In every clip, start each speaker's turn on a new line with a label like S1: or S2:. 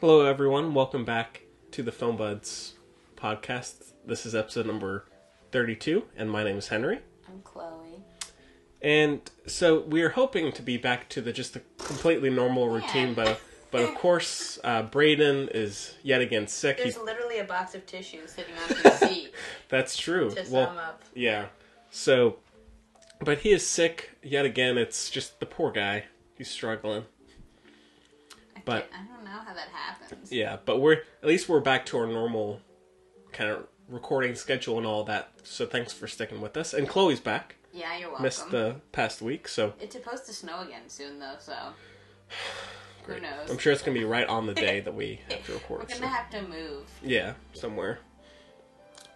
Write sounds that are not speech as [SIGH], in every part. S1: Hello, everyone. Welcome back to the Film Buds podcast. This is episode number 32, and my name is Henry.
S2: I'm Chloe.
S1: And so we are hoping to be back to the just the completely normal routine, but but of course, uh, Braden is yet again sick. He,
S2: There's literally a box of tissue sitting [LAUGHS] on your seat
S1: that's true.
S2: to sum
S1: Well,
S2: up.
S1: yeah. So, but he is sick yet again. It's just the poor guy. He's struggling.
S2: I,
S1: but-
S2: can't- I don't know how that happens.
S1: Yeah, but we're at least we're back to our normal kind of recording schedule and all that. So thanks for sticking with us. And Chloe's back.
S2: Yeah, you're welcome.
S1: Missed the past week, so
S2: It's supposed to snow again soon, though, so
S1: [SIGHS]
S2: who
S1: great.
S2: knows?
S1: I'm sure it's gonna be right on the day that we have to
S2: We're
S1: record.
S2: gonna
S1: so-
S2: have to move.
S1: Yeah, somewhere.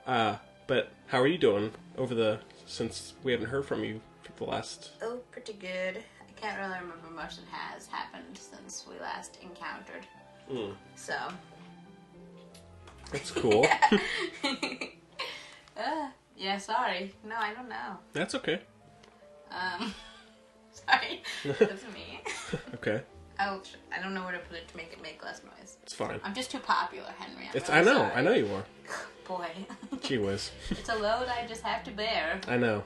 S1: Uh, but how are you doing over the since we haven't heard from you for the last?
S2: Oh, pretty good. I can't really remember much that has happened since we last encountered.
S1: Mm.
S2: So. [LAUGHS]
S1: That's cool.
S2: uh, yeah, sorry. No, I don't know.
S1: [LAUGHS] That's okay.
S2: Um, [LAUGHS]
S1: [LAUGHS]
S2: sorry. That's me. [LAUGHS]
S1: Okay,
S2: I'll, tr- I don't know where to put it to make it make less noise.
S1: it's fine.
S2: I'm just too popular, Henry. I'm
S1: It's I
S2: really
S1: know,
S2: sorry.
S1: I know you are.
S2: [LAUGHS] Boy, [LAUGHS]
S1: Gee whiz,
S2: it's a load I just have to bear.
S1: I
S2: [LAUGHS]
S1: know.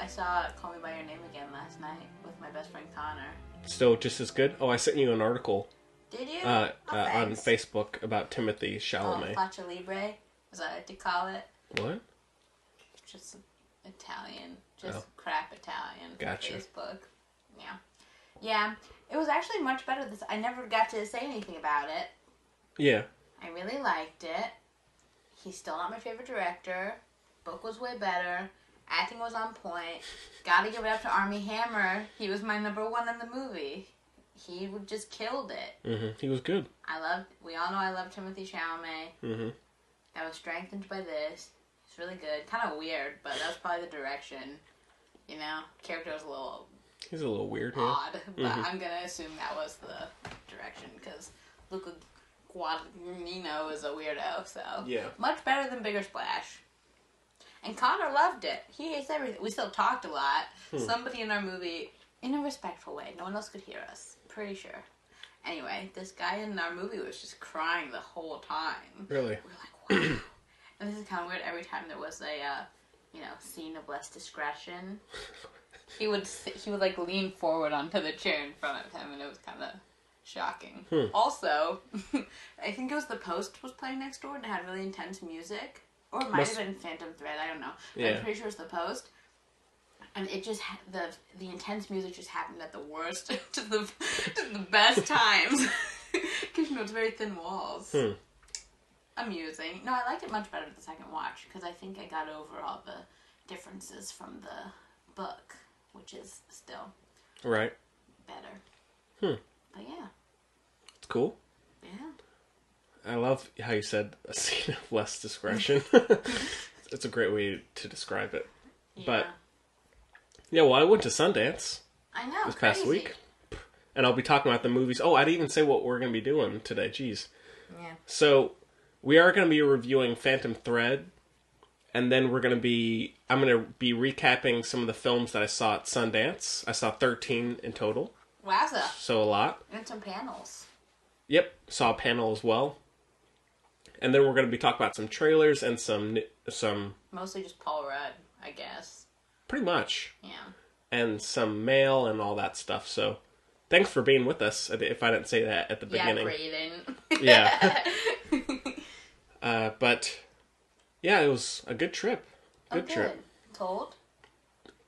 S2: I saw Call Me by Your Name again last night with my best friend Connor.
S1: Still just as good. Oh, I sent you an article
S2: Did you?
S1: uh,
S2: Oh,
S1: uh, on
S2: thanks.
S1: Facebook about Timothy
S2: Oh,
S1: Chalamet.
S2: Faccia Libre, as I like to call it.
S1: what?
S2: Just Italian, just
S1: Oh.
S2: crap Italian. from
S1: Gotcha.
S2: Facebook. Yeah, yeah. It was actually much better. This I never got to say anything about it.
S1: Yeah,
S2: I really liked it. He's still not my favorite director. Book was way better. Acting was on point. Gotta give it up to Army Hammer. He was my number one in the movie. He would- just killed it.
S1: hmm he was good.
S2: I love. We all know I love Timothy Chalamet.
S1: hmm
S2: I was strengthened by this. It's really good. Kind of weird, but that was probably the direction. You know, character was a little
S1: He's a little weird. Yeah.
S2: odd, but
S1: Mhm.
S2: I'm gonna assume that was the direction because Luca Guadagnino is a weirdo. So
S1: Yeah.
S2: much better than Bigger Splash. And Connor loved it. He hates everything. We still talked a lot. Somebody in our movie, in a respectful way, no one else could hear us. Pretty sure. Anyway, this guy in our movie was just crying the whole time.
S1: Really?
S2: We were like, wow. [CLEARS THROAT] and this is kind of weird. Every time there was a, uh, you know, scene of less
S1: [LAUGHS]
S2: discretion, he would s- he would like lean forward onto the chair in front of him, and it was kind of shocking.
S1: Hmm.
S2: Also, [LAUGHS] I think it was the Post was playing next door and it had really intense music, or it might
S1: Must-
S2: have been Phantom Thread. I don't know. But
S1: Yeah.
S2: I'm pretty sure it's the Post. And it just ha- the the intense music just happened at the worst [LAUGHS] to the to the
S1: [LAUGHS]
S2: best times [LAUGHS] because you know it's very thin walls.
S1: Hmm.
S2: Amusing. No, I liked it much better the second watch because I think I got over all the differences from the book, which is still
S1: Right.
S2: better.
S1: Hmm.
S2: But yeah,
S1: It's cool.
S2: yeah.
S1: I love how you said a [LAUGHS] scene of less
S2: [LAUGHS]
S1: discretion. it's a great way to describe it. But-
S2: Yeah.
S1: Yeah. Well, I went to Sundance
S2: I know.
S1: this
S2: Oh, crazy.
S1: past week, and I'll be talking about the movies. Oh, I didn't even say what we're gonna be doing today. Jeez.
S2: Yeah.
S1: So we are going to be reviewing Phantom Thread, and then we're going to be I'm going to be recapping some of the films that I saw at Sundance. I saw 13 in total,
S2: Wowza!
S1: so a lot.
S2: And some panels.
S1: Yep, saw a panel as well. And then we're going to be talking about some trailers and some n- some
S2: Mostly just Paul Rudd, I guess.
S1: pretty much
S2: Yeah.
S1: and some mail and all that stuff. So thanks for being with us. If I didn't say that at the beginning. [LAUGHS]
S2: Braden.
S1: Yeah. Uh, but yeah, it was a good trip.
S2: Oh,
S1: Good trip.
S2: Cold.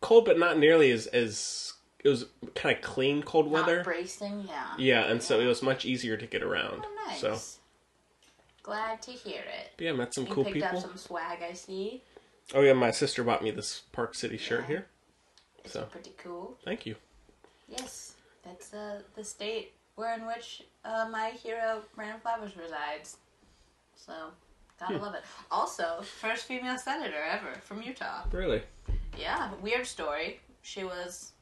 S1: cold, but not nearly as as it was kind of clean cold weather.
S2: Not bracing, yeah.
S1: yeah, and so it was much easier to get around.
S2: Oh, nice.
S1: So
S2: Glad to hear it.
S1: but yeah, met some
S2: You
S1: cool
S2: picked
S1: people.
S2: up some swag, I see.
S1: Oh yeah, my sister bought me this Park City shirt
S2: Yeah.
S1: here. So
S2: Pretty cool.
S1: thank you.
S2: Yes, that's uh, the state where in which uh, my hero Brandon Flowers resides. So, gotta
S1: Hmm.
S2: love it. Also, first female senator ever from Utah.
S1: Really?
S2: Yeah, weird story. She was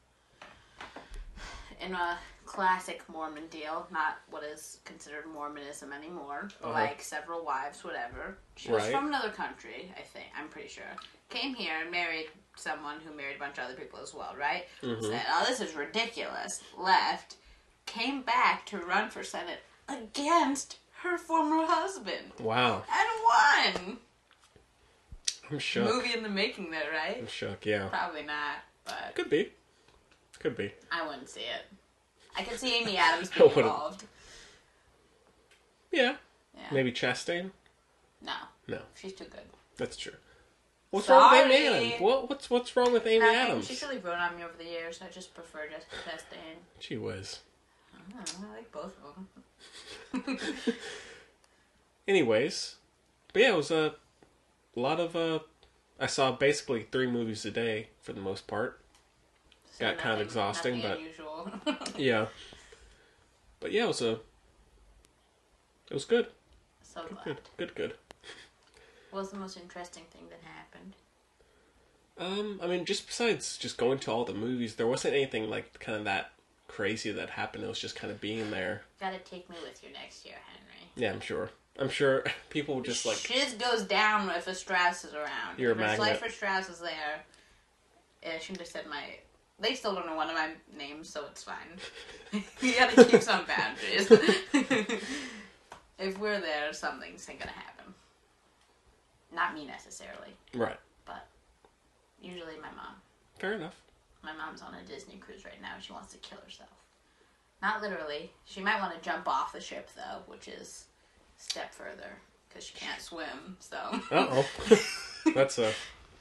S2: in a classic Mormon deal, not what is considered Mormonism anymore, but
S1: Uh-huh.
S2: like several wives, whatever. She was
S1: Right.
S2: from another country, I think, I'm pretty sure. Came here and married someone who married a bunch of other people as well, right?
S1: Mm-hmm.
S2: Said, oh, this is ridiculous. Left. Came back to run for Senate against her former husband
S1: Wow.
S2: and won.
S1: I'm shook.
S2: Movie in the making, though, right?
S1: I'm shook, yeah.
S2: Probably not, but
S1: Could be. Could be.
S2: I wouldn't see it. I could see Amy
S1: [LAUGHS]
S2: Adams
S1: I
S2: being
S1: wouldn't.
S2: involved.
S1: Yeah.
S2: Yeah.
S1: Maybe Chastain?
S2: No,
S1: No,
S2: she's too good.
S1: that's true. What's wrong with Amy
S2: Sorry.
S1: Adams? What, what's what's wrong with Amy
S2: Nothing.
S1: Adams?
S2: She's really grown on me over the years. I just prefer Jessica Chastain.
S1: She was.
S2: I don't know. I like both of them.
S1: Anyways, but yeah, it was a lot of uh I saw basically three movies a day for the most part.
S2: So
S1: Got kind of exhausting,
S2: nothing
S1: but-
S2: unusual. [LAUGHS]
S1: Yeah. But yeah, it was a it was good.
S2: so
S1: Good,
S2: glad.
S1: good, good, good.
S2: What's the most interesting thing that happened?
S1: Um, I mean, just besides just going to all the movies, there wasn't anything like kind of that crazy that happened. It was just kind of being there.
S2: Gotta take me with you next year, Henry.
S1: Yeah, I'm sure. I'm sure [LAUGHS] people would just like
S2: Shiz goes down if a Strauss is around.
S1: You're a
S2: if a
S1: magnet.
S2: Slifer Strauss is there, and I shouldn't have said my. They still don't know one of my names, so it's fine. [LAUGHS] you gotta
S1: [LAUGHS]
S2: keep some boundaries. [LAUGHS] if we're there, something's gonna happen. Not me necessarily,
S1: right.
S2: but usually my mom.
S1: Fair enough.
S2: My mom's on a Disney cruise right now. and She wants to kill herself. Not literally. She might want to jump off the ship though, which is a step further because she can't swim. So
S1: Uh oh, [LAUGHS] that's a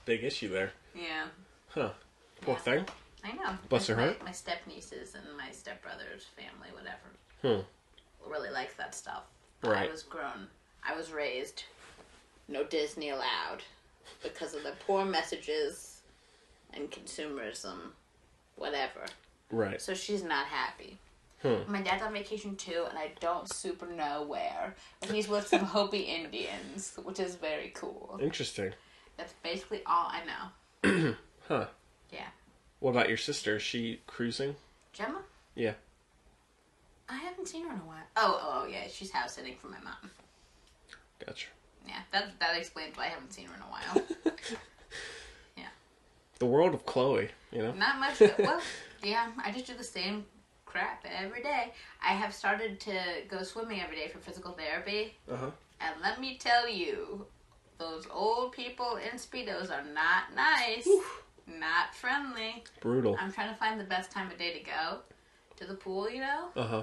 S1: big issue there.
S2: [LAUGHS] yeah,
S1: Huh. Poor thing.
S2: I know.
S1: Bless her
S2: my,
S1: heart.
S2: My step nieces and my stepbrother's family, whatever,
S1: Hmm.
S2: really likes that stuff.
S1: Right.
S2: I was grown. I was raised. No Disney allowed because of the poor messages and consumerism, whatever.
S1: Right.
S2: So she's not happy.
S1: Hmm.
S2: My dad's on vacation too, and I don't super know where. But he's with some
S1: [LAUGHS]
S2: Hopi Indians, which is very cool.
S1: Interesting.
S2: That's basically all I know.
S1: [CLEARS THROAT] Huh.
S2: Yeah.
S1: What about your sister? Is she cruising?
S2: Gemma?
S1: Yeah.
S2: I haven't seen her in a while. Oh, oh, oh, yeah, she's house sitting for my mom.
S1: Gotcha.
S2: Yeah, that that explains why I haven't seen her in a while.
S1: The world of Chloe, you know?
S2: Not much. that- Well, yeah, I just do the same crap every day. I have started to go swimming every day for physical therapy,
S1: Uh huh.
S2: and let me tell you, those old people in speedos are not nice. Not friendly.
S1: Brutal.
S2: I'm trying to find the best time of day to go to the pool, you know,
S1: Uh huh.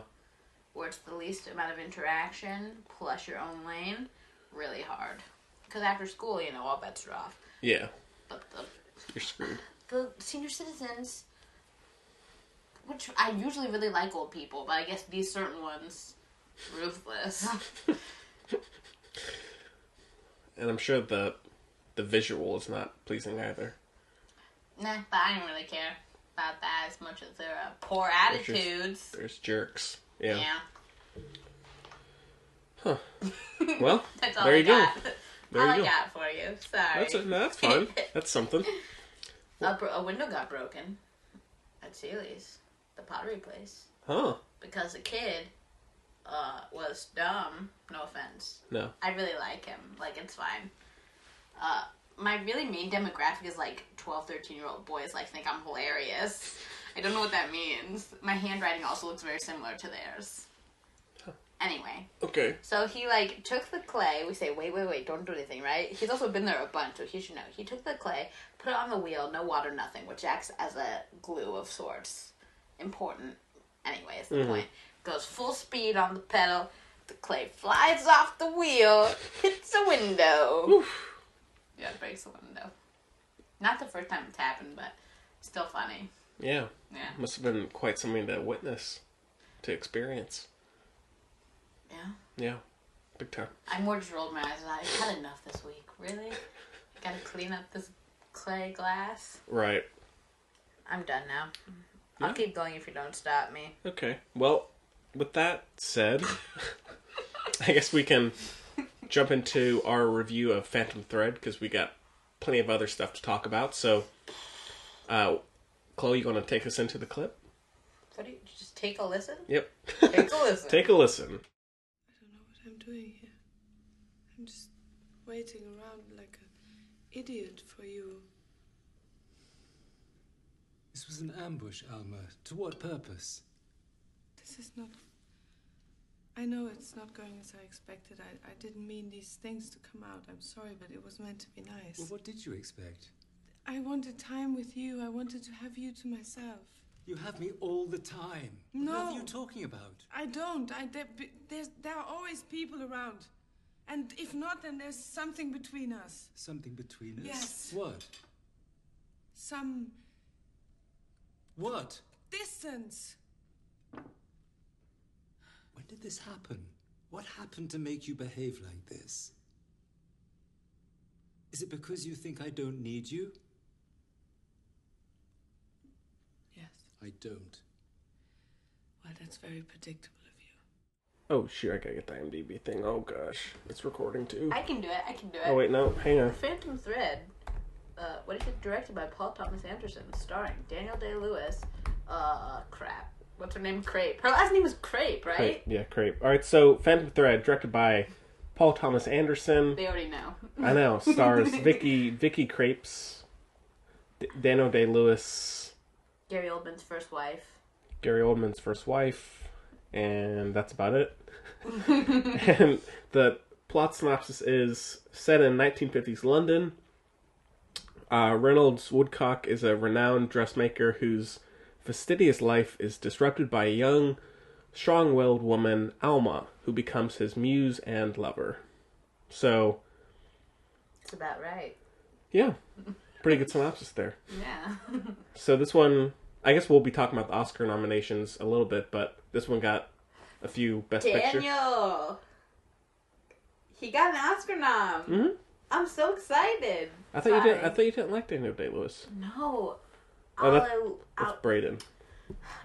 S2: where it's the least amount of interaction, plus your own lane. Really hard. Because after school, you know, all bets are off.
S1: Yeah.
S2: But the,
S1: You're screwed.
S2: the senior citizens, which I usually really like old people, but I guess these certain ones,
S1: [LAUGHS]
S2: ruthless.
S1: And I'm sure the the visual is not pleasing either.
S2: nah, but I don't really care about that as much as their uh, poor
S1: just-
S2: attitudes.
S1: There's jerks.
S2: Yeah.
S1: Yeah. [LAUGHS] Well,
S2: [LAUGHS] That's all
S1: There
S2: I
S1: you go.
S2: got. [LAUGHS]
S1: There
S2: all
S1: you
S2: I
S1: go.
S2: got for you. Sorry.
S1: that's it. No, that's
S2: [LAUGHS]
S1: fine. That's something.
S2: A, bro- a window got broken at Sealy's, the pottery place,
S1: Huh.
S2: because a kid uh, was dumb. No offense.
S1: No.
S2: I really like him. Like, it's fine. Uh, my really main demographic is like 12, 13 year old boys, like, think I'm hilarious. I don't know what that means. My handwriting also looks very similar to theirs. Anyway,
S1: Okay.
S2: so he like took the clay. We say, wait, wait, wait, don't do anything, right? He's also been there a bunch, so he should know. He took the clay, put it on the wheel, no water, nothing, which acts as a glue of sorts. Important, anyway, is the point. Goes full speed on the pedal. The clay flies off the wheel, [LAUGHS] hits a window. Yeah, it breaks the window. Not the first time it's happened, but still funny.
S1: Yeah.
S2: Yeah,
S1: Must have been quite something to witness, to experience.
S2: yeah.
S1: Yeah. Big time.
S2: I more just rolled my eyes. and I had enough this week. Really? Gotta clean up this clay glass.
S1: Right.
S2: I'm done now. I'll
S1: Yeah.
S2: keep going if you don't stop me.
S1: Okay. Well, with that
S2: [LAUGHS]
S1: said, I guess we can jump into our review of Phantom Thread because we got plenty of other stuff to talk about. So, uh, Chloe, you going to take us into the clip?
S2: What do you just take a listen?
S1: Yep.
S2: Take a listen.
S1: Take a listen.
S3: I don't know what I'm doing here. I'm just waiting around like an idiot for you.
S4: This was an ambush, Alma. To what purpose?
S3: This is not. I know it's not going as I expected. I, I didn't mean these things to come out. I'm sorry, but it was meant to be
S4: Well,
S3: nice.
S4: what did you expect?
S3: I wanted time with you. I wanted to have you to myself.
S4: You have me all the time. What
S3: No.
S4: are you talking about?
S3: I don't. I there, be- there's, there are always people around, and if not, then there's something between us.
S4: Something between us?
S3: Yes.
S4: What?
S3: Some
S4: What?
S3: distance.
S4: When did this happen? What happened to make you behave like this? Is it because you think I don't need you?
S3: Yes.
S4: I don't.
S3: Well, that's very predictable of you.
S1: Oh shoot, I gotta get the IMDb thing. Oh gosh, it's recording too.
S2: I can do it. I can do it.
S1: Oh wait, no, hang on.
S2: Phantom Thread. Uh, what is it? Directed by Paul Thomas Anderson, starring Daniel Day Lewis. Uh, crap. What's her name? Crape. Her last name was Crape, right?
S1: Wait, yeah, crepe. All right, so Phantom Thread, directed by Paul Thomas Anderson.
S2: They already know.
S1: I know stars Vicky Vicky Crepes, D- Dano Day Lewis,
S2: Gary Oldman's first wife.
S1: Gary Oldman's first wife, and that's about it. and the plot synopsis is set in 1950s London. Uh, Reynolds Woodcock is a renowned dressmaker whose fastidious life is disrupted by a young, strong willed woman, Alma, who becomes his muse and lover. So,
S2: That's about right.
S1: yeah, pretty good synopsis there.
S2: Yeah. [LAUGHS]
S1: So this one, I guess we'll be talking about the Oscar nominations a little bit, but this one got a few Best Picture.
S2: Daniel! He got an Oscar nom.
S1: Mhm.
S2: I'm so excited.
S1: I thought you didn't. I
S2: Sorry.
S1: thought you didn't like Daniel Day Lewis.
S2: No.
S1: Oh,
S2: All
S1: that's-
S2: I,
S1: That's Braden.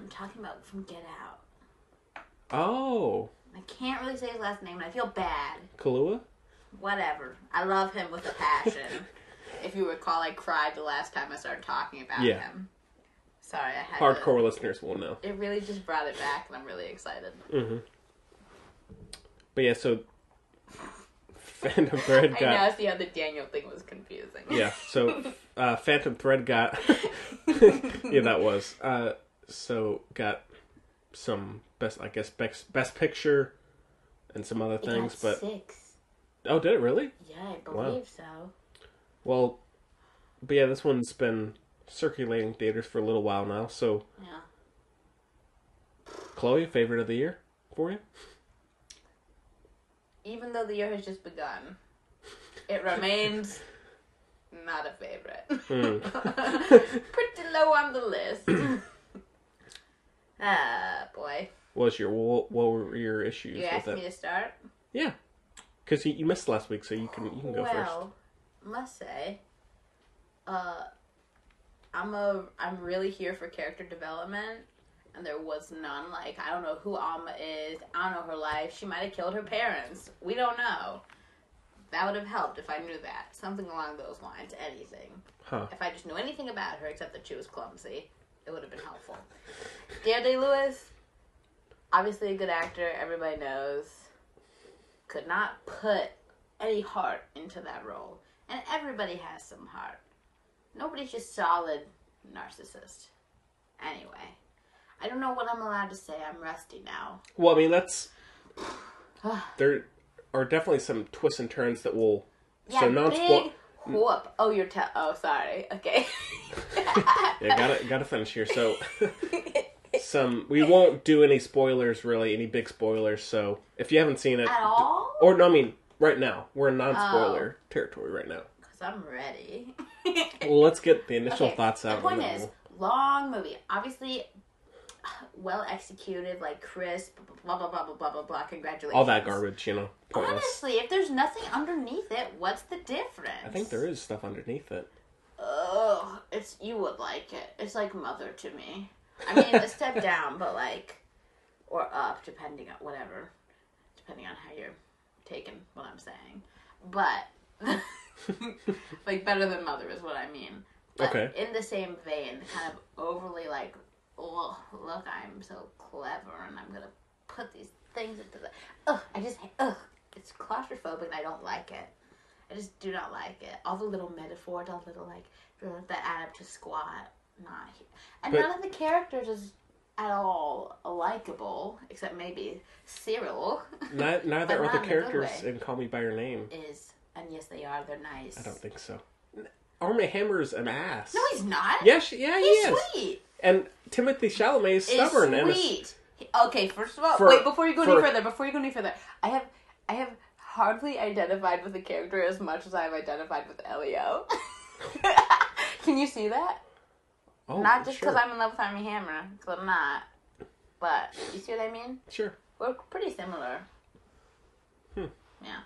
S2: am talking about from Get Out.
S1: Oh,
S2: I can't really say his last name, and I feel bad.
S1: Kalua.
S2: Whatever. I love him with a
S1: [LAUGHS]
S2: passion. if you recall, I cried the last time I started talking about
S1: Yeah.
S2: him. Sorry, I had to-
S1: Hardcore listeners will know.
S2: it really just brought it back, and I'm really excited.
S1: But yeah, so Phantom Thread
S2: I
S1: got.
S2: know, see how the Daniel thing was confusing.
S1: Yeah,
S2: [LAUGHS]
S1: so uh, Phantom Thread got. [LAUGHS] yeah, that was. Uh, so got some best, I guess, best best picture, and some other
S2: It got
S1: things. But
S2: six.
S1: oh, did it really?
S2: Yeah, I
S1: Wow.
S2: believe so.
S1: Well, but yeah, this one's been circulating theaters for a little while now. So,
S2: Yeah.
S1: Chloe, favorite of the year for you?
S2: Even though the year has just begun, it remains not a favorite. [LAUGHS] Pretty low on the list. ah, boy.
S1: What was your what, what were your issues
S2: You
S1: with
S2: asked me
S1: it?
S2: to start?
S1: Yeah, because you, you missed last week, so you can you can go first.
S2: well, must say, uh, I'm a I'm really here for character development, and there was none. Like I don't know who Alma is. I don't know her life. She might have killed her parents. We don't know. That would have helped if I knew that. Something along those lines. Anything.
S1: Huh?
S2: If I just knew anything about her except that she was clumsy, it would have been helpful. Dare Day Lewis, obviously a good actor, everybody knows, could not put any heart into that role. And everybody has some heart. Nobody's just solid narcissist. Anyway, I don't know what I'm allowed to say. I'm rusty now.
S1: Well, I mean
S2: [SIGHS]
S1: that's there are definitely some twists and turns that will
S2: Yeah,
S1: so Mm. non
S2: big whoop. Oh, you're te- oh, sorry.
S1: [LAUGHS]
S2: Okay. [LAUGHS]
S1: Yeah, gotta gotta finish here. So some we won't do any spoilers really, any big spoilers. So if you haven't seen it,
S2: At all? Oh.
S1: or no, I mean right now we're in non-spoiler territory right now.
S2: Because I'm
S1: [LAUGHS]
S2: ready.
S1: Well, let's get the initial
S2: Okay,
S1: thoughts out.
S2: The point
S1: and then
S2: is,
S1: we'll-
S2: long movie. Obviously, [SIGHS] well executed, like crisp, blah, blah, blah, blah, blah, blah, blah. Congratulations.
S1: all that garbage, you know, pointless.
S2: Honestly, if there's nothing underneath it, what's the difference?
S1: I think there is stuff underneath it.
S2: Ugh, it's you would like it. It's like mother to me. I mean, a step down, but like, or up, depending on whatever, depending on how you're taking what I'm saying. But [LAUGHS] like better than mother is what I mean. But
S1: Okay.
S2: In the same vein, kind of overly like, oh look, I'm so clever, and I'm gonna put these things into the. Ugh, I just ugh, it's claustrophobic, and I don't like it. I just do not like it. All the little metaphors, all the little like that add up to squat. Not here. and
S1: But-
S2: none of the characters is at all likable, except maybe Cyril [LAUGHS]
S1: Ni- neither
S2: Hmm, But
S1: are the
S2: not in a good
S1: characters
S2: way.
S1: in Call Me by Your Name.
S2: is. And yes, they are. They're nice.
S1: I don't think so. Army Hammer's an ass.
S2: No, he's not.
S1: yeah, she, yeah, he
S2: he's
S1: is.
S2: sweet.
S1: And Timothy Chalamet is
S2: Is
S1: stubborn and is,
S2: sweet. Okay, first of all,
S1: For-
S2: wait before you go
S1: for-
S2: any further. Before you go any further, I have, I have hardly identified with the character as much as I have identified with Elio. [LAUGHS] Can you see that?
S1: oh,
S2: not just because
S1: sure,
S2: I'm in love with Army Hammer, because I'm not. But you see what I mean?
S1: sure.
S2: We're pretty similar. Yeah.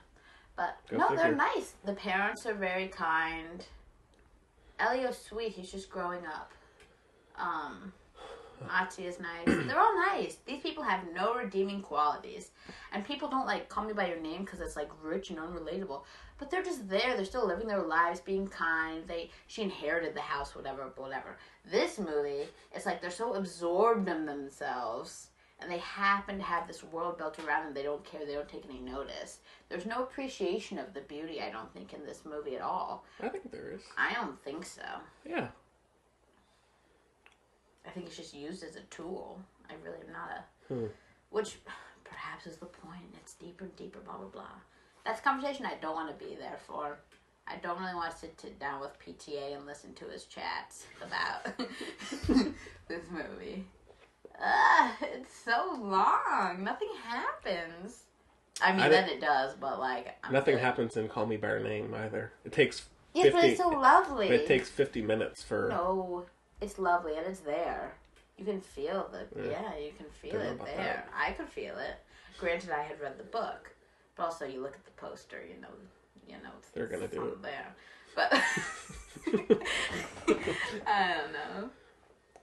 S2: But
S1: Hmm. Go
S2: no,
S1: figure.
S2: they're nice. The parents are very kind. Elio's sweet. He's just growing up. Um, Mati is nice. [CLEARS THROAT] they're all nice. These people have no redeeming qualities, and people don't like call me by your name because it's like rich and unrelatable. But they're just there. They're still living their lives, being kind. They she inherited the house, whatever, whatever. This movie, it's like they're so absorbed in themselves and they happen to have this world built around them. They don't care. They don't take any notice. There's no appreciation of the beauty, I don't think, in this movie at all.
S1: I think there is.
S2: I don't think so.
S1: Yeah.
S2: I think it's just used as a tool. I really am not a.
S1: Hmm.
S2: Which perhaps is the point. It's deeper and deeper, blah, blah, blah. That's a conversation I don't want to be there for. I don't really want to sit down with PTA and listen to his chats about [LAUGHS] this movie. Ugh, it's so long. Nothing happens. I mean,
S1: I
S2: then it does, but like. I'm
S1: Nothing
S2: really-
S1: happens in Call Me by Your Name either. It takes
S2: Yeah, but
S1: fifty.
S2: it's so lovely.
S1: it takes fifty minutes for.
S2: No, it's lovely and it's there. You can feel the yeah, you can feel
S1: Don't know
S2: it
S1: about
S2: there. I could feel it. Granted, I had read the book, but also you look at the poster, you know, you know it's-
S1: They're gonna
S2: it's
S1: do
S2: not
S1: it.
S2: there. But [LAUGHS] I don't know.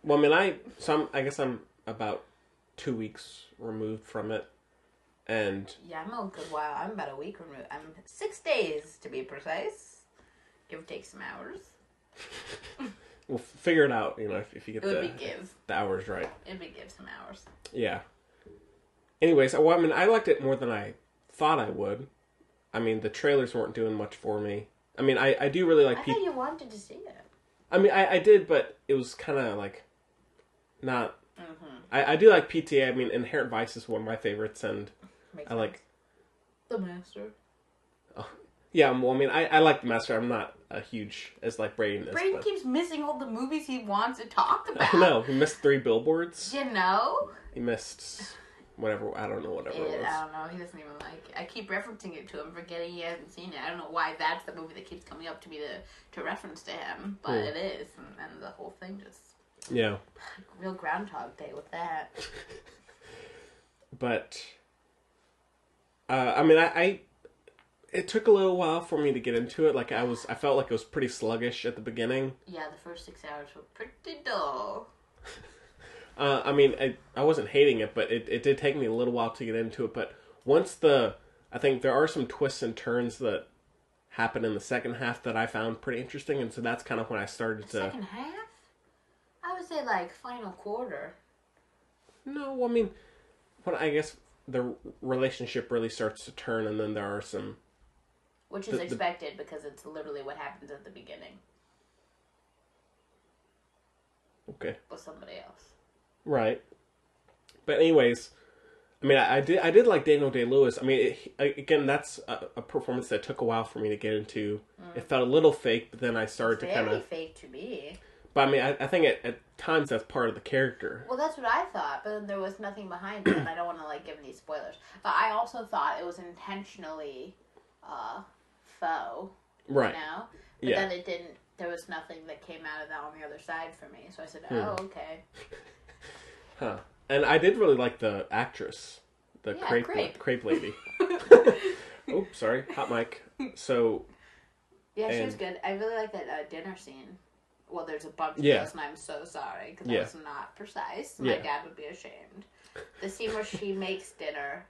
S1: Well, I mean, I so I'm, I guess I'm about two weeks removed from it, and
S2: Yeah, I'm a good while. I'm about a week removed. I'm six days to be precise, give or take some hours.
S1: we'll figure it out. You know, if, if you get
S2: It would
S1: the
S2: be give.
S1: the hours right.
S2: It'd be give some hours.
S1: Yeah. Anyways, I- well, I mean, I liked it more than I thought I would. I mean, the trailers weren't doing much for me. I mean, I, I do really like
S2: I
S1: people.
S2: thought you wanted to see it.
S1: I mean, I, I did, but it was kind of like not.
S2: Mm-hmm.
S1: I, I do like PTA. I mean, Inherent Vice is one of my favorites, and
S2: Makes
S1: I like.
S2: sense. the master.
S1: Yeah, well, I mean, I, I like the Master. I'm not a huge as like Braden is.
S2: Brayden
S1: but-
S2: keeps missing all the movies he wants to talk
S1: [LAUGHS]
S2: about.
S1: I know he missed three billboards.
S2: You know?
S1: He missed whatever I don't know whatever it
S2: Yeah,
S1: was.
S2: I don't know. He doesn't even like it. I keep referencing it to him, forgetting he hasn't seen it. I don't know why that's the movie that keeps coming up to me to, to reference to him, but
S1: Hmm.
S2: it is. And, and the whole thing just
S1: Yeah,
S2: real Groundhog Day with that.
S1: but uh, I mean, I, I it took a little while for me to get into it. Like I was, I felt like it was pretty sluggish at the beginning.
S2: Yeah, the first six hours were pretty dull.
S1: Uh, I mean, I, I wasn't hating it, but it, it did take me a little while to get into it. But once the, I think there are some twists and turns that happen in the second half that I found pretty interesting, and so that's kind of when I started to.
S2: Second half? I would say like final quarter.
S1: No, I mean, when I guess the relationship really starts to turn, and then there are some.
S2: Which is
S1: The- the-
S2: expected because it's literally what happens at the beginning
S1: Okay,
S2: with somebody else.
S1: right. But anyways, I mean, I, I did I did like Daniel Day Lewis. I mean, it, again, that's a, a performance that took a while for me to get into. It felt a little fake, but then I started to
S2: Very
S1: kind of.
S2: Mm. fake to me.
S1: But I mean, I, I think at, at times that's part of the character.
S2: Well, that's what I thought, but then there was nothing behind it, and I don't want to like give any spoilers. But I also thought it was intentionally uh, faux,
S1: Right.
S2: you know. But
S1: Yeah.
S2: then it didn't. There was nothing that came out of that on the other side for me. So I said,
S1: Hmm.
S2: "Oh, okay."
S1: Huh. And I did really like the actress, the
S2: Yeah,
S1: crepe,
S2: crepe.
S1: crepe lady.
S2: [LAUGHS]
S1: oh, sorry. Hot mic. So,
S2: Yeah, she was
S1: And-
S2: good. I really like that uh, dinner scene. Well, there's a bunch
S1: Yeah.
S2: of those, and I'm so sorry because
S1: Yeah.
S2: that was not precise. My
S1: Yeah.
S2: dad would be ashamed. The scene where she makes dinner,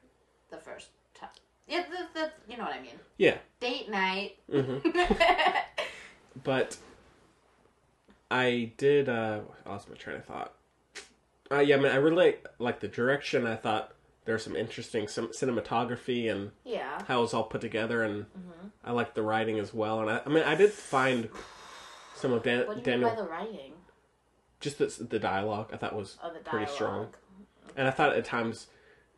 S2: the first time. Yeah, the, the you know what I mean.
S1: yeah. Mm-hmm.
S2: Date night. [LAUGHS]
S1: But I did, uh, I lost my train of thought. Uh, yeah, I mean, I really like the direction. I thought there was some interesting sim- cinematography and
S2: yeah.
S1: how it was all put together, and I liked the writing as well. And I, I mean, I did find some of Dan-
S2: What do you
S1: Daniel
S2: mean by the writing?
S1: Just the, the dialogue I thought was
S2: Oh, the dialogue.
S1: pretty strong, and I thought at times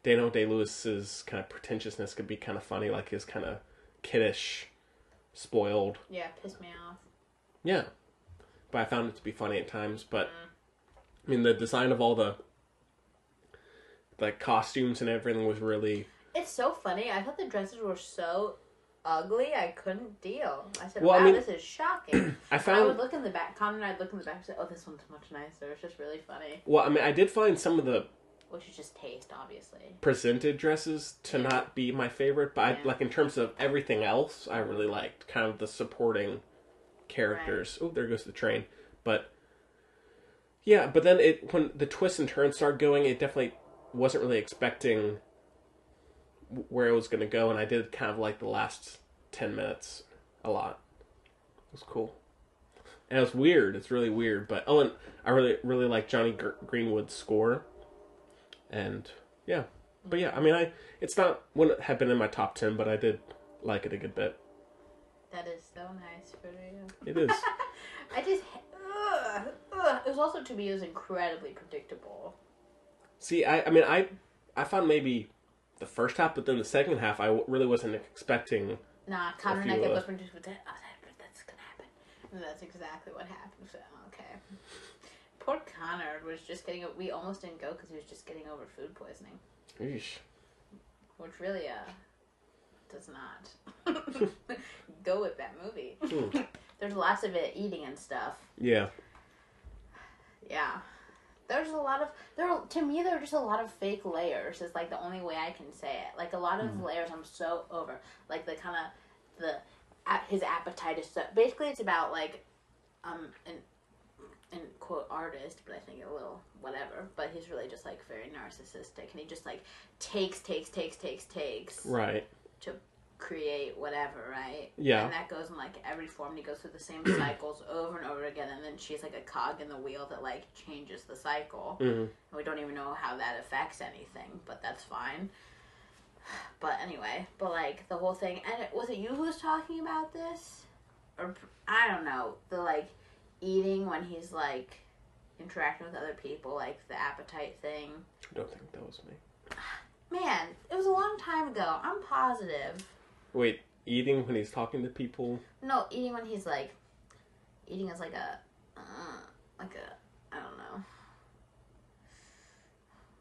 S1: Daniel Day Lewis's kind of pretentiousness could be kind of funny, like his kind of kiddish, spoiled.
S2: Yeah, pissed me off.
S1: Yeah, but I found it to be funny at times. But I mean, the design of all the the costumes and everything was really
S2: It's so funny. I thought the dresses were so ugly. I couldn't deal. I said,
S1: Well, I
S2: "Wow,
S1: mean-
S2: this
S1: [CLEARS THROAT]
S2: is shocking."
S1: I
S2: I would
S1: found
S2: look in the back comment. I'd look in the back and say, "Oh, this one's much nicer." It's just really funny,
S1: well. I mean, I did find some of the
S2: which is just taste, obviously.
S1: presented dresses to
S2: Yeah.
S1: not be my favorite, but
S2: Yeah.
S1: I, like in terms of everything else, I really liked kind of the supporting characters. Oh, there goes the train. But yeah, but then it when the twists and turns started going, it definitely wasn't really expecting w- where it was going to go, and I did kind of like the last ten minutes a lot. It was cool. And it's weird. It's really weird, but oh, and I really, really like Johnny Gr- Greenwood's score, and yeah, but yeah, I mean, I it's not wouldn't have been in my top ten, but I did like it a good bit.
S2: That is so nice for you.
S1: It is.
S2: I just. Ugh, ugh. It was also to me. It was incredibly predictable.
S1: See, I, I mean, I, I found maybe the first half, but then the second half, I w- really wasn't expecting.
S2: Nah, Connor and I
S1: few,
S2: kept
S1: uh,
S2: looking just with that. Oh, that, that's gonna happen. And that's exactly what happened. So okay. Poor Connor was just getting. o- We almost didn't go because he was just getting over food poisoning.
S1: Eesh.
S2: which really uh does not [LAUGHS] go with that movie.
S1: Hmm.
S2: There's lots of it eating and stuff.
S1: Yeah,
S2: Yeah. There's a lot of there are- to me there are just a lot of fake layers. Is like the only way I can say it. Like a lot of layers I'm so over. Like the kind of the a- his appetite is so basically it's about like um an an quote artist, but I think a little whatever. But he's really just like very narcissistic, and he just like takes takes takes takes takes
S1: right.
S2: to create whatever, right?
S1: Yeah.
S2: And that goes in like every form. He goes through the same [CLEARS THROAT] cycles over and over again, and then she's like a cog in the wheel that like changes the cycle.
S1: hmm
S2: And we don't even know how that affects anything, but that's fine. [SIGHS] But anyway, but like the whole thing, and it, was it you who was talking about this, or I don't know the like eating when he's like interacting with other people, like the appetite thing.
S1: I don't think that was me.
S2: Man, it was a long time ago. I'm positive.
S1: Wait, eating when he's talking to people.
S2: No, eating when he's like eating is like a uh, like a I don't know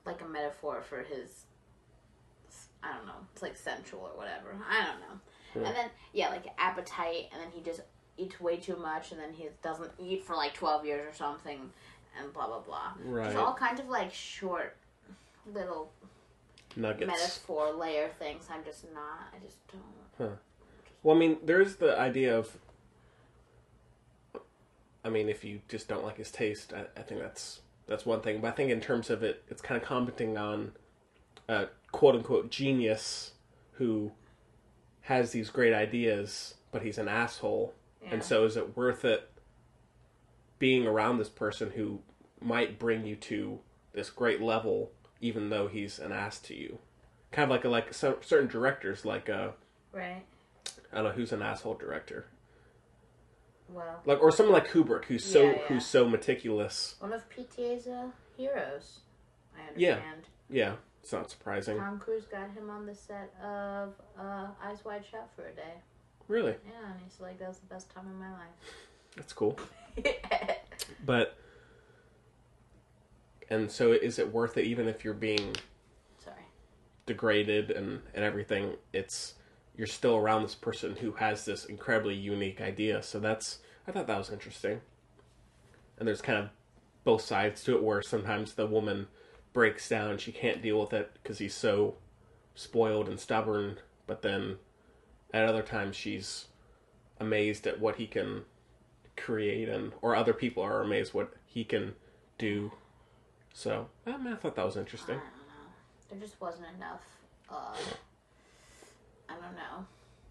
S2: like a metaphor for his I don't know it's like sensual or whatever I don't know
S1: Yeah.
S2: and then yeah like appetite and then he just eats way too much and then he doesn't eat for like twelve years or something and blah blah blah
S1: Right.
S2: it's all kinds of like short little
S1: Nuggets.
S2: metaphor layer things I'm just not I just don't
S1: Well, I mean, there's the idea of. I mean, if you just don't like his taste, I, I think that's that's one thing. But I think in terms of it, it's kind of commenting on a quote unquote genius who has these great ideas, but he's an asshole.
S2: Yeah.
S1: And so, is it worth it being around this person who might bring you to this great level, even though he's an ass to you? Kind of like a, like some, certain directors, like uh,
S2: right
S1: I don't know who's an asshole director,
S2: well.
S1: like or someone like Kubrick, who's so
S2: Yeah, yeah.
S1: who's so meticulous.
S2: One of PTA's uh, heroes, I
S1: Yeah.
S2: understand.
S1: Yeah, it's not surprising,
S2: Tom Cruise got him on the set of uh, Eyes Wide Shut for a day.
S1: really.
S2: Yeah, and he's like, that was the best time of my
S1: That's cool,
S2: life.
S1: but and so is it worth it, even if you're being
S2: [LAUGHS] Sorry.
S1: degraded and and everything? It's you're still around this person who has this incredibly unique idea. So that's I thought that was interesting, and there's kind of both sides to it, where sometimes the woman breaks down, she can't deal with it because he's so spoiled and stubborn, but then at other times she's amazed at what he can create and or other people are amazed what he can do. So I, mean, I thought that was
S2: I don't
S1: interesting.
S2: know. There just wasn't enough. Uh, I don't know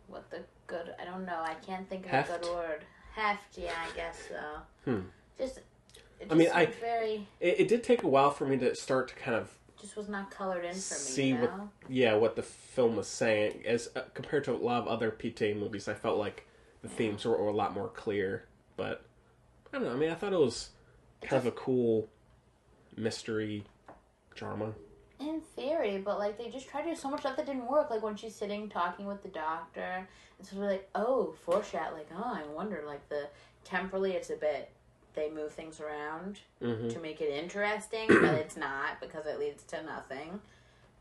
S2: what the good. I don't know. I can't think of a
S1: Heft?
S2: good word. Heft. Yeah, I guess so.
S1: Hmm.
S2: Just. It just
S1: I mean, I-
S2: seemed very
S1: It, it did take a while for me to start to kind of
S2: just was not colored in for me.
S1: see
S2: you
S1: what
S2: know?
S1: yeah what the film was saying as uh, compared to a lot of other PTA movies. I felt like the themes were, were a lot more clear, but I don't know. I mean, I thought it was kind of a cool mystery drama.
S2: In theory, but like they just tried to do so much stuff that didn't work. Like when she's sitting talking with the doctor, it's sort of like, oh, foreshadow. Like, oh, I wonder. Like the temporally, it's a bit. They move things around
S1: Mm-hmm.
S2: to make it interesting, but it's not because it leads to nothing.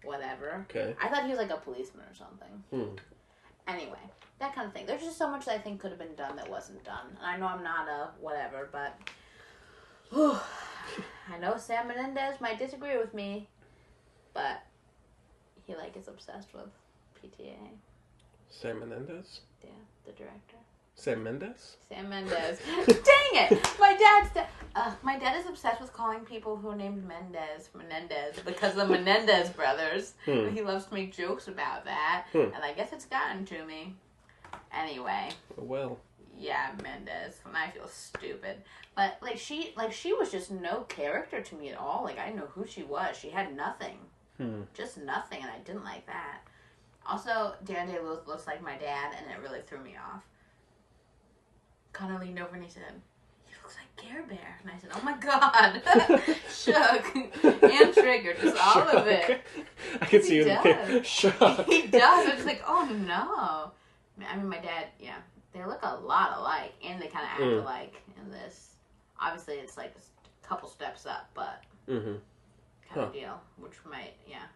S2: Whatever.
S1: Okay.
S2: I thought he was like a policeman or something.
S1: Hmm.
S2: Anyway, that kind of thing. There's just so much that I think could have been done that wasn't done. And I know I'm not a whatever, but I know Sam Menendez might disagree with me, but he like is obsessed with PTA,
S1: Sam Menendez.
S2: yeah, the director.
S1: Sam Mendes.
S2: Sam Mendes. Dang it! My dad's da- uh, my dad is obsessed with calling people who are named Mendez Menendez because of the Menendez brothers.
S1: Hmm.
S2: He loves to make jokes about that,
S1: Hmm.
S2: and I guess it's gotten to me. Anyway,
S1: Oh, Well,
S2: yeah, Mendez, and I feel stupid. But like she, like she was just no character to me at all. Like I didn't know who she was. She had nothing,
S1: Hmm.
S2: just nothing, and I didn't like that. Also, Dan Day Lewis looks like my dad, and it really threw me off. Connor leaned over and he said, "He looks like Care Bear," and I said, "Oh my god, [LAUGHS] shook and triggered, just all of it."
S1: [LAUGHS] I can see
S2: He
S1: you in the [LAUGHS] picture.
S2: does.
S1: Shock.
S2: he does. It's like, oh no. I mean, my dad. Yeah, they look a lot alike, and they kind of act
S1: Mm.
S2: alike in this. Obviously, it's like a couple steps up, but
S1: Mm-hmm.
S2: kind
S1: Huh.
S2: of deal, which might, yeah.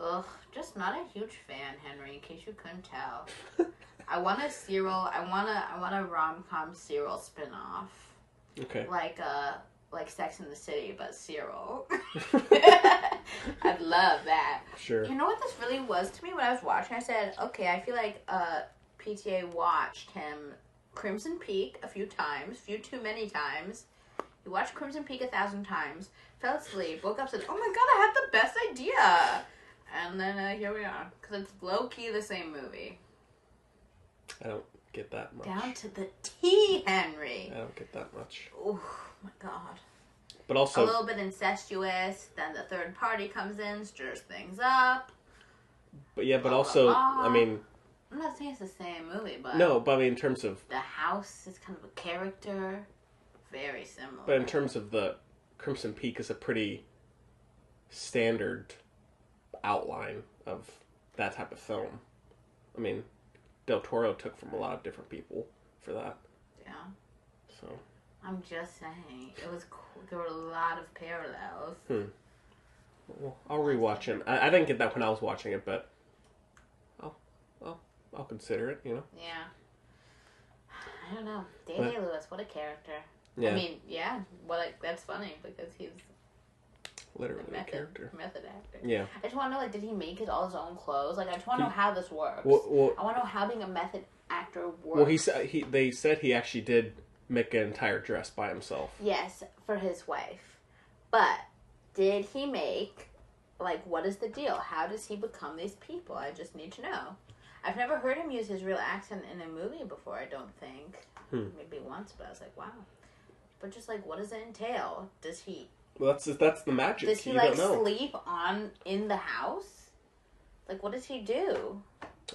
S2: Ugh, just not a huge fan, Henry. In case you couldn't
S1: [LAUGHS]
S2: tell, I want a Cyril. I want a. I want a rom com Cyril spin off
S1: Okay.
S2: like uh like Sex in the City, but Cyril. [LAUGHS] I'd love that.
S1: Sure.
S2: You know what this really was to me when I was watching? I said, okay, I feel like uh, PTA watched him Crimson Peak a few times, few too many times. He watched Crimson Peak a thousand times, fell asleep, woke up, said, oh my god, I had the best idea. And then uh, here we are. Because it's low key the same movie.
S1: I don't get that much.
S2: Down to the T, Henry.
S1: I don't get that much.
S2: Oh my god.
S1: But
S2: a
S1: also,
S2: little bit incestuous. Then the third party comes in, stirs things up.
S1: but yeah, but
S2: blah,
S1: also,
S2: blah, blah.
S1: I mean,
S2: I'm not saying it's the same movie, but
S1: no, but I mean, in terms of,
S2: the house is kind of a character, very similar.
S1: but in terms of the Crimson Peak is a pretty standard outline of that type of film. I mean, Del Toro took from a lot of different people for that.
S2: yeah,
S1: So
S2: I'm just saying it was. Cool. There were a lot of parallels.
S1: well, I'll rewatch it. I, I didn't get that when I was watching it, but I'll, I'll, I'll consider it. You know.
S2: Yeah, I don't know. Day Day Lewis, what a character.
S1: Yeah.
S2: I mean, yeah, what a, that's funny because he's
S1: literally
S2: a
S1: a
S2: method
S1: character.
S2: method actor.
S1: Yeah.
S2: I just want to know, like, did he make his all his own clothes? Like, I just want to know
S1: He-
S2: how this works.
S1: Well, well,
S2: I want to know how being a method actor works.
S1: well, he said he. They said he actually did make an entire dress by himself.
S2: Yes, for his wife. But did he make like what is the deal? How does he become these people? I just need to know. I've never heard him use his real accent in a movie before, I don't think.
S1: Hmm.
S2: Maybe once, but I was like, wow. But just like what does it entail? Does he
S1: Well, that's that's the magic.
S2: does he
S1: you
S2: like
S1: don't know.
S2: sleep on in the house? Like what does he do?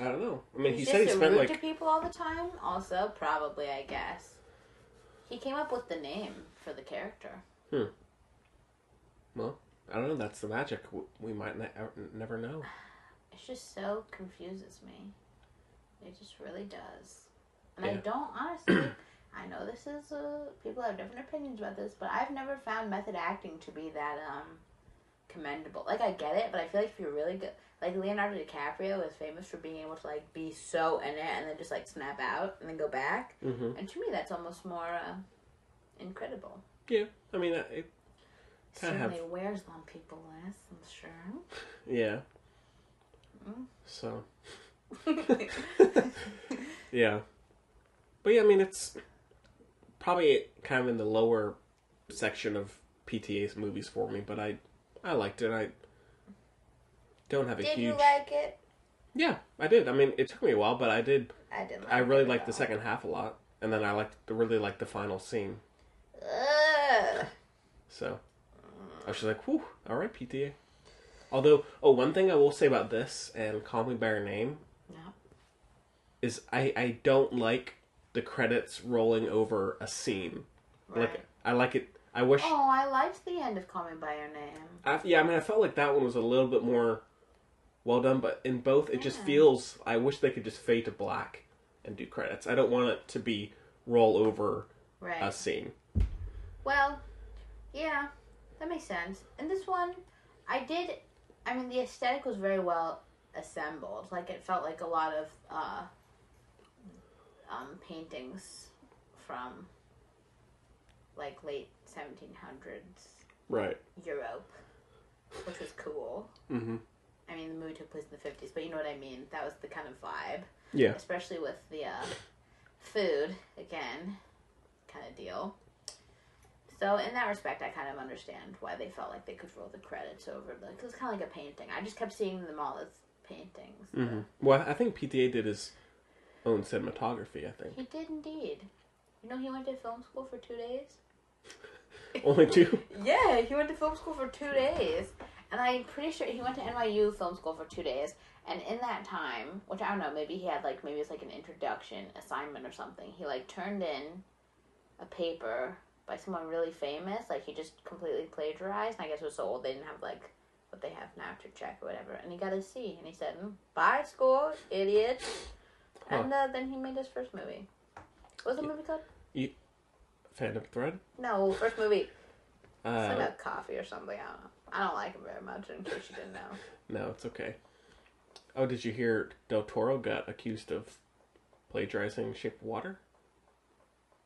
S1: I don't know. I mean, he
S2: He's
S1: said he
S2: just
S1: spent
S2: rude
S1: like
S2: to people all the time. Also, probably, I guess. He came up with the name for the character.
S1: I don't know. That's the magic. W- We might ne- ever- never know.
S2: It's just so confuses me. It just really does. And I
S1: Yeah.
S2: don't [CLEARS THROAT] honestly. I know this is uh, people have different opinions about this, but I've never found method acting to be that um commendable. Like I get it, but I feel like if you're really good, like Leonardo DiCaprio is famous for being able to like be so in it and then just like snap out and then go back.
S1: hmm
S2: And to me, that's almost more uh, incredible.
S1: Yeah. I mean, I- it, Kinda have-
S2: Certainly wears on people less, I'm
S1: [LAUGHS]
S2: sure.
S1: yeah.
S2: Mm.
S1: So. yeah. But yeah, I mean, it's probably kind of in the lower section of PTA's movies for me, but I I liked it. I don't have a
S2: Did
S1: huge.
S2: you like it?
S1: Yeah, I did. I mean, it took me a while, but I did.
S2: I didn't. Like
S1: I really
S2: it
S1: liked
S2: at
S1: the
S2: all.
S1: second half a lot, and then I liked really liked the final scene.
S2: Ugh.
S1: So I was just like, "Whew, all right, PTA." Although, oh, one thing I will say about this and "Call Me by Your Name"
S2: No.
S1: is I I don't like the credits rolling over a scene.
S2: Right.
S1: Like I like it. I wish.
S2: Oh, I liked the end of Call Me by Your Name.
S1: I, yeah, I mean, I felt like that one was a little bit more well done, but in both, it just
S2: Yeah.
S1: feels. I wish they could just fade to black and do credits. I don't want it to be roll over
S2: Right.
S1: a scene.
S2: Well, yeah, that makes sense. And this one, I did. I mean, the aesthetic was very well assembled. Like it felt like a lot of uh, um, paintings from like late seventeen hundreds
S1: Right.
S2: Europe, which was cool.
S1: Mm-hmm.
S2: I mean, the movie took place in the fifties, but you know what I mean. That was the kind of vibe,
S1: Yeah.
S2: especially with the uh, food again, kind of deal. So in that respect, I kind of understand why they felt like they could roll the credits over. The, 'cause it was kind of like a painting. I just kept seeing them all as paintings.
S1: hmm Well, I think PTA did his own cinematography. I think
S2: He did indeed. You know, he went to film school for two days.
S1: only
S2: [LAUGHS]
S1: two.
S2: Yeah, he went to film school for two days. And I'm pretty sure he went to NYU film school for two days. And in that time, which I don't know, maybe he had like, maybe it's like an introduction assignment or something, he like turned in a paper by someone really famous. Like he just completely plagiarized. And I guess it was so old they didn't have like what they have now to check or whatever. And he got a C. And he said, "Mm, bye school, idiot. And uh, then he made his first movie. What was the movie called?
S1: Phantom Thread.
S2: No, first movie. It's
S1: Uh,
S2: like a coffee or something. I don't know. I don't like him very much. In case you didn't know.
S1: no, it's okay. Oh, did you hear Del Toro got accused of plagiarizing Shape of Water?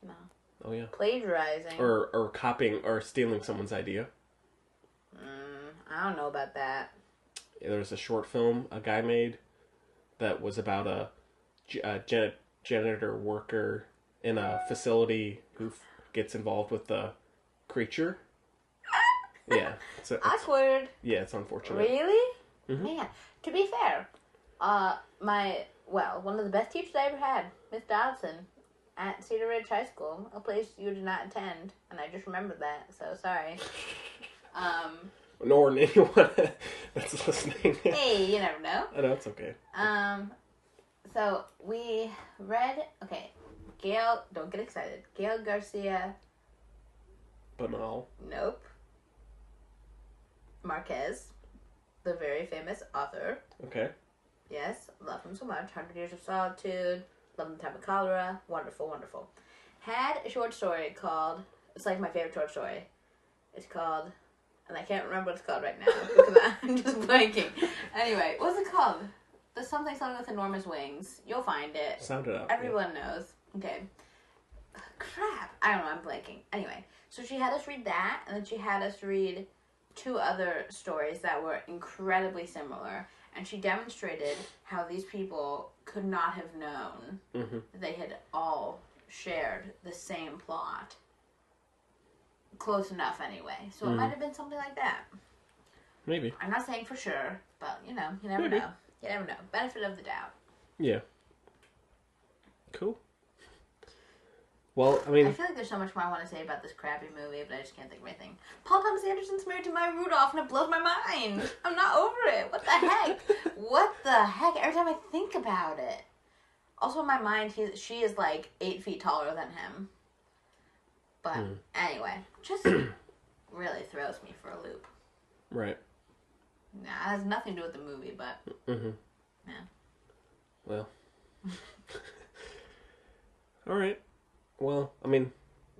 S2: No.
S1: Oh yeah.
S2: Plagiarizing.
S1: Or or copying or stealing someone's idea.
S2: Mm, I don't know about that.
S1: there was a short film a guy made that was about a, j- a jan- janitor worker in a facility who f- gets involved with the
S2: [LAUGHS]
S1: creature. Yeah, so
S2: Awkward.
S1: yeah, it's unfortunate.
S2: Really?
S1: Mhm.
S2: Man. To be fair, uh, my well, one of the best teachers I ever had, Miss Dodson, at Cedar Ridge High School, a place you did not attend, and I just remembered that. So
S1: [LAUGHS]
S2: sorry. Um.
S1: Nor [LAUGHS] anyone that's listening. I
S2: Hey, you never know.
S1: know it's Oh, okay.
S2: Um, so we read. Okay, Gail. Don't get excited. Gail Garcia.
S1: But no,
S2: Nope. Marquez, the very famous author.
S1: okay.
S2: Yes, love him so much. Hundred Years of Solitude. Love in the Time of Cholera. Wonderful, wonderful. Had a short story called. It's like my favorite short story. It's called. And I can't remember what it's called right now. [LAUGHS] because I'm just blanking. Anyway, what's it called? There's something something with enormous wings. You'll find it.
S1: Sound it out. yeah.
S2: Everyone knows. Okay. Crap. I don't know. I'm blanking. Anyway, so she had us read that, and then she had us read two other stories that were incredibly similar, and she demonstrated how these people could not have known
S1: Mhm.
S2: that they had all shared the same plot. Close enough, anyway. So
S1: Mm.
S2: it might have been something like that.
S1: Maybe.
S2: I'm not saying for sure, but you know, you never
S1: Maybe.
S2: know. You never know. Benefit of the doubt.
S1: Yeah. Cool. Well, I mean,
S2: I feel like there's so much more I want to say about this crappy movie, but I just can't think of anything. Paul Thomas Anderson's married to Maya Rudolph, and it blows my mind. I'm not over it. What
S1: [LAUGHS]
S2: the heck? what the heck? Every time I think about it. Also, in my mind, he's, she is like eight feet taller than him. But
S1: Hmm.
S2: anyway,
S1: [CLEARS THROAT]
S2: just really throws me for a loop.
S1: right.
S2: Nah, it has nothing to do with the movie, but
S1: Mm-hmm.
S2: Yeah.
S1: Well. [LAUGHS] All right. Well, I mean,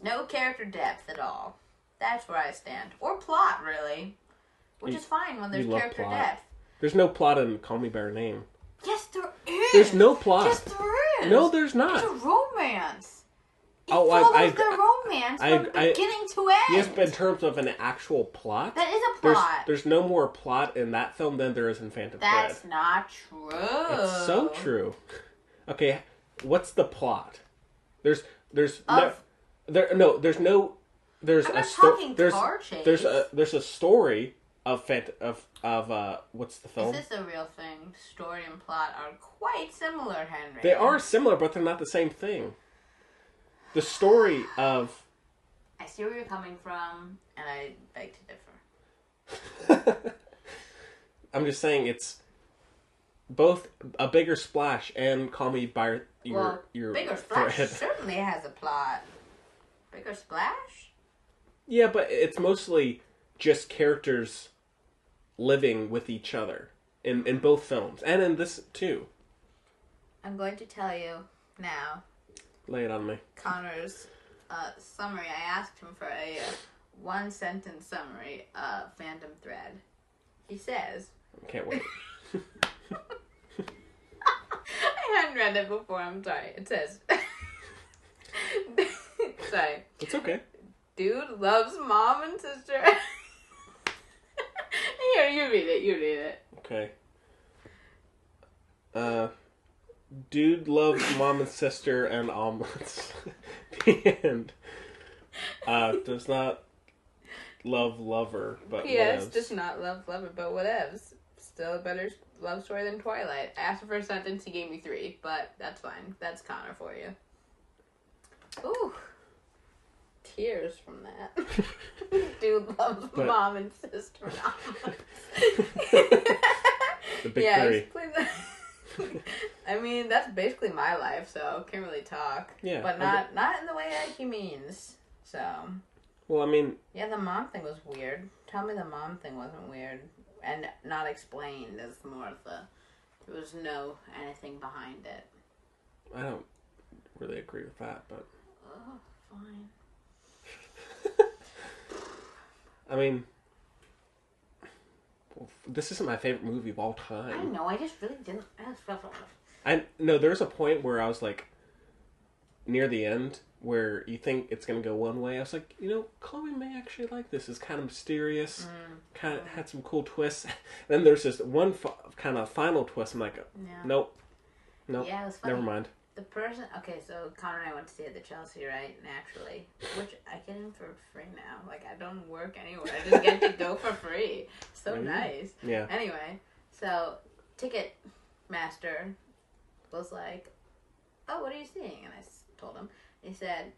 S2: no character depth at all. That's where I stand. Or plot, really. Which
S1: You-
S2: is fine when there's
S1: you love
S2: character
S1: plot.
S2: depth.
S1: there's no plot in Call Me by Your Name.
S2: Yes, there is.
S1: There's no plot.
S2: Yes, there is.
S1: No, there's
S2: There's
S1: not.
S2: a romance. It
S1: Oh, I-
S2: follows
S1: I-
S2: the romance
S1: I-
S2: from
S1: I-
S2: beginning to end.
S1: Yes, but in terms of an actual plot,
S2: that is a
S1: there's
S2: plot.
S1: there's no more plot in that film than there is in Phantom
S2: That's
S1: Thread.
S2: not true.
S1: It's
S2: Oh.
S1: so true. Okay, what's the plot? There's there's no,
S2: Of-
S1: there no there's no there's
S2: I'm
S1: a
S2: not
S1: sto-
S2: talking
S1: there's
S2: car chase.
S1: there's a there's a story of Phant- of of uh what's the film?
S2: This is the real thing. Story and plot are quite similar, Henry.
S1: They are similar, but they're not the same thing. The story of
S2: I see where you're coming from, and I beg to differ.
S1: I'm just saying it's both a bigger splash and call me by your
S2: well,
S1: your
S2: Bigger Splash
S1: thread.
S2: certainly has a plot. Bigger Splash?
S1: Yeah, but it's mostly just characters living with each other in, in both films and in this too.
S2: I'm going to tell you now
S1: Lay it on me.
S2: Connor's uh, summary. I asked him for a uh, one sentence summary of Phantom Thread. He says,
S1: Can't wait.
S2: I hadn't read it before, I'm sorry. It says, [LAUGHS] sorry.
S1: It's okay.
S2: Dude loves mom and sister. [LAUGHS] Here, you read it, you read it.
S1: Okay. Uh, dude loves mom and sister and omelets. [LAUGHS] the end. Uh, does not love lover, but
S2: P.S.
S1: loves.
S2: Does not love Lover, but whatevs. Still a better love story than Twilight. I asked for a sentence, he gave me three, but that's fine. That's Connor for you. Ooh. Tears from that.
S1: [LAUGHS]
S2: Dude loves
S1: But-
S2: mom and sister. [LAUGHS] now.
S1: The [LAUGHS] big
S2: yeah,
S1: three.
S2: explain that. [LAUGHS] I mean, that's basically my life, so can't really talk.
S1: Yeah,
S2: But
S1: I
S2: not not in the way that he means. So.
S1: Well, I mean,
S2: Yeah, the mom thing was weird. Tell me the mom thing wasn't weird and not explained as more of the there was no anything behind it.
S1: I don't really agree with that, but
S2: Oh, fine.
S1: I mean, this isn't my favorite movie of all time.
S2: I know. I just really didn't. I just felt
S1: I no, there's a point where I was like near the end where you think it's gonna go one way. I was like, you know, Chloe may actually like this. It's kind of mysterious,
S2: Mm,
S1: kind of had some cool twists. [LAUGHS] then there's just one fi- kind of final twist. I'm like,
S2: yeah.
S1: nope, nope,
S2: Yeah, it was funny.
S1: never mind.
S2: The person. Okay, so Connor and I went to see it at the Chelsea, right? Naturally, which I get in for free now. Like I don't work anywhere. I just get to go for free. So
S1: Really?
S2: nice.
S1: Yeah,
S2: Anyway, so ticket master was like, "Oh, what are you seeing?" And I s- told him. He said,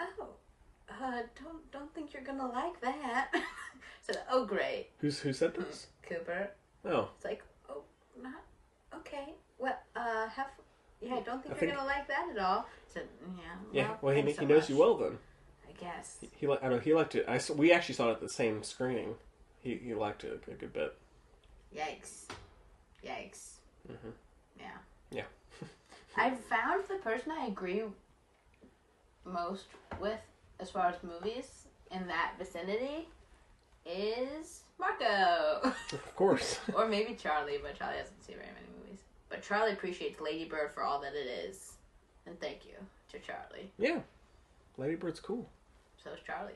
S2: "Oh, uh, don't don't think you're gonna like that." [LAUGHS] I said, "Oh, great,
S1: who's who said this?
S2: Cooper."
S1: Oh,
S2: It's like, "Oh, not okay. Well, uh, have yeah, I don't think
S1: I
S2: you're
S1: think-
S2: gonna like that at all." I said, "Yeah,
S1: yeah. Well, he,
S2: thanks so
S1: he knows
S2: much."
S1: you well then.
S2: I guess.
S1: He li- I know he liked it. I s- we actually saw it at the same screening. He he liked it a good, good bit.
S2: Yikes. Yikes. Mm-hmm. Yeah. [LAUGHS]
S1: Yeah.
S2: I found the person I agree most with as far as movies in that vicinity is Marco. [LAUGHS]
S1: Of course. [LAUGHS]
S2: or maybe Charlie, but Charlie doesn't see very many movies. But Charlie appreciates Lady Bird for all that it is. And thank you to Charlie.
S1: yeah, Lady Bird's cool.
S2: So is Charlie.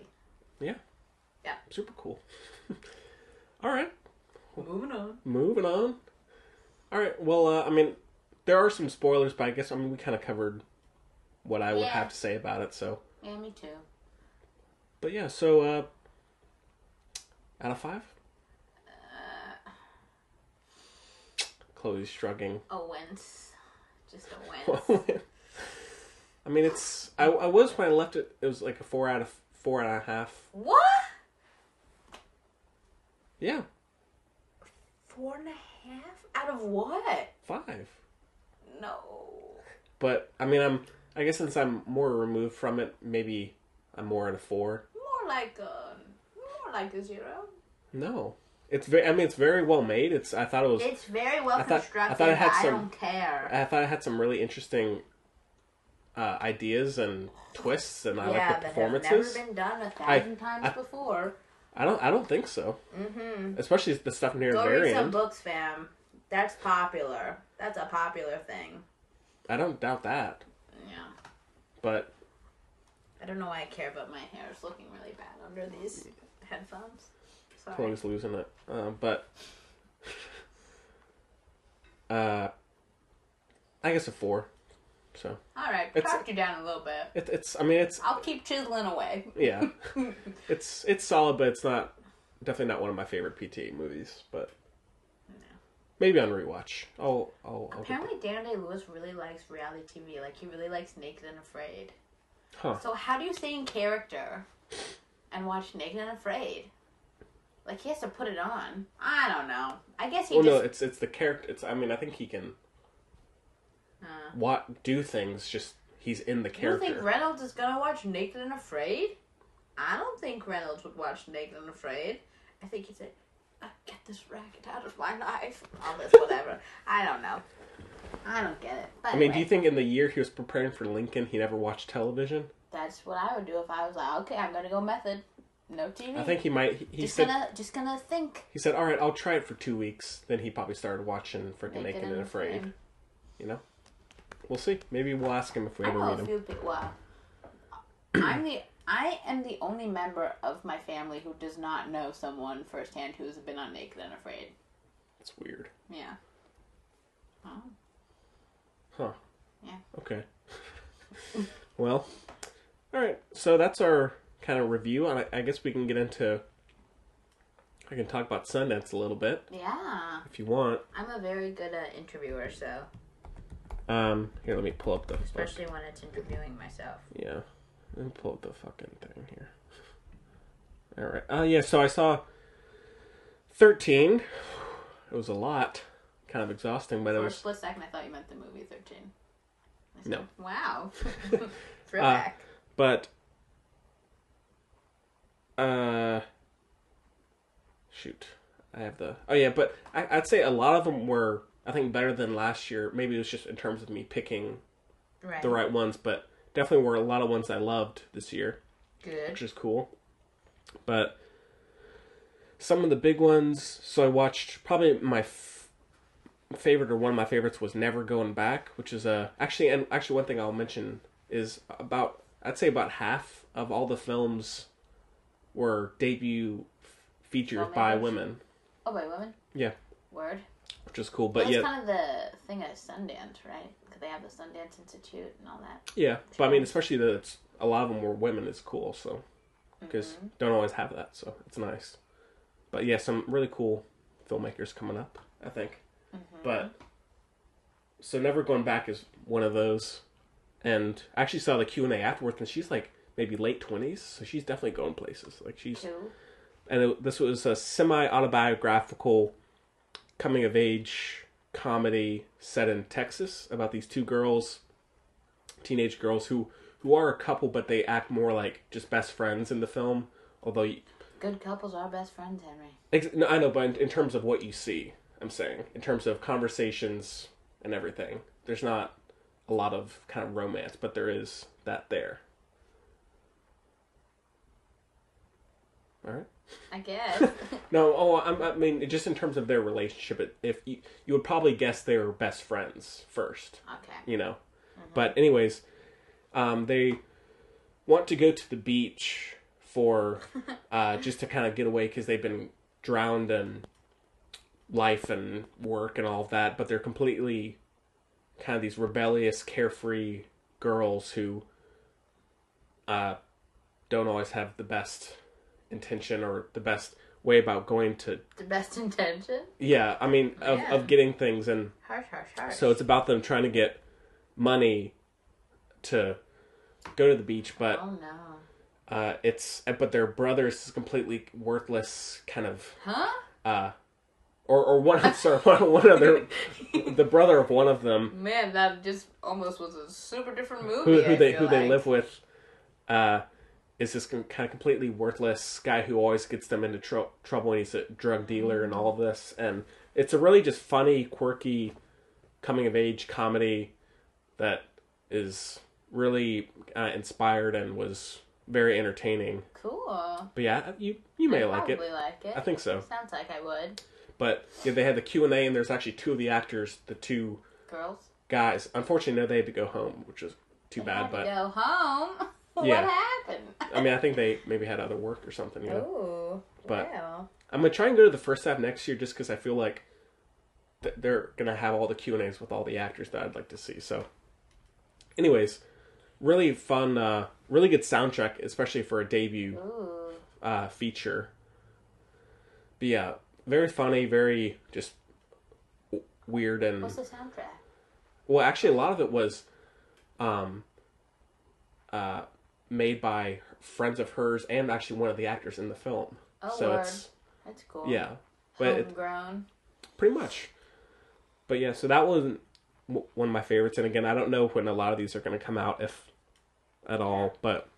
S1: Super cool. [LAUGHS] All right.
S2: Moving on.
S1: moving on. All right. Well, uh, I mean, there are some spoilers, but I guess I mean we kind of covered what I would
S2: Yeah.
S1: have to say about it. So,
S2: Yeah, me too.
S1: but yeah. So, uh, out of five, Chloe's shrugging. [LAUGHS]
S2: A wince. Just a wince.
S1: I mean, it's. I, I was when I left it. It was like a four out of four and a half.
S2: what?
S1: Yeah,
S2: Four and a half? Out of what?
S1: five.
S2: No.
S1: But I mean, I'm. I guess since I'm more removed from it, maybe I'm more at a four.
S2: More like a more like a zero.
S1: No, it's very. I mean, it's very well made. It's. I thought it was.
S2: It's very well
S1: I thought- I
S2: constructed. I,
S1: thought it had some-
S2: don't care.
S1: I thought it had some really interesting uh, ideas and twists, and I
S2: yeah,
S1: like the
S2: that have never
S1: performances.
S2: been done a thousand times
S1: I-
S2: before.
S1: I don't. I don't think so.
S2: Mm-hmm.
S1: Especially the stuff near the
S2: Go
S1: very
S2: read some
S1: end.
S2: books, fam. That's popular. That's a popular thing.
S1: I don't doubt that.
S2: Yeah.
S1: But
S2: I don't know why I care, but my hair is looking really bad under these headphones. Sorry.
S1: Chloe's losing it. Uh, but [LAUGHS] uh, I guess a four. So
S2: All right,
S1: It's-
S2: talk you down a little bit.
S1: it, it's. I mean, it's.
S2: I'll keep chiseling away. [LAUGHS]
S1: Yeah, it's it's solid, but it's not definitely not one of my favorite PT movies. But maybe on rewatch. I'll. I'll. I'll get
S2: Apparently, Daniel Day Lewis really likes reality TV. Like he really likes Naked and Afraid.
S1: there. huh.
S2: So how do you stay in character and watch Naked and Afraid? Like he has to put it on. I don't know. I guess he
S1: Well, Oh, no,
S2: just
S1: it's it's the character. It's I mean, I think he can
S2: Uh.
S1: what do things. Just he's in the
S2: you
S1: character.
S2: think Reynolds is gonna watch Naked and Afraid? I don't think Reynolds would watch Naked and Afraid. I think he'd say, "Uh, "Get this racket out of my life." All this,
S1: [LAUGHS]
S2: whatever. I don't know. I don't get it. But
S1: I mean, do you
S2: anyway,
S1: think in the year he was preparing for Lincoln, he never watched television?
S2: that's what I would do if I was like, "Okay, I'm gonna go method, no TV."
S1: I think he might. He, he
S2: just
S1: said
S2: gonna just gonna think.
S1: he said, "All right, I'll try it for two weeks." Then he probably started watching freaking Naked and Afraid. You know, we'll see. Maybe we'll ask him if we
S2: I
S1: ever
S2: know
S1: meet
S2: a
S1: him.
S2: few people. Well, I'm the I am the only member of my family who does not know someone firsthand who's been on Naked and Afraid.
S1: It's weird,
S2: Yeah. Oh,
S1: huh?
S2: Yeah.
S1: Okay. [LAUGHS] well, all right. So that's our kind of review. I, I guess we can get into. I can talk about Sundance a little bit
S2: yeah.
S1: if you want.
S2: I'm a very good uh, interviewer, so
S1: Um, here, let me pull up the.
S2: especially when it's interviewing myself.
S1: Yeah. Let me pull up the fucking thing here. Alright. Oh, yeah, so I saw 13. It was a lot. Kind of exhausting, but it
S2: For a
S1: was.
S2: split second, I thought you meant the movie Thirteen. I said,
S1: No.
S2: Wow. [LAUGHS] Throwback.
S1: But. Uh. Shoot. I have the. Oh, yeah, but I, I'd say a lot of them were, I think, better than last year. Maybe it was just in terms of me picking
S2: right.
S1: Uh, the right ones, but definitely were a lot of ones I loved this year.
S2: Good.
S1: which is cool. But some of the big ones. So I watched probably my f- favorite or one of my favorites was Never Going Back, which is a actually and actually one thing I'll mention is about I'd say about half of all the films were debut f- features by
S2: Filmmakers?
S1: women,
S2: Oh, by women.
S1: Yeah.
S2: Word.
S1: which is cool. But
S2: That's
S1: yeah,
S2: kind of the thing at Sundance, right? Because they have the Sundance Institute and all that.
S1: yeah. But I mean, especially that it's, a lot of them were women is cool. So because don't always have that, so it's nice. But yeah, some really cool filmmakers coming up, I think. But so never going back is one of those, and I actually saw the Q and A afterwards, and she's like maybe late twenties, so she's definitely going places. Like she's
S2: Two.
S1: and it, this was a semi autobiographical coming of age comedy set in Texas about these two girls, teenage girls who who are a couple, but they act more like just best friends in the film. Although, you,
S2: Good couples are best friends, Henry.
S1: ex- no, I know, but in, in terms of what you see, I'm saying in terms of conversations and everything, there's not a lot of kind of romance, but there is that there. All right.
S2: I [LAUGHS] guess.
S1: No, oh, I'm, I mean, just in terms of their relationship, it, if you, you would probably guess they were best friends first,
S2: okay.
S1: you know. But anyways, um, they want to go to the beach for uh, just to kind of get away because they've been drowned in life and work and all of that. But they're completely kind of these rebellious, carefree girls who uh, don't always have the best intention or the best way about going to
S2: The best intention.
S1: yeah i mean of,
S2: Yeah.
S1: of getting things and
S2: Harsh, harsh, harsh.
S1: so it's about them trying to get money to go to the beach but
S2: Oh no.
S1: uh it's but their brother is completely worthless kind of
S2: Huh?
S1: uh or or one [LAUGHS] I'm sorry one, one other the brother of one of them
S2: Man, that just almost was a super different movie.
S1: who, who
S2: I
S1: they
S2: feel
S1: who they
S2: like.
S1: live with uh, is this com- kind of completely worthless guy who always gets them into tr- trouble and he's a drug dealer and all this and it's a really just funny quirky coming of age comedy that is really uh, inspired and was very entertaining
S2: Cool.
S1: but yeah you you may like it
S2: Probably like it.
S1: i think so
S2: Sounds like I would.
S1: but yeah, they had the q&a and there's actually two of the actors the two
S2: Girls.
S1: guys unfortunately no they had to go home which is too
S2: they
S1: bad
S2: had
S1: but
S2: to go home. [LAUGHS] what
S1: Yeah. [LAUGHS]
S2: happened?
S1: I mean, I think they maybe had other work or something. You know?
S2: Oh. Ooh.
S1: But-
S2: wow.
S1: I'm gonna try and go to the first half next year just because I feel like th- they're gonna have all the Q and A's with all the actors that I'd like to see. So, anyways, really fun, uh, really good soundtrack, especially for a debut
S2: Ooh.
S1: uh, feature. But yeah, very funny, very just w- weird and
S2: What's the soundtrack?
S1: well, actually, a lot of it was um, uh, made by friends of hers and actually one of the actors in the film.
S2: Oh,
S1: so
S2: word.
S1: it's
S2: That's cool.
S1: yeah, but it,
S2: Homegrown.
S1: pretty much. But yeah, so that was w- one of my favorites. And again, I don't know when a lot of these are going to come out, if at all. But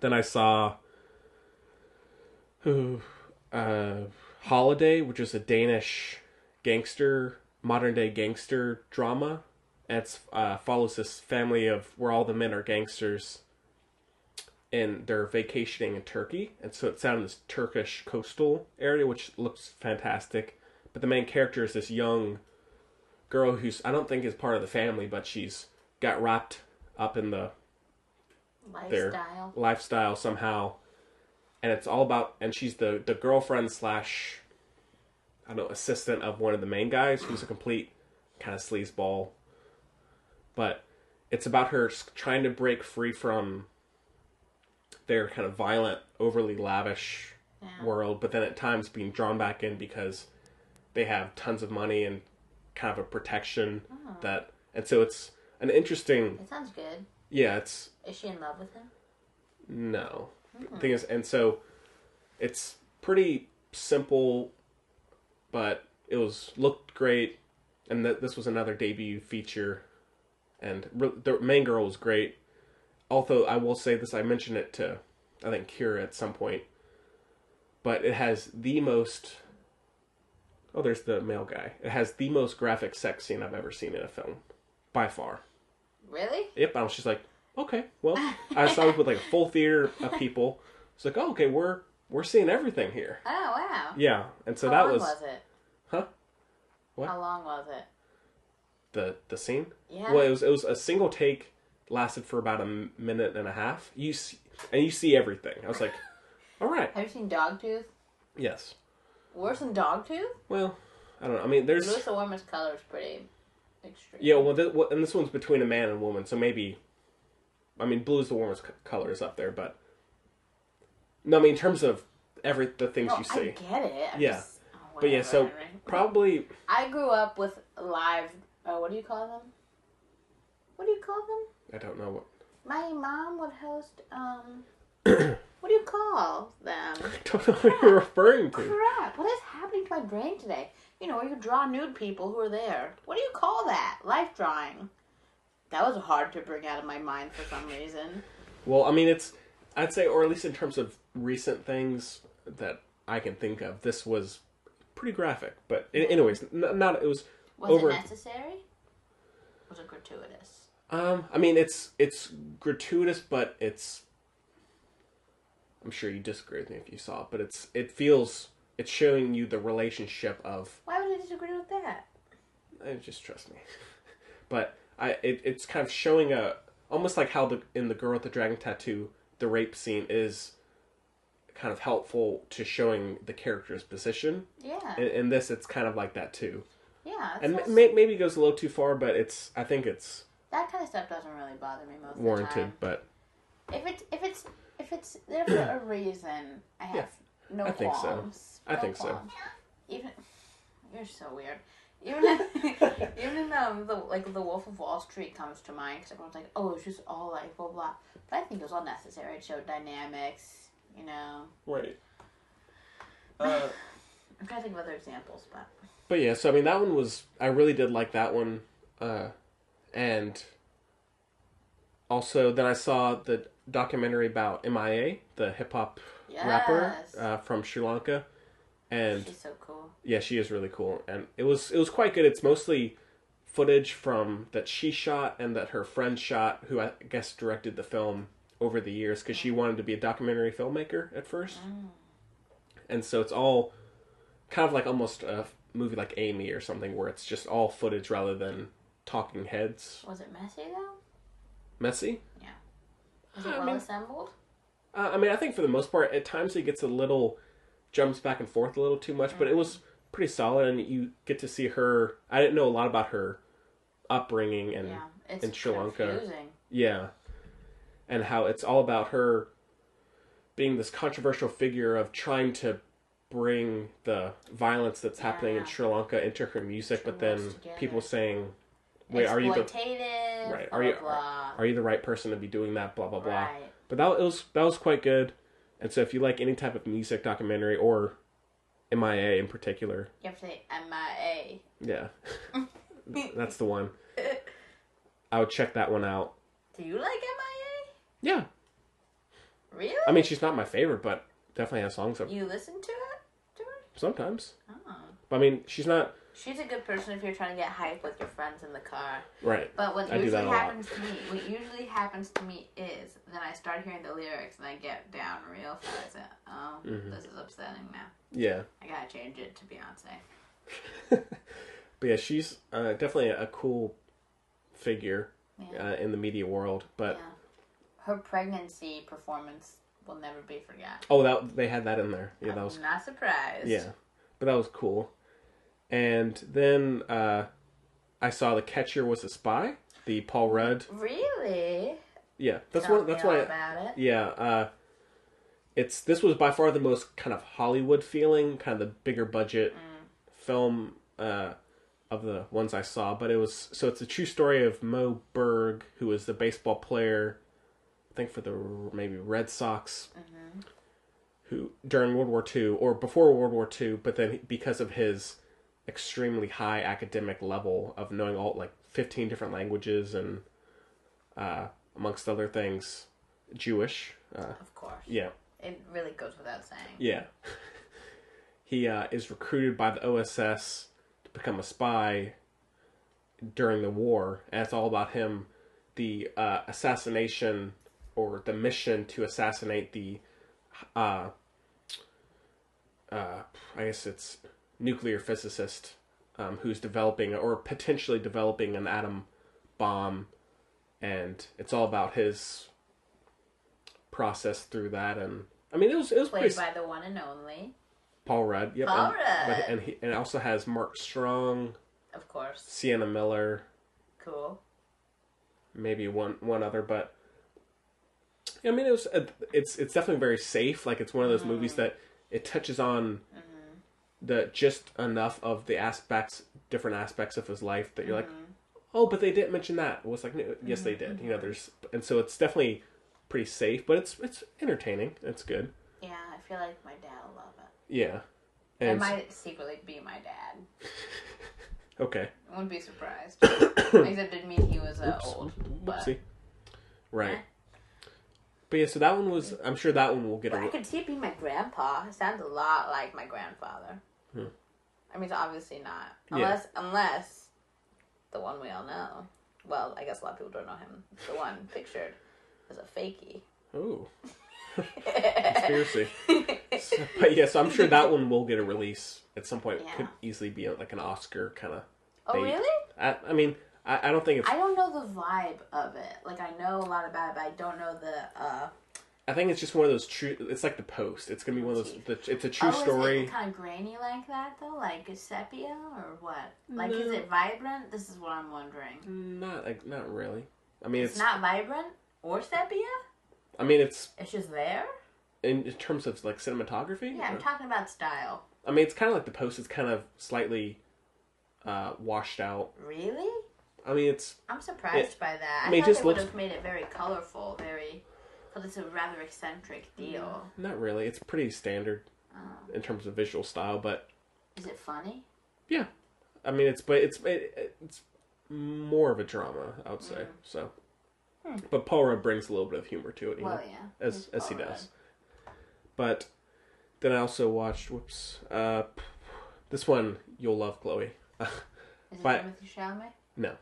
S1: then I saw [SIGHS] who uh, Holiday, which is a Danish gangster, modern day gangster drama. It uh, follows this family of where all the men are gangsters, and they're vacationing in Turkey, and so it's out in this Turkish coastal area, which looks fantastic. But the main character is this young girl who's I don't think is part of the family, but she's got wrapped up in the their
S2: Lifestyle.
S1: lifestyle somehow and it's all about and she's the the girlfriend slash i don't know assistant of one of the main guys who's a complete kind of sleazeball but it's about her s- trying to break free from their kind of violent overly lavish
S2: Yeah.
S1: world but then at times being drawn back in because they have tons of money and kind of a protection that and so it's an interesting
S2: That sounds good.
S1: yeah it's
S2: Is she in love with him?
S1: no. Thing is, and so it's pretty simple, but it was looked great, and that this was another debut feature, and re- the main girl was great. Although I will say this, I mentioned it to, I think Kira at some point, but it has the most. Oh, there's the male guy. It has the most graphic sex scene I've ever seen in a film, by far.
S2: Really?
S1: Yep. I was just like, okay, well, I saw it with like a full theater of people. It's like, oh, okay, we're we're seeing everything here.
S2: Oh wow.
S1: Yeah, and so
S2: How
S1: that
S2: long
S1: was,
S2: it?
S1: huh What?
S2: How long was it?
S1: the the scene.
S2: Yeah.
S1: Well, it was it was a single take, lasted for about a m- minute and a half. You see, and you see everything. I was like, [LAUGHS] all right,
S2: Have you seen Dogtooth?
S1: yes.
S2: Worse than Dogtooth?
S1: Well, I don't know. I mean, there's
S2: Louis the Warmest Color is pretty extreme.
S1: yeah. Well, th- well, and this one's between a man and a woman, so maybe. I mean, blue's the warmest c- color is up there, but. No, I mean in terms of every the things
S2: No,
S1: you
S2: Oh, I
S1: see.
S2: get it. I'm
S1: Yeah.
S2: just- oh,
S1: But yeah,
S2: whatever,
S1: so
S2: right?
S1: probably
S2: I grew up with live. Uh, what do you call them? What do you call them?
S1: I don't know what [LAUGHS]
S2: My mom would host. Um, [COUGHS] what do you call them?
S1: I don't know what you're referring to.
S2: Crap! What is happening to my brain today? You know, where you draw nude people who are there. What do you call that? Life drawing. That was hard to bring out of my mind for some reason.
S1: Well, I mean it's I'd say or at least in terms of recent things that I can think of, this was pretty graphic. But a- anyways, n- not it was
S2: Was
S1: over
S2: it necessary? Was it gratuitous?
S1: Um, I mean, it's it's gratuitous, but it's. I'm sure you disagree with me if you saw it, but it's it feels it's showing you the relationship of
S2: Why would I disagree with that?
S1: eh, just trust me, [LAUGHS] but I it, it's kind of showing a almost like how the in the girl with the dragon tattoo the rape scene is kind of helpful to showing the character's position.
S2: Yeah.
S1: In, in this, it's kind of like that too,
S2: yeah.
S1: and
S2: that's-
S1: may, maybe it goes a little too far, but it's I think it's
S2: that kind of stuff doesn't really bother me most of the
S1: warranted,
S2: time.
S1: but
S2: If it's if it's if it's there for
S1: [CLEARS THROAT]
S2: a reason, I have no
S1: I think so.
S2: qualms.
S1: I
S2: No
S1: think so.
S2: qualms. Even you're so weird. Even if, [LAUGHS] even um the like the Wolf of Wall Street comes to mind because everyone's like, oh, it's just all like blah blah. But I think it was all necessary. It showed dynamics. You know,
S1: right.
S2: I'm trying to think of other examples, but
S1: But yeah, so I mean that one was I really did like that one, uh, and also then I saw the documentary about MIA, the hip hop rapper
S2: Yes.
S1: uh, from Sri Lanka, and
S2: she's so cool.
S1: yeah, she is really cool, and it was it was quite good. It's mostly footage from that she shot and that her friend shot, who I guess directed the film over the years because she wanted to be a documentary filmmaker at first, and so it's all kind of like almost a movie like Amy or something where it's just all footage rather than talking heads.
S2: Was it messy though?
S1: Messy.
S2: Was it well assembled?
S1: Uh, I mean, I think for the most part, at times it gets a little jumps back and forth a little too much, but it was pretty solid, and you get to see her. I didn't know a lot about her upbringing and
S2: Yeah, it's
S1: in Sri Lanka.
S2: confusing.
S1: yeah, and how it's all about her being this controversial figure of trying to bring the violence that's happening in
S2: Yeah.
S1: Sri Lanka into her music, but then
S2: Mushed together.
S1: people saying, "Wait, are you the
S2: exploitative?
S1: right?
S2: Blah,
S1: Are you
S2: blah, blah.
S1: are, are you the right person to be doing that? Blah blah blah."
S2: Right.
S1: But that was that was quite good. And so if you like any type of music documentary or MIA in particular,
S2: You have to say MIA. [LAUGHS]
S1: yeah, that's the one. I would check that one out.
S2: Do you like MIA?
S1: Yeah,
S2: Really?
S1: I mean she's not my favorite, but definitely has songs up
S2: You listen to it? To it?
S1: sometimes.
S2: Oh.
S1: But I mean, she's not
S2: She's a good person if you're trying to get hype with your friends in the car.
S1: right.
S2: But what
S1: I do
S2: usually
S1: that a lot.
S2: happens to me, what usually happens to me is then I start hearing the lyrics and I get down real fast. and, Oh,
S1: Mm-hmm.
S2: this is upsetting now.
S1: Yeah.
S2: I gotta change it to Beyonce.
S1: But yeah, she's uh, definitely a cool figure
S2: Yeah.
S1: uh, in the media world. But
S2: Yeah. Her pregnancy performance will never be forgotten.
S1: oh, that they had that in there. Yeah, that was
S2: I'm not surprised.
S1: yeah, but that was cool. And then uh, I saw the catcher was a spy. The Paul Rudd.
S2: Really?
S1: Yeah, that's
S2: Tell
S1: one. That's
S2: me all
S1: why.
S2: about it.
S1: Yeah, uh, it's this was by far the most kind of Hollywood feeling, kind of the bigger budget film uh, of the ones I saw. But it was so it's a true story of Mo Berg, who was the baseball player, I think for the R- maybe Red Sox, who during World War II or before World War II, but then because of his extremely high academic level of knowing all like 15 different languages and uh, amongst other things Jewish. Uh,
S2: Of course.
S1: yeah,
S2: It really goes without saying.
S1: yeah. [LAUGHS] he uh, is recruited by the OSS to become a spy during the war, and it's all about him, the uh, assassination or the mission to assassinate the, uh, uh, I guess it's nuclear physicist um, who's developing or potentially developing an atom bomb, and it's all about his process through that and. I mean, it was it was
S2: Played
S1: pretty
S2: by the one and only,
S1: Paul Rudd. Yep.
S2: Paul
S1: and,
S2: Rudd.
S1: but- and he and it also has Mark Strong,
S2: of course.
S1: Sienna Miller,
S2: Cool.
S1: maybe one one other, but I mean it was uh, it's it's definitely very safe. Like it's one of
S2: Mm-hmm.
S1: those movies that it touches on the just enough of the aspects, different aspects of his life that you're like,
S2: Mm-hmm.
S1: oh, but they didn't mention that. It was like, no, yes, they did. You know, there's and so it's definitely pretty safe, but it's it's entertaining. It's good.
S2: Yeah, I feel like my dad will love it.
S1: Yeah.
S2: It
S1: And
S2: might secretly be my dad.
S1: okay.
S2: I wouldn't be surprised. [COUGHS] Except didn't mean he was uh, old. But
S1: Whoopsie. Right.
S2: Eh.
S1: But yeah, so that one was. I'm sure that one will get
S2: But I
S1: a.
S2: could see it being my grandpa. It sounds a lot like my grandfather. I mean, it's obviously not.
S1: Hmm. Yeah.
S2: Unless, unless the one we all know. Well, I guess a lot of people don't know him. The one [LAUGHS] pictured as a [LAUGHS] fakie.
S1: Oh.
S2: [LAUGHS]
S1: Conspiracy. So- but yeah, so I'm sure that one will get a release at some point. It could
S2: Yeah.
S1: easily be like an Oscar kind of.
S2: Oh, really?
S1: I, I mean, I, I don't think it's.
S2: I
S1: I,
S2: don't know the vibe of it. Like, I know a lot about it, but I don't know the. uh
S1: think it's just one of those true. It's like the post. It's gonna be one of those. The, it's a true
S2: oh, Is
S1: story.
S2: it kind of grainy like that though, like a sepia or what? Like, is it vibrant? This is what I'm wondering.
S1: Mm. Not like not really. I mean,
S2: It's,
S1: it's.
S2: not vibrant or sepia.
S1: I mean, it's
S2: It's just there.
S1: in, in terms of like cinematography.
S2: Yeah, I'm
S1: uh,
S2: talking about style.
S1: I mean, it's kind of like the post. It's kind of slightly uh, washed out.
S2: Really?
S1: I mean, it's
S2: I'm surprised
S1: It-
S2: by that. I,
S1: I mean, it
S2: thought
S1: just
S2: they would
S1: looks-
S2: have made it very colorful, very. Because it's a rather eccentric deal.
S1: not really. It's pretty standard
S2: Oh.
S1: in terms of visual style, but
S2: Is it funny?
S1: yeah, I mean, it's but it's it, it's more of a drama, I would say.
S2: Hmm.
S1: So, but Paul Rudd brings a little bit of humor to it, you
S2: Well,
S1: know,
S2: yeah,
S1: as
S2: he's
S1: as he
S2: Paul
S1: does. But then I also watched. Whoops, uh, p- this one you'll love, Chloe. [LAUGHS]
S2: Is it
S1: But-
S2: Timothy Chalamet?
S1: No.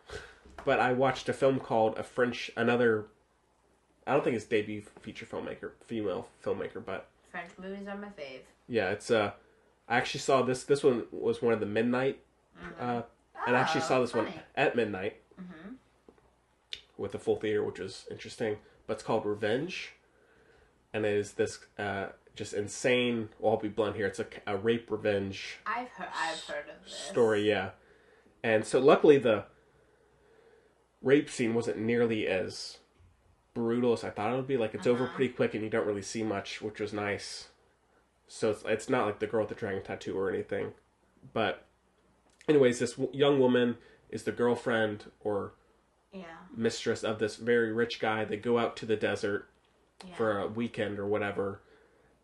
S1: But I watched a film called a French another I don't think it's debut feature filmmaker, female filmmaker, but
S2: French movies are my fave.
S1: yeah, it's uh I actually saw this this one was one of the midnight uh and I actually
S2: Mm-hmm. Oh,
S1: saw this one
S2: funny. Mm-hmm.
S1: at midnight with a full theater, which was interesting. But it's called Revenge, and it is this uh, just insane. Well, I'll be blunt here. It's a, a rape revenge
S2: I've heard. I've heard of this
S1: story, yeah. And so luckily the rape scene wasn't nearly as brutal as I thought it would be. Like it's over pretty quick and you don't really see much, which was nice. So it's it's not like the girl with the dragon tattoo or anything. But anyways, this w- young woman is the girlfriend or
S2: Yeah.
S1: mistress of this very rich guy. They go out to the desert
S2: Yeah.
S1: for a weekend or whatever.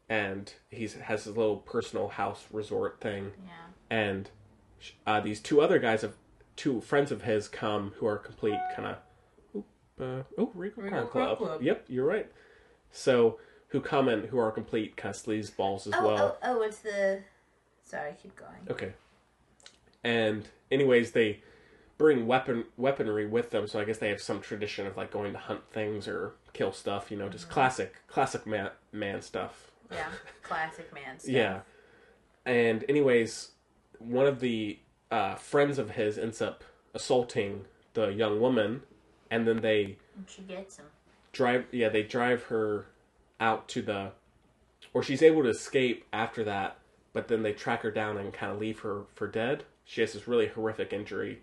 S1: And he's has his little personal house resort thing
S2: Yeah.
S1: and uh, these two other guys of two friends of his come who are complete kind of uh, oh Regal, Crime Club. Yep, you're right. So who come and who are complete kind of sleaze balls as
S2: Oh,
S1: well.
S2: oh, oh, it's the. Sorry, keep going.
S1: Okay. And anyways, they bring weapon weaponry with them, so I guess they have some tradition of like going to hunt things or kill stuff. You know, just classic classic man man stuff. [LAUGHS]
S2: Yeah, classic man. Stuff.
S1: Yeah. And anyways, one of the uh, friends of his ends up assaulting the young woman, and then they
S2: And she gets him.
S1: drive yeah they drive her out to the or she's able to escape after that but then they track her down and kind of leave her for dead she has this really horrific injury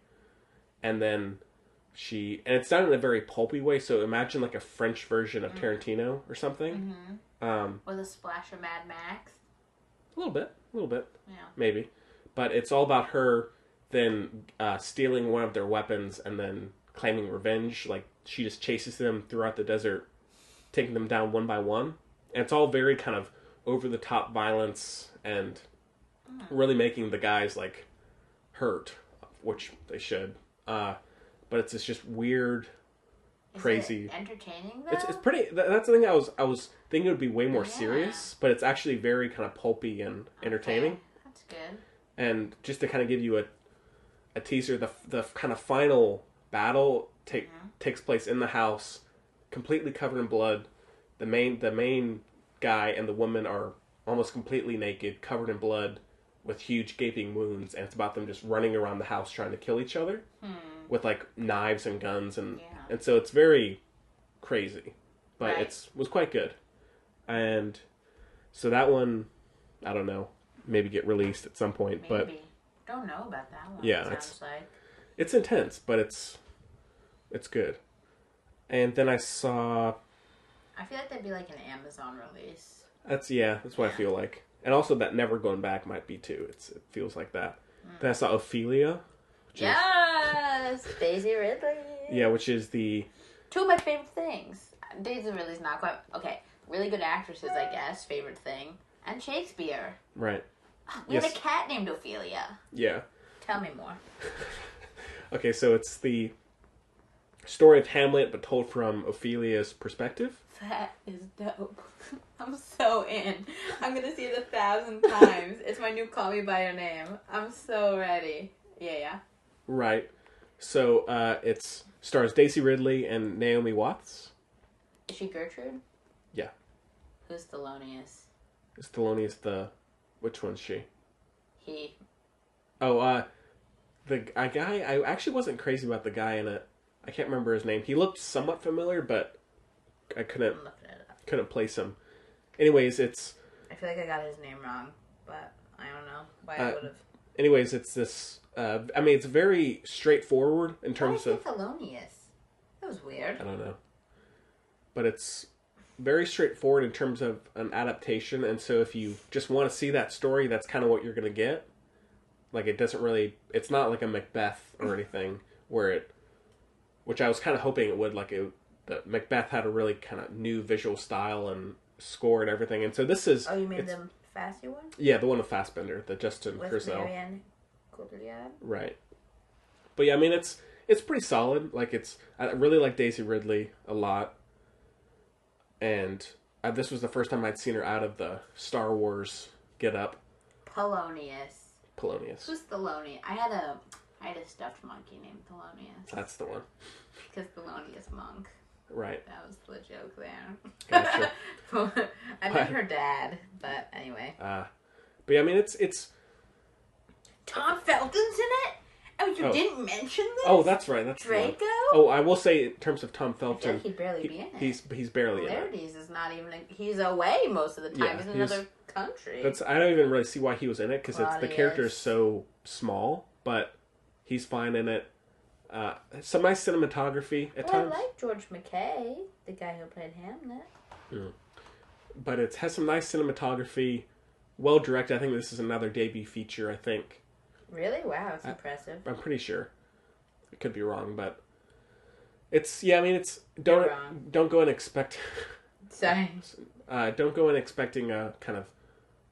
S1: and then she and it's done in a very pulpy way so imagine like a french version of tarantino or something um
S5: With a splash of Mad Max.
S1: a little bit a little bit
S5: Yeah.
S1: maybe but it's all about her then uh, stealing one of their weapons and then claiming revenge like she just chases them throughout the desert taking them down one by one and it's all very kind of over the top violence and really making the guys like hurt which they should uh, but it's this just weird
S2: Is
S1: crazy
S2: It entertaining though.
S1: it's, it's pretty th- that's the thing i was i was thinking it would be way more serious but it's actually very kind of pulpy and entertaining
S5: Okay, That's good.
S1: and just to kind of give you a a teaser, the the kind of final battle take takes place in the house, completely covered in blood. The main the main guy and the woman are almost completely naked, covered in blood, with huge gaping wounds, and it's about them just running around the house trying to kill each other with like knives and guns and
S5: Hmm. Yeah.
S1: and so it's very crazy, but
S5: Right.
S1: it's was quite good, and so that one, I don't know, maybe get released at some point,
S5: Maybe.
S1: but
S5: Don't know about that one.
S1: Yeah,
S5: it
S1: it's-
S5: sounds like.
S1: it's intense, but it's it's good. And then I saw
S5: I feel like that'd be like an Amazon release.
S1: that's yeah, that's what I feel like. And also that never going back might be too. It's it feels like that. Then I saw Ophelia, which
S5: Yes!
S2: [LAUGHS] Daisy Ridley.
S1: is yeah, which is the
S5: Two of my favorite things. Daisy Ridley's not quite. Okay, really good actresses, I guess, favorite thing. And Shakespeare.
S1: right.
S5: We have
S1: Yes.
S5: a cat named Ophelia.
S1: Yeah.
S5: Tell me more.
S1: Okay, so it's the story of Hamlet but told from Ophelia's perspective.
S5: That is dope. [LAUGHS] I'm so in. I'm gonna see it a thousand [LAUGHS] times. It's my new Call Me By Your Name. I'm so ready. Yeah, yeah.
S1: Right. So uh it's stars Daisy Ridley and Naomi Watts.
S5: Is she Gertrude?
S1: Yeah.
S5: Who's Thelonious?
S1: Stallone is the which one's she?
S5: He.
S1: Oh, uh, the a guy. I actually wasn't crazy about the guy in it. I can't remember his name. He looked somewhat familiar, but I couldn't
S5: I'm looking it up.
S1: couldn't place him. Anyways, it's
S5: I feel like I got his name wrong, but I don't know why
S1: Uh,
S5: I would have.
S1: anyways it's this. Uh, I mean, it's very straightforward in
S5: Why
S1: terms
S5: is it
S1: of Uh,
S5: Thelonious? That was weird.
S1: I don't know, but it's very straightforward in terms of an adaptation. And so, if you just want to see that story, that's kind of what you're gonna get. Like, it doesn't really. It's not like a Macbeth or anything where it, which I was kind of hoping it would. Like, it, the Macbeth had a really kind of new visual style and score and everything. And so this is.
S2: Oh, you mean
S1: it's-
S2: the faster one
S1: Yeah, the one with Fassbender, the Justin
S2: with
S1: Kurzel.
S2: Marianne Cotillard?
S1: Right. But yeah, I mean it's it's pretty solid. Like it's I really like Daisy Ridley a lot. And uh this was the first time I'd seen her out of the Star Wars get up
S5: Polonius.
S1: Polonius.
S5: Who's Thelonious? I had a I had a stuffed monkey named Thelonious
S1: That's the one.
S5: because Thelonious monk.
S1: Right.
S5: That was the joke there. [LAUGHS]
S1: Gotcha.
S5: I meant her dad, but anyway.
S1: uh, but yeah, I mean it's it's
S5: Tom Felton's in it. Oh, you
S1: Oh.
S5: didn't mention this.
S1: oh that's right, that's the one.
S5: Draco.
S1: Oh, I will say in terms of Tom
S5: I feel
S1: Felton
S5: like he'd barely
S1: he-
S5: be in it.
S1: he's he's barely in it.
S5: Hilarities is not even. he's away most of the time.
S1: Yeah,
S5: he's in
S1: he's-
S5: another country.
S1: That's I don't even really see why he was in it because it's the
S5: Claudius.
S1: character is so small, but he's fine in it. Uh, some nice cinematography
S5: Oh,
S1: at
S2: Well, Oh, I
S1: times,
S2: like George McKay, the guy who played Hamlet.
S1: but it has some nice cinematography, well directed. I think this is another debut feature. I think
S2: Really? Wow,
S1: Uh,
S2: it's impressive.
S1: I'm pretty sure. I could be wrong, but it's yeah. I mean, it's
S5: You're
S1: don't
S5: wrong.
S1: don't go and expect [LAUGHS]
S5: Sorry.
S1: uh, don't go in expecting a kind of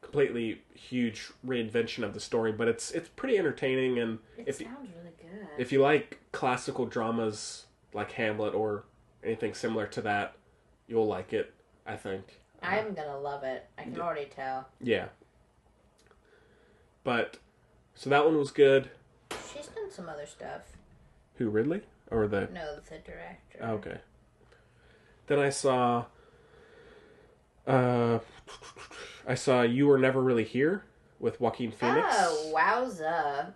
S1: completely huge reinvention of the story, but it's it's pretty entertaining and
S2: It
S1: if you-
S2: sounds really good.
S1: if you like classical dramas like Hamlet or anything similar to that, you'll like it. I think.
S2: I'm gonna love it. I can already tell.
S1: Yeah. But so that one was good.
S2: She's done some other stuff.
S1: Who Ridley or the oh,
S2: No, the director.
S1: Okay. Then I saw. Uh, I saw you were never really here with Joaquin Phoenix.
S2: Oh,
S5: [LAUGHS]
S2: wowza.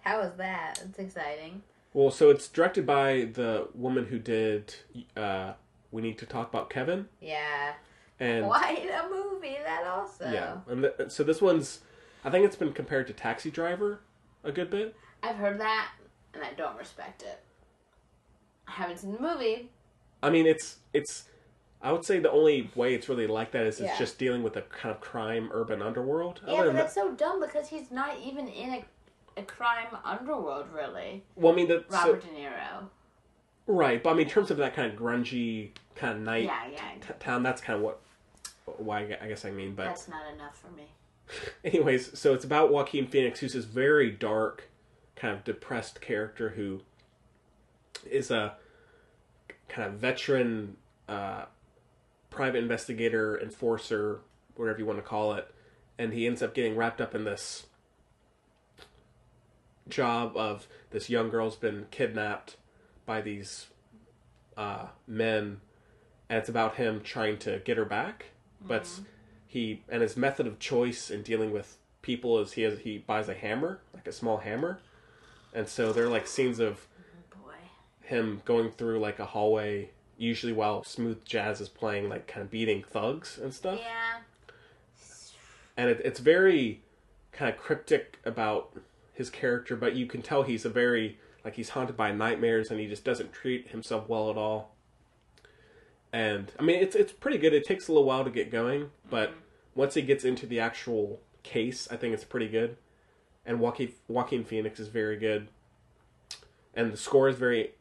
S2: How is that? It's exciting.
S1: Well, so it's directed by the woman who did. Uh, we need to talk about Kevin
S2: Yeah.
S1: and
S2: Quite a movie, that also.
S1: yeah, and th- so this one's. I think it's been compared to Taxi Driver a good bit.
S5: I've heard that, and I don't respect it. I haven't seen the movie.
S1: I mean, it's it's. I would say the only way it's really like that is
S2: Yeah.
S1: it's just dealing with a kind of crime urban underworld.
S5: Yeah, but that's so dumb because he's not even in a, a crime underworld, really.
S1: well, I mean, that so-
S5: Robert De Niro.
S1: Right, but I mean, in terms of that kind of grungy kind of night
S5: Yeah, yeah.
S1: t- town, that's kind of what why I gue- I guess I mean. But
S5: That's not enough for me.
S1: anyways, so it's about Joaquin Phoenix, who's this very dark, kind of depressed character who is a kind of veteran uh, private investigator, enforcer, whatever you want to call it, and he ends up getting wrapped up in this job of this young girl's been kidnapped by these uh, men, and it's about him trying to get her back, but it's- he and his method of choice in dealing with people is he has he buys a hammer, like a small hammer, and so there are like scenes of
S5: Boy.
S1: him going through like a hallway, usually while smooth jazz is playing, like kind of beating thugs and stuff.
S5: Yeah.
S1: And it, it's very kind of cryptic about his character, but you can tell he's a very like he's haunted by nightmares and he just doesn't treat himself well at all. And I mean, it's it's pretty good. It takes a little while to get going, but once he gets into the actual case, I think it's pretty good. And Joaquin, Joaquin Phoenix is very good, and the score is very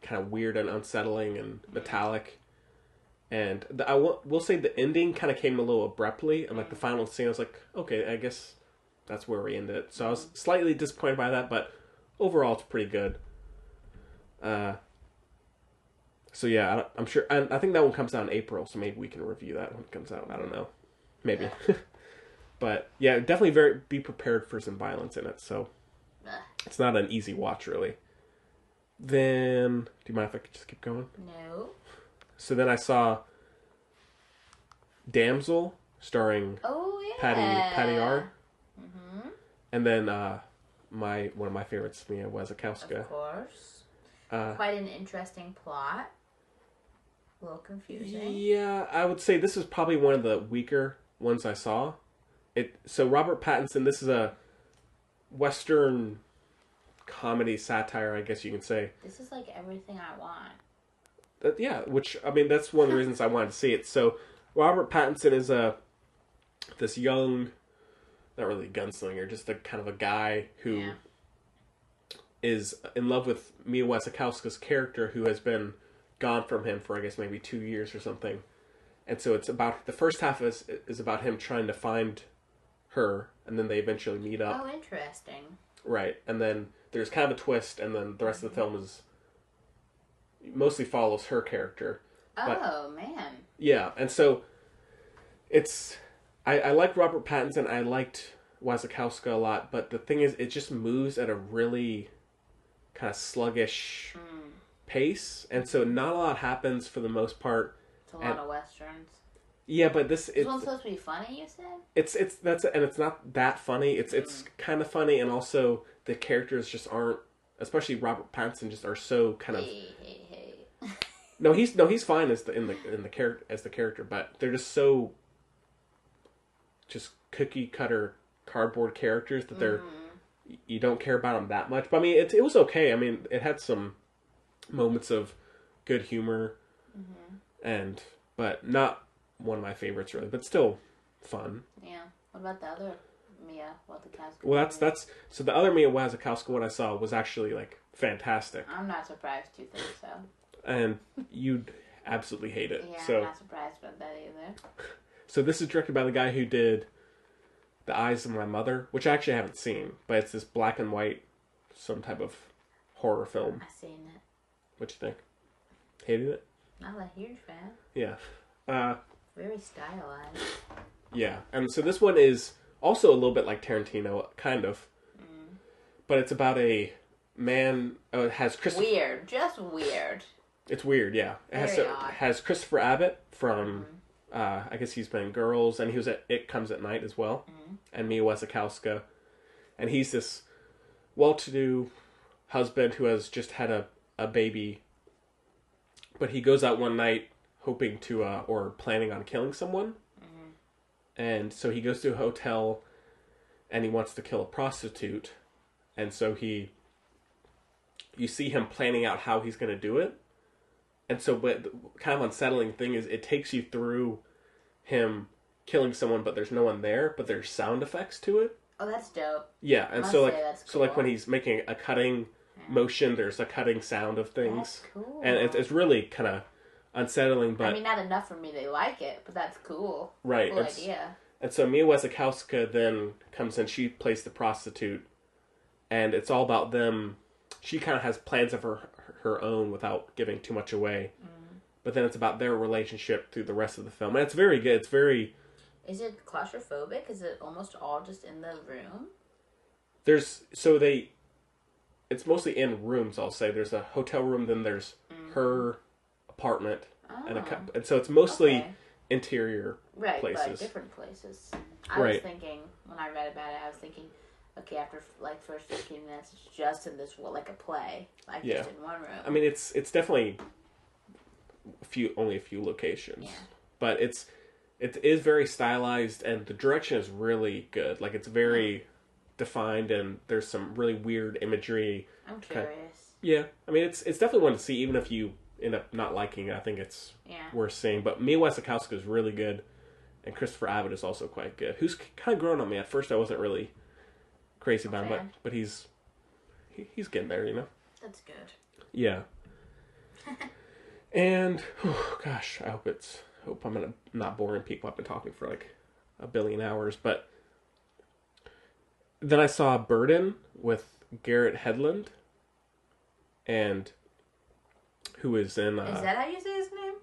S1: kind of weird and unsettling and metallic. And the, I will, will say the ending kind of came a little abruptly, and like the final scene, I was like, okay, I guess that's where we ended it. So I was slightly disappointed by that, but overall, it's pretty good. Uh, so yeah, I don't- I'm sure. And I think that one comes out in April, so maybe we can review that when it comes out. I don't know, maybe. [LAUGHS] but yeah, definitely very be prepared for some violence in it. So
S5: Ugh.
S1: it's not an easy watch, really. Then, do you mind if I could just keep going?
S2: No.
S1: So then I saw Damsel starring
S2: Oh, yeah.
S1: Patty Patty R.
S2: mm-hmm.
S1: And then uh, my one of my favorites, Mia Wasikowska.
S2: Of course.
S1: Uh,
S2: Quite an interesting plot. A little confusing.
S1: Yeah, I would say this is probably one of the weaker ones I saw. It so Robert Pattinson. This is a Western comedy satire, I guess you can say.
S2: This is like everything I want.
S1: That- yeah, which I mean that's one of the reasons I wanted to see it. So Robert Pattinson is a this young, not really gunslinger, just a kind of a guy who is
S5: Yeah.
S1: in love with Mia Wasikowska's character, who has been gone from him for I guess maybe two years or something. And so it's about the first half is is about him trying to find her, and then they eventually meet up.
S2: Oh, interesting.
S1: Right, and then there's kind of a twist, and then the rest of the film is mostly follows her character. But-
S2: Oh, man.
S1: Yeah, and so it's I, I liked Robert Pattinson, I liked Wasikowska a lot, but the thing is, it just moves at a really kind of sluggish pace, and so not a lot happens for the most part.
S5: It's a lot
S1: And-
S5: of westerns.
S1: Yeah, but this
S5: This
S1: it's
S5: one's supposed to be funny, you said?
S1: it's it's that's and it's not that funny. It's it's kind of funny, and also the characters just aren't, especially Robert Pattinson, just are so kind of
S5: Hey, hey, hey.
S1: No, he's no, he's fine as the in the in the character as the character, but they're just so just cookie cutter cardboard characters that they're you don't care about them that much. But I mean, it it was okay. I mean, it had some moments of good humor and but not one of my favorites really, but still fun.
S5: Yeah. What about the other Mia? What the cat's
S1: Well, that's that's so the other Mia Wasikowska one I saw was actually like fantastic,
S5: I'm not surprised you think so.
S1: [LAUGHS] and you'd absolutely hate it.
S5: Yeah,
S1: so
S5: I'm not surprised about that either.
S1: So this is directed by the guy who did The Eyes of My Mother, which I actually haven't seen, but it's this black and white, some type of horror film.
S5: I've seen it.
S1: What you think? Hated it?
S2: Not a huge fan.
S1: Yeah. Uh,
S2: Very stylized.
S1: Yeah, and so this one is also a little bit like Tarantino, kind of, but it's about a man. Oh, it has Christopher.
S5: Weird, just weird.
S1: It's weird, yeah. It has,
S5: Very
S1: so-
S5: odd. Mm-hmm.
S1: has Christopher Abbott from, uh, I guess he's been in Girls, and he was at It Comes at Night as well,
S5: Mm-hmm.
S1: and Mia Wasikowska, and he's this well-to-do husband who has just had a a baby, but he goes out one night hoping to uh, or planning on killing someone,
S5: Mm-hmm.
S1: and so he goes to a hotel, and he wants to kill a prostitute, and so he. You see him planning out how he's going to do it, and so but the kind of unsettling thing is it takes you through him killing someone but there's no one there but there's sound effects to it
S2: Oh, that's dope.
S1: yeah and
S2: Must
S1: so
S2: say
S1: like
S2: that's
S1: so like when
S2: cool.
S1: he's making a cutting motion there's a cutting sound of things
S2: That's cool.
S1: and it's, it's really kind of unsettling but
S2: I mean, not enough for me to like it, but that's cool.
S1: right
S2: Cool
S1: and, s-
S2: idea.
S1: and so mia wasikowska then comes in she plays the prostitute and it's all about them she kind of has plans of her her own without giving too much away but then it's about their relationship through the rest of the film and it's very good it's very
S2: Is it claustrophobic? Is it almost all just in the room?
S1: there's so they it's mostly in rooms i'll say there's a hotel room then there's her apartment and a cou- and so it's mostly
S2: Okay.
S1: interior
S2: Right, but
S1: Places.
S2: different places. I was
S1: Right.
S2: thinking when I read about it, I was thinking, okay, after like first fifteen minutes, it's just in this wo- like a play, like
S1: Yeah.
S2: just in one room.
S1: i mean it's it's definitely a few only a few locations but it's it is very stylized and the direction is really good like it's very defined and there's some really weird imagery
S2: I'm curious.
S1: yeah i mean it's it's definitely one to see even if you end up not liking it i think it's
S2: Yeah.
S1: worth seeing. But Mia Wasikowska is really good, and Christopher Abbott is also quite good. Who's kind of grown on me. At first, I wasn't really crazy about him, but,
S2: Fan.
S1: but he's he, he's getting there, you know.
S2: That's good.
S1: Yeah. and oh, gosh, I hope it's hope I'm gonna not boring people. I've been talking for like a billion hours, but then I saw Burden with Garrett Headland, and who is in uh,
S2: Is that how you say his name?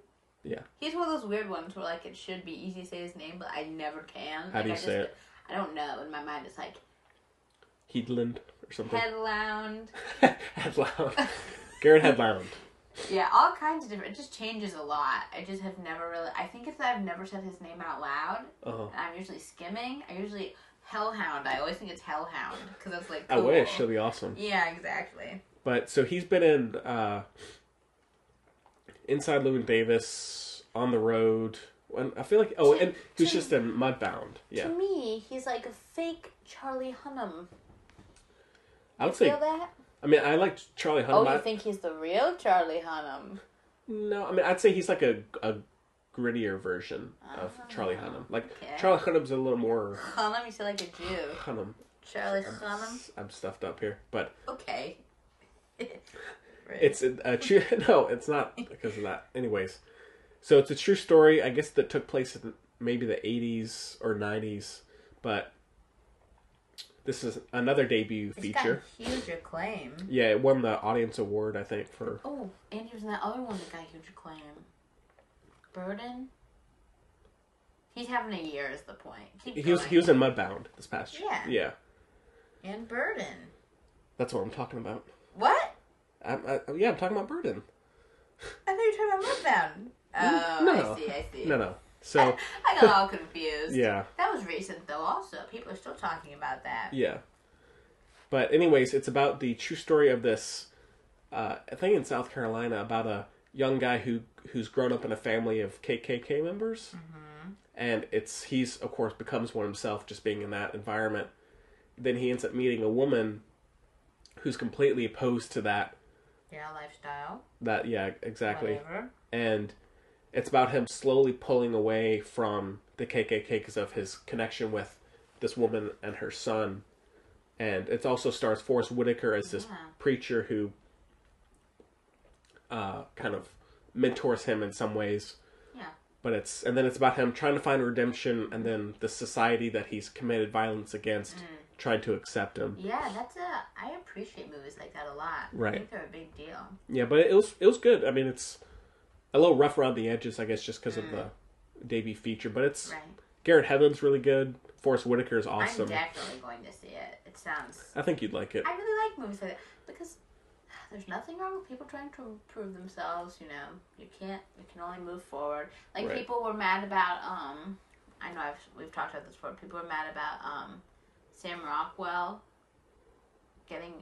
S1: yeah.
S2: He's one of those weird ones where like it should be easy to say his name, but I never can.
S1: How do
S2: Like,
S1: you
S2: I
S1: say
S2: just,
S1: it?
S2: I don't know. In my mind, it's like
S1: Headland or something.
S2: headland.
S1: [LAUGHS] Headlound. Garrett Headlound.
S2: Yeah, all kinds of different. It just changes a lot. I just have never really. I think it's that I've never said his name out loud.
S1: Oh,
S2: And I'm usually skimming. I usually hellhound. I always think it's hellhound because that's like.
S1: I
S2: cool.
S1: wish that'd be awesome.
S2: Yeah, exactly.
S1: But so he's been in uh, Inside Lewin Davis, On the Road. And I feel like oh, and he was just in Mudbound. Yeah,
S2: To me, he's like a fake Charlie Hunnam.
S1: I would say.
S2: Feel that?
S1: I mean, I like Charlie Hunnam.
S5: Oh,
S1: I-
S5: you think he's the real Charlie Hunnam?
S1: no, I mean, I'd say he's like a a grittier version of Charlie
S5: Ah,
S1: Hunnam. Like
S2: okay.
S1: Charlie Hunnam's a little more
S2: Hunnam, you sound like a Jew.
S1: Hunnam.
S2: Charlie Hunnam.
S1: I'm stuffed up here, but
S2: Okay. [LAUGHS]
S1: It's a, a true. [LAUGHS] No, it's not because of that. Anyways, so it's a true story. I guess that took place in maybe the '80s or '90s, but this is another debut feature.
S2: It's got huge acclaim.
S1: Yeah, it won the audience award, I think, for
S2: Oh, and he was in that other one that got huge acclaim. Burden. He's having a year. Is the point? Keep
S1: he was
S2: going.
S1: he was in Mudbound this past year.
S2: Yeah.
S1: yeah,
S2: and Burden.
S1: that's what I'm talking about.
S2: What?
S1: I'm, I, yeah, I'm talking about Burden.
S2: I thought you were talking about Mudbound. Oh,
S1: Mm, no.
S2: I see. I see.
S1: No, no. So
S2: I got all
S1: [LAUGHS]
S2: confused.
S1: yeah,
S2: That was recent though. Also, people are still talking about that.
S1: Yeah. But anyways, it's about the true story of this uh, thing in South Carolina about a young guy who who's grown up in a family of KKK members, and it's he's of course becomes one himself just being in that environment. Then he ends up meeting a woman who's completely opposed to that.
S2: Yeah, lifestyle.
S1: That yeah, exactly
S2: Whatever.
S1: and it's about him slowly pulling away from the KKK because of his connection with this woman and her son. And it also stars Forrest Whitaker as this preacher who uh, kind of mentors him in some ways.
S2: Yeah.
S1: But it's and then it's about him trying to find redemption, and then the society that he's committed violence against trying to accept him.
S2: Yeah, that's a. I appreciate movies like that a lot.
S1: Right.
S2: I think they're a big deal.
S1: Yeah, but it was it was good. I mean, it's a little rough around the edges, I guess, just because of the debut feature, but it's
S2: Right.
S1: Garrett Hedlund's really good. Forrest Whitaker is awesome.
S2: I'm definitely going to see it. It sounds.
S1: I think you'd like it.
S2: I really like movies like that because [SIGHS] there's nothing wrong with people trying to prove themselves. You know, you can't. You can only move forward. Like
S1: Right.
S2: people were mad about. Um, I know I've we've talked about this before. People were mad about um, Sam Rockwell getting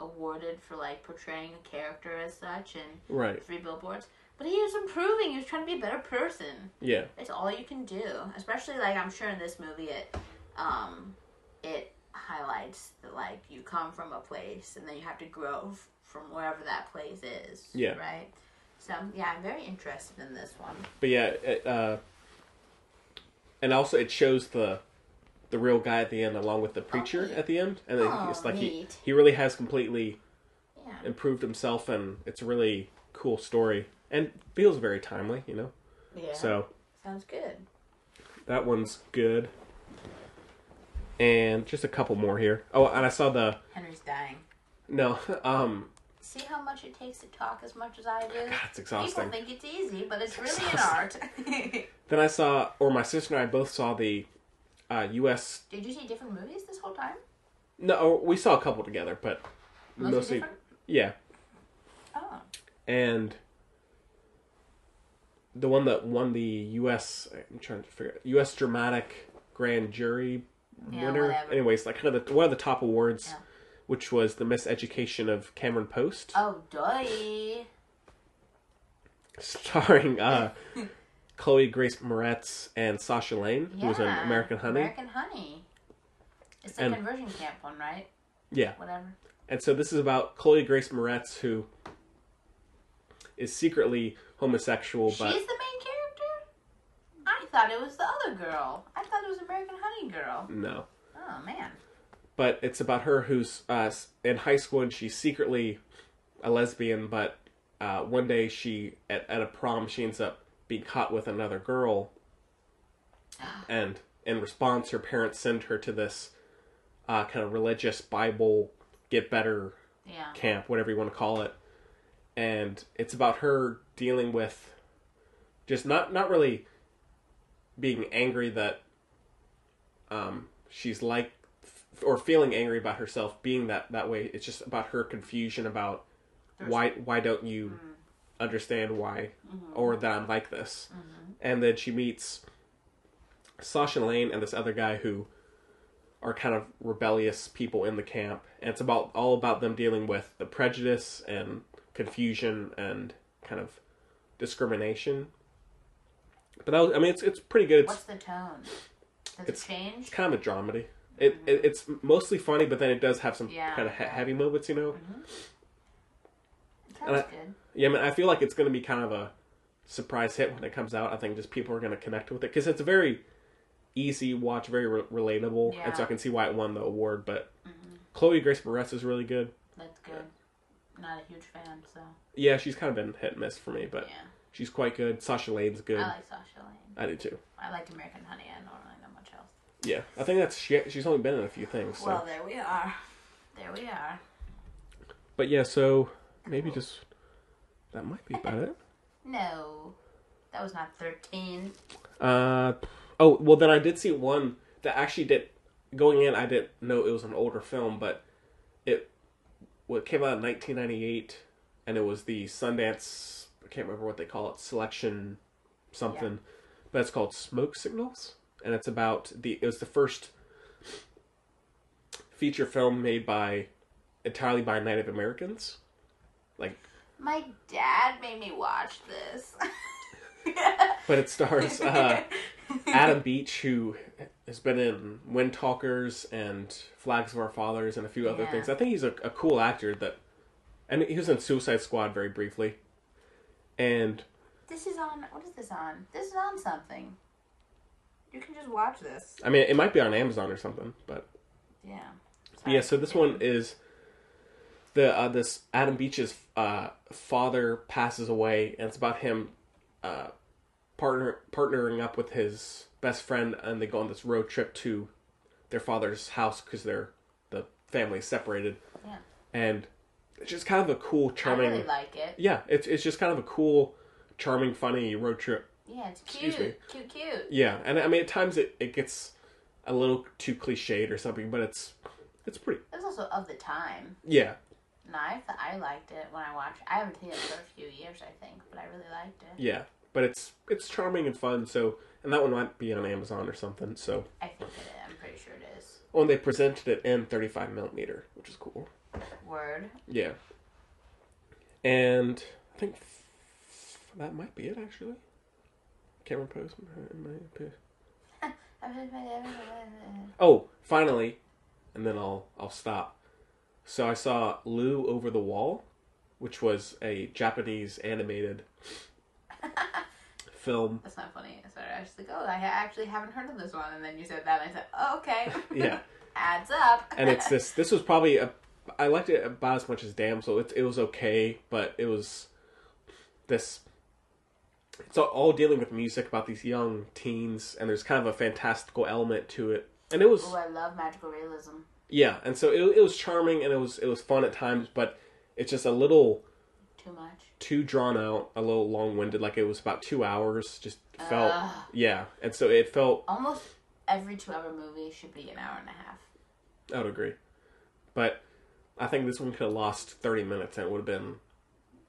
S2: awarded for like portraying a character as such and
S1: Right.
S2: three billboards. But he was improving. He was trying to be a better person
S1: Yeah.
S2: it's all you can do especially like i'm sure in this movie it um it highlights that like you come from a place and then you have to grow f- from wherever that place is
S1: Yeah.
S2: right so yeah i'm very interested in this one
S1: But yeah, it, uh, and also it shows the the real guy at the end, along with the preacher at the end, and then
S2: Oh,
S1: it's like he,
S2: neat.
S1: he really has completely
S2: yeah
S1: improved himself, and it's a really cool story, and feels very timely, you know.
S2: yeah
S1: So
S2: sounds good
S1: that one's good, and just a couple more here. Oh, and I saw the
S2: henry's dying
S1: no, [LAUGHS] um,
S2: see how much it takes to talk as much as i do
S1: that's
S2: people
S1: exhausting.
S2: think it's easy but it's really an art [LAUGHS]
S1: Exhausting. Then I saw, or my sister and I both saw the uh, U.S.
S2: did you see different movies this whole time
S1: No, we saw a couple together, but
S2: Mostly
S1: mostly
S2: different?
S1: yeah.
S2: oh
S1: and the one that won the U.S. I'm trying to figure out, U.S. Dramatic Grand Jury
S2: Yeah,
S1: winner.
S2: whatever.
S1: Anyways, like kind of the, one of the top awards,
S2: Yeah.
S1: which was the miseducation of Cameron Post,
S2: oh doy
S1: starring
S2: [LAUGHS]
S1: uh, Chloe Grace Moretz and Sasha Lane, who was in
S2: Yeah,
S1: American Honey.
S2: American Honey. It's the
S1: And-
S2: conversion camp one, right?
S1: Yeah,
S2: Whatever.
S1: and so this is about Chloe Grace Moretz who is secretly homosexual,
S2: She's the
S1: but
S2: main character? I thought it was the other girl. I thought it was American Honey girl.
S1: no.
S2: Oh, man.
S1: but it's about her who's uh, in high school and she's secretly a lesbian, but uh, one day she at, at a prom she ends up being caught with another girl, and in response her parents send her to this uh, kind of religious Bible get better
S2: Yeah.
S1: camp, whatever you want to call it, and it's about her dealing with just not not really being angry that um, she's like f- or feeling angry about herself being that that way. It's just about her confusion about why why don't you understand why or that I'm like this,
S2: Mm-hmm.
S1: and then she meets Sasha Lane and this other guy who are kind of rebellious people in the camp and it's about all about them dealing with the prejudice and confusion and kind of discrimination but that was, i mean it's it's pretty good
S2: What's
S1: it's
S2: the tone? Does
S1: it's-
S2: it change?
S1: kind of a dramedy it, it it's mostly funny but then it does have some
S2: Mm-hmm. Yeah.
S1: kind of he- heavy moments you know
S2: Sounds
S1: I-
S2: good.
S1: yeah i mean i feel like it's going to be kind of a surprise hit when it comes out i think just people are going to connect with it because it's a very easy watch very re- relatable and so
S2: Yeah. Mm-hmm.
S1: i can see why it won the award but chloe grace moretz is really good
S2: That's good. Not a huge fan, so.
S1: Yeah, she's kind of been hit and miss for me,
S2: Yeah. Uh,
S1: but she's quite good. Sasha Lane's good.
S2: I like Sasha Lane.
S1: I do too.
S2: I liked American Honey. I don't really know much else.
S1: Yeah, I think that's she, she's only been in a few things. So.
S2: Well, there we are. There we are.
S1: but yeah, so maybe just that might be about it.
S2: No. That was not 13.
S1: Uh, oh well, then I did see one that actually did. Going in, I didn't know it was an older film, but it well, it came out in 1998, and it was the Sundance. I can't remember what they call it, selection something, but it's called Smoke Signals, and it's about the. It was the first feature film made by entirely by Native Americans, like,
S2: My dad made me watch
S1: [LAUGHS]
S2: this.
S1: but it stars. Uh, Adam Beach, who has been in Wind Talkers and Flags of Our Fathers and a few other
S2: Yeah.
S1: things. I think he's a, a cool actor that, and he was in Suicide Squad very briefly. And
S2: [LAUGHS] this is on. What is this on? This is on something. You can just watch this.
S1: I mean, it might be on Amazon or something, but
S2: Yeah.
S1: yeah. So this one is the uh, this Adam Beach's uh, father passes away, and it's about him uh, partner partnering up with his best friend, and they go on this road trip to their father's house because they're the family separated.
S2: Yeah.
S1: and it's just kind of a cool,
S2: I
S1: charming.
S2: really like it.
S1: yeah, it's it's just kind of a cool, charming, funny road trip
S2: Yeah, it's
S1: Excuse
S2: cute, cute, cute.
S1: Yeah, and I mean at times it, it gets a little too cliched or something, but it's it's pretty.
S2: It was also of the time.
S1: Yeah,
S2: And I, I liked it when I watched. I haven't seen it for a few years, I think, but I really liked it.
S1: yeah, but it's it's charming and fun. So, and that one might be on Amazon or something. So,
S2: I think it is. I'm pretty sure it is.
S1: oh, and they presented it in 35 millimeter, which is cool.
S2: Word.
S1: Yeah, and I think f- that might be it actually. Camera pose. in my opinion. Oh, finally, and then I'll I'll stop. So I saw Lou Over the Wall, which was a Japanese animated film.
S2: That's not funny. So I was like, oh, I actually haven't heard of this one. And then you said that, and I said, oh, [LAUGHS] okay.
S1: Yeah,
S2: Adds up.
S1: and it's this. This was probably a. I liked it about as much as Damsel. It it was okay, but it was this. It's all- all dealing with music about these young teens, and there's kind of a fantastical element to it. And it was
S2: Ooh, I love magical realism.
S1: yeah, and so it, it was charming and it was it was fun at times, but it's just a little
S2: Too much.
S1: too drawn out, a little long winded. Like it was about two hours. Just felt yeah, and so it felt.
S2: Almost every two hour movie should be an hour and a half.
S1: I would agree, but I think this one could have lost thirty minutes and it would have been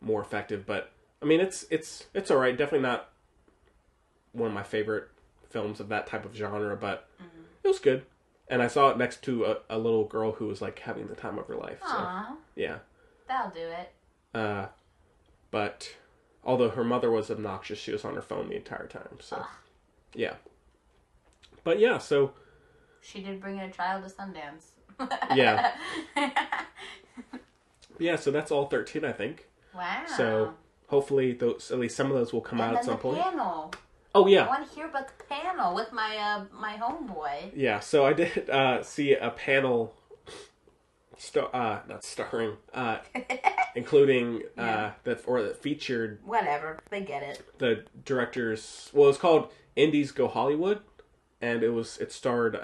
S1: more effective. But I mean, it's it's it's all right. Definitely not one of my favorite films of that type of genre, but it was good. And I saw it next to a, a little girl who was like having the time of her life. So
S2: Aw,
S1: yeah.
S2: that'll do it.
S1: Uh, but although her mother was obnoxious, she was on her phone the entire time. So, yeah. But yeah, so
S2: She did bring a child to Sundance. [LAUGHS]
S1: yeah, [LAUGHS] yeah. So that's all thirteen, I think.
S2: wow.
S1: So hopefully, those at least some of those will come
S2: and
S1: out
S2: then
S1: at some
S2: the
S1: point.
S2: panel.
S1: Oh
S2: I
S1: yeah,
S2: want to hear about the panel with my uh my homeboy.
S1: yeah. So I did uh, see a panel, st- uh, not starring, uh, including uh, that or that featured
S2: Whatever, they get it.
S1: the directors. Well, it's called Indies Go Hollywood, and it was it starred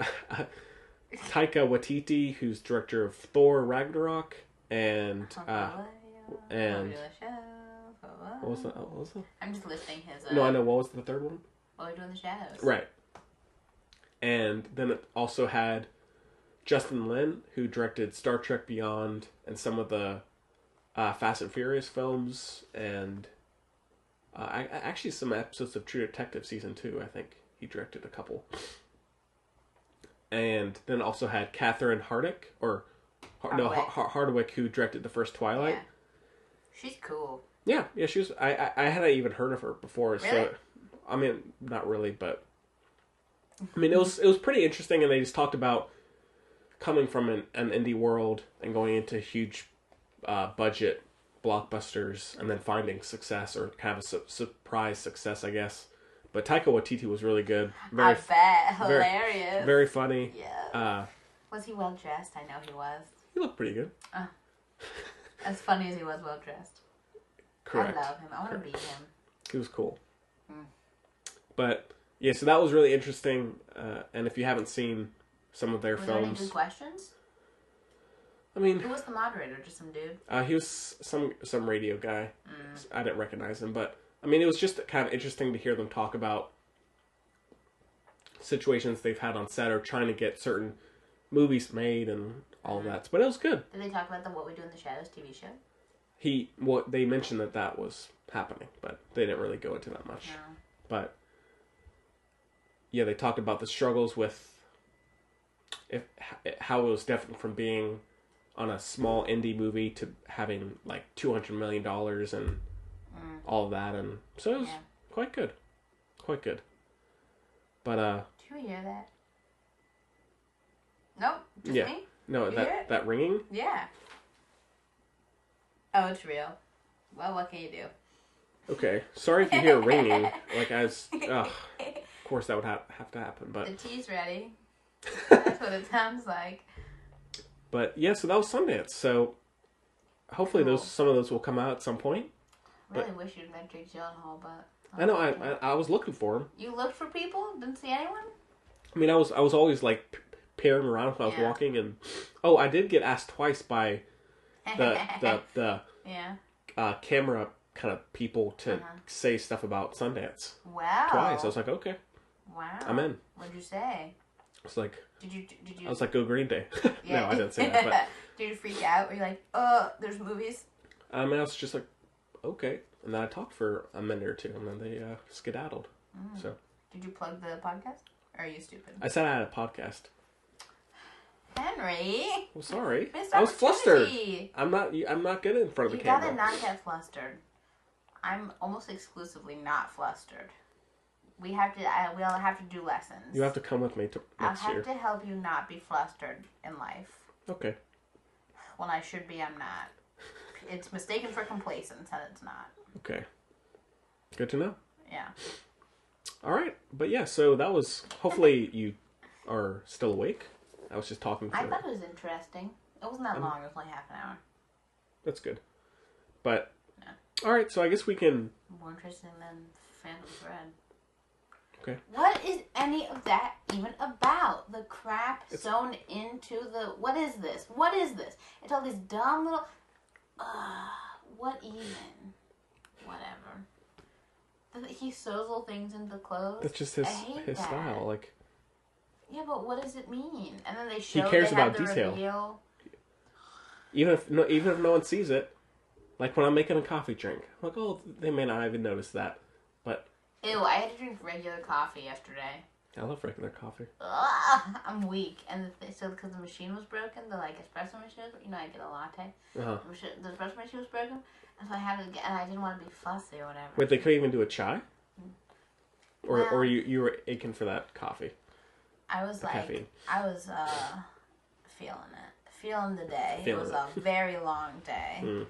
S1: [LAUGHS] Taika Waititi, who's director of Thor Ragnarok, and uh, and-
S2: Popular show.
S1: what was the what was the
S2: I'm just listing his. Uh,
S1: no I know what was the third one
S2: What we do in the shadows.
S1: right, and then it also had Justin Lin, who directed Star Trek Beyond and some of the uh, Fast and Furious films, and uh, I, I- actually some episodes of True Detective season two. I think he directed a couple, and then also had Catherine Hardick or Har- no
S2: Hardwick.
S1: Har- Hardwick, who directed the first Twilight.
S2: She's cool.
S1: Yeah, yeah, she was. I, I I hadn't even heard of her before. So,
S2: Really?
S1: I mean, not really, but I mean, it was it was pretty interesting, and they just talked about coming from an, an indie world and going into huge uh, budget blockbusters, and then finding success or kind of a su- surprise success, I guess. But Taika Waititi was really good. Very
S2: I bet.
S1: very-
S2: Hilarious.
S1: very funny.
S2: yeah.
S1: Uh,
S2: was he well dressed? I know he was.
S1: he looked pretty good.
S2: As funny as he was well dressed.
S1: Correct.
S2: I love him. I want to be him.
S1: It was cool. But yeah, so that was really interesting. Uh, and if you haven't seen some of their
S2: Was there any
S1: films,
S2: good questions?
S1: I mean,
S2: Who was the moderator? Just some dude.
S1: uh, he was some some radio guy. I didn't recognize him, but I mean, it was just kind of interesting to hear them talk about situations they've had on set or trying to get certain movies made and all that. But it was good.
S2: Did they talk about the What We Do in the Shadows TV show?
S1: he what they mentioned that that was happening, but they didn't really go into that much. But yeah, they talked about the struggles with if h- how it was different from being on a small indie movie to having like two hundred million dollars and all of that, and so it was
S2: Mm. Yeah.
S1: quite good, quite good. But uh,
S2: Did you hear that? Nope. Just
S1: yeah,
S2: me?
S1: no,
S2: You hear
S1: that
S2: it?
S1: that ringing,
S2: Yeah. Oh, it's real. Well, what can you do?
S1: okay. Sorry if you hear ringing, like I
S2: [LAUGHS]
S1: was. Ugh, of course, that would ha- have to happen, but
S2: The tea's ready. [LAUGHS] That's what it sounds like.
S1: But yeah, so that was Sundance. So hopefully those
S2: Cool.
S1: some of those will come out at some point.
S2: Really wish you'd met Jake Gyllenhaal, but
S1: I know I I, I was looking for him.
S2: you looked for people, didn't see anyone.
S1: I mean, I was I was always like p- peering around when I was
S2: Yeah.
S1: walking, and oh,
S2: [LAUGHS]
S1: I did get asked twice by the the the
S2: yeah.
S1: uh, camera kind of people to
S2: Uh-huh.
S1: say stuff about Sundance
S2: Wow.
S1: twice. I was like, okay,
S2: wow.
S1: I'm in.
S2: What'd you say?
S1: I was like,
S2: Did you did you?
S1: I was like, go Green Day. [LAUGHS] no, I didn't say that. But
S2: [LAUGHS] did you freak out? Were you like, oh, there's movies? [LAUGHS]
S1: Um, and I was just like, okay. And then I talked for a minute or two, and then they uh, skedaddled.
S2: Mm.
S1: So
S2: Did you plug the podcast? Or are you stupid?
S1: I said I had a podcast.
S2: Henry,
S1: Well, sorry,
S2: missed
S1: I was flustered.
S2: opportunity.
S1: I'm not. I'm not good in front of
S2: You
S1: the
S2: gotta
S1: camera.
S2: not get flustered. I'm almost exclusively not flustered. We have to. I, we'll have to do lessons.
S1: You have to come with me to
S2: I'll
S1: next
S2: have
S1: year.
S2: to help you not be flustered in life.
S1: Okay.
S2: When I should be, I'm not. It's mistaken for complacence, and it's not.
S1: Okay. Good to know.
S2: Yeah.
S1: All right, but yeah. So that was.
S2: [LAUGHS]
S1: Hopefully you are still awake. I was just talking
S2: I
S1: for.
S2: thought it was interesting. It wasn't
S1: Mm-hmm.
S2: that long. It was only half an hour.
S1: That's good. But. All right, so I guess we can.
S2: More interesting than Phantom Thread.
S1: Okay.
S2: What is any of that even about? The crap sewn into the. What is this? What is this? It's all these dumb little. Uh, what even? Whatever. Th- He sews little things into clothes.
S1: That's just
S2: I
S1: his
S2: hate
S1: his
S2: that.
S1: style. Like
S2: Yeah, but what does it mean? And then they show.
S1: cares
S2: they have
S1: about
S2: the
S1: detail.
S2: Reveal.
S1: even if no even if no one sees it, like when I'm making a coffee drink, I'm like oh they may not even notice that, but
S2: Ew! I had to drink regular coffee yesterday.
S1: I love regular coffee.
S2: Ugh, [LAUGHS] I'm weak, and the th- so because the machine was broken, the like espresso machine, was, you know, I get a latte.
S1: Uh-huh.
S2: The, machi- the espresso machine was broken, and so I had to get, and I didn't want to be fussy or whatever.
S1: Wait, they couldn't even do a chai? Or
S2: Well-
S1: or you, you were aching for that coffee.
S2: I was like,
S1: caffeine.
S2: I was uh, feeling it, feeling the day.
S1: Feeling
S2: it was
S1: it. Mm.
S2: a very long
S1: [LAUGHS]
S2: day.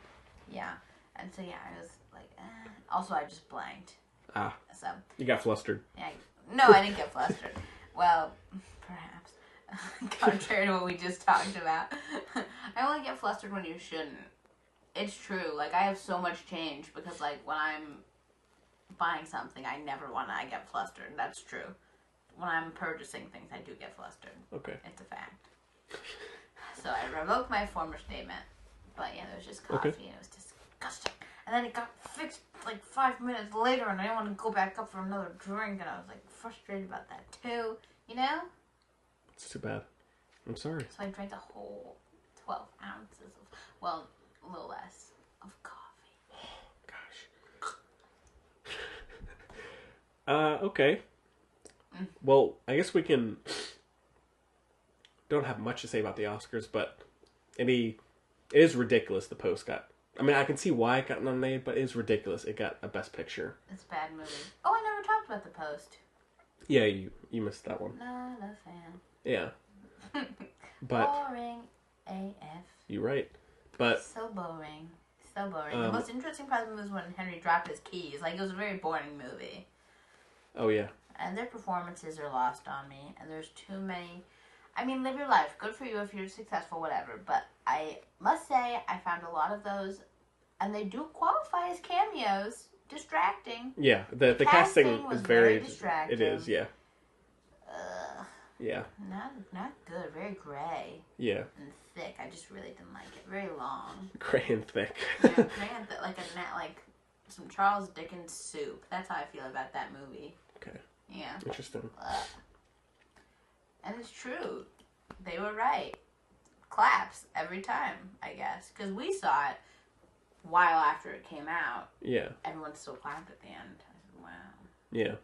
S2: Yeah, and so yeah, I was like, eh. also I just blanked.
S1: Ah.
S2: So
S1: You got flustered.
S2: yeah, no, I didn't get flustered. Well, perhaps. [LAUGHS] Contrary to what we just talked about, [LAUGHS] I only get flustered when you shouldn't. It's true. Like I have so much change because like when I'm buying something, I never want to. I get flustered. That's true. When I'm purchasing things, I do get flustered.
S1: Okay.
S2: It's a fact. So I revoked my former statement. But yeah, there was just coffee
S1: Okay.
S2: and it was disgusting. And then it got fixed like five minutes later and I didn't want to go back up for another drink and I was like frustrated about that too, you know?
S1: It's too bad. I'm sorry.
S2: So I drank a whole 12 ounces of, well, a little less of coffee.
S1: Gosh. [LAUGHS] uh okay. Well, I guess we can don't have much to say about the Oscars, but any it is ridiculous the post got I mean I can see why it got nominated, but it is ridiculous. It got a best picture.
S2: It's a bad movie. Oh, I never talked about the post.
S1: Yeah, you you missed that one.
S2: Not a fan.
S1: Yeah. But
S2: Boring AF.
S1: you're right. But
S2: So boring. So boring. the
S1: Um,
S2: most interesting part of the movie was when Henry dropped his keys. Like, it was a very boring movie.
S1: oh yeah.
S2: And their performances are lost on me. And there's too many. I mean, live your life. Good for you if you're successful, whatever. But I must say, I found a lot of those, and they do qualify as cameos, distracting.
S1: Yeah, the the
S2: casting
S1: casting,
S2: was
S1: is very,
S2: very distracting.
S1: It is, yeah,
S2: Ugh.
S1: yeah,
S2: Not, not good. Very gray
S1: yeah. [LAUGHS]
S2: and thick. I just really didn't like it. Very long.
S1: Gray and thick.
S2: Yeah,
S1: [LAUGHS]
S2: man, that like a net, like some Charles Dickens soup. That's how I feel about that movie.
S1: okay,
S2: Yeah,
S1: interesting.
S2: and it's true. They were right. Claps every time, I guess, because we saw it while after it came out.
S1: Yeah,
S2: Everyone still clapped at the end. I said, wow,
S1: yeah.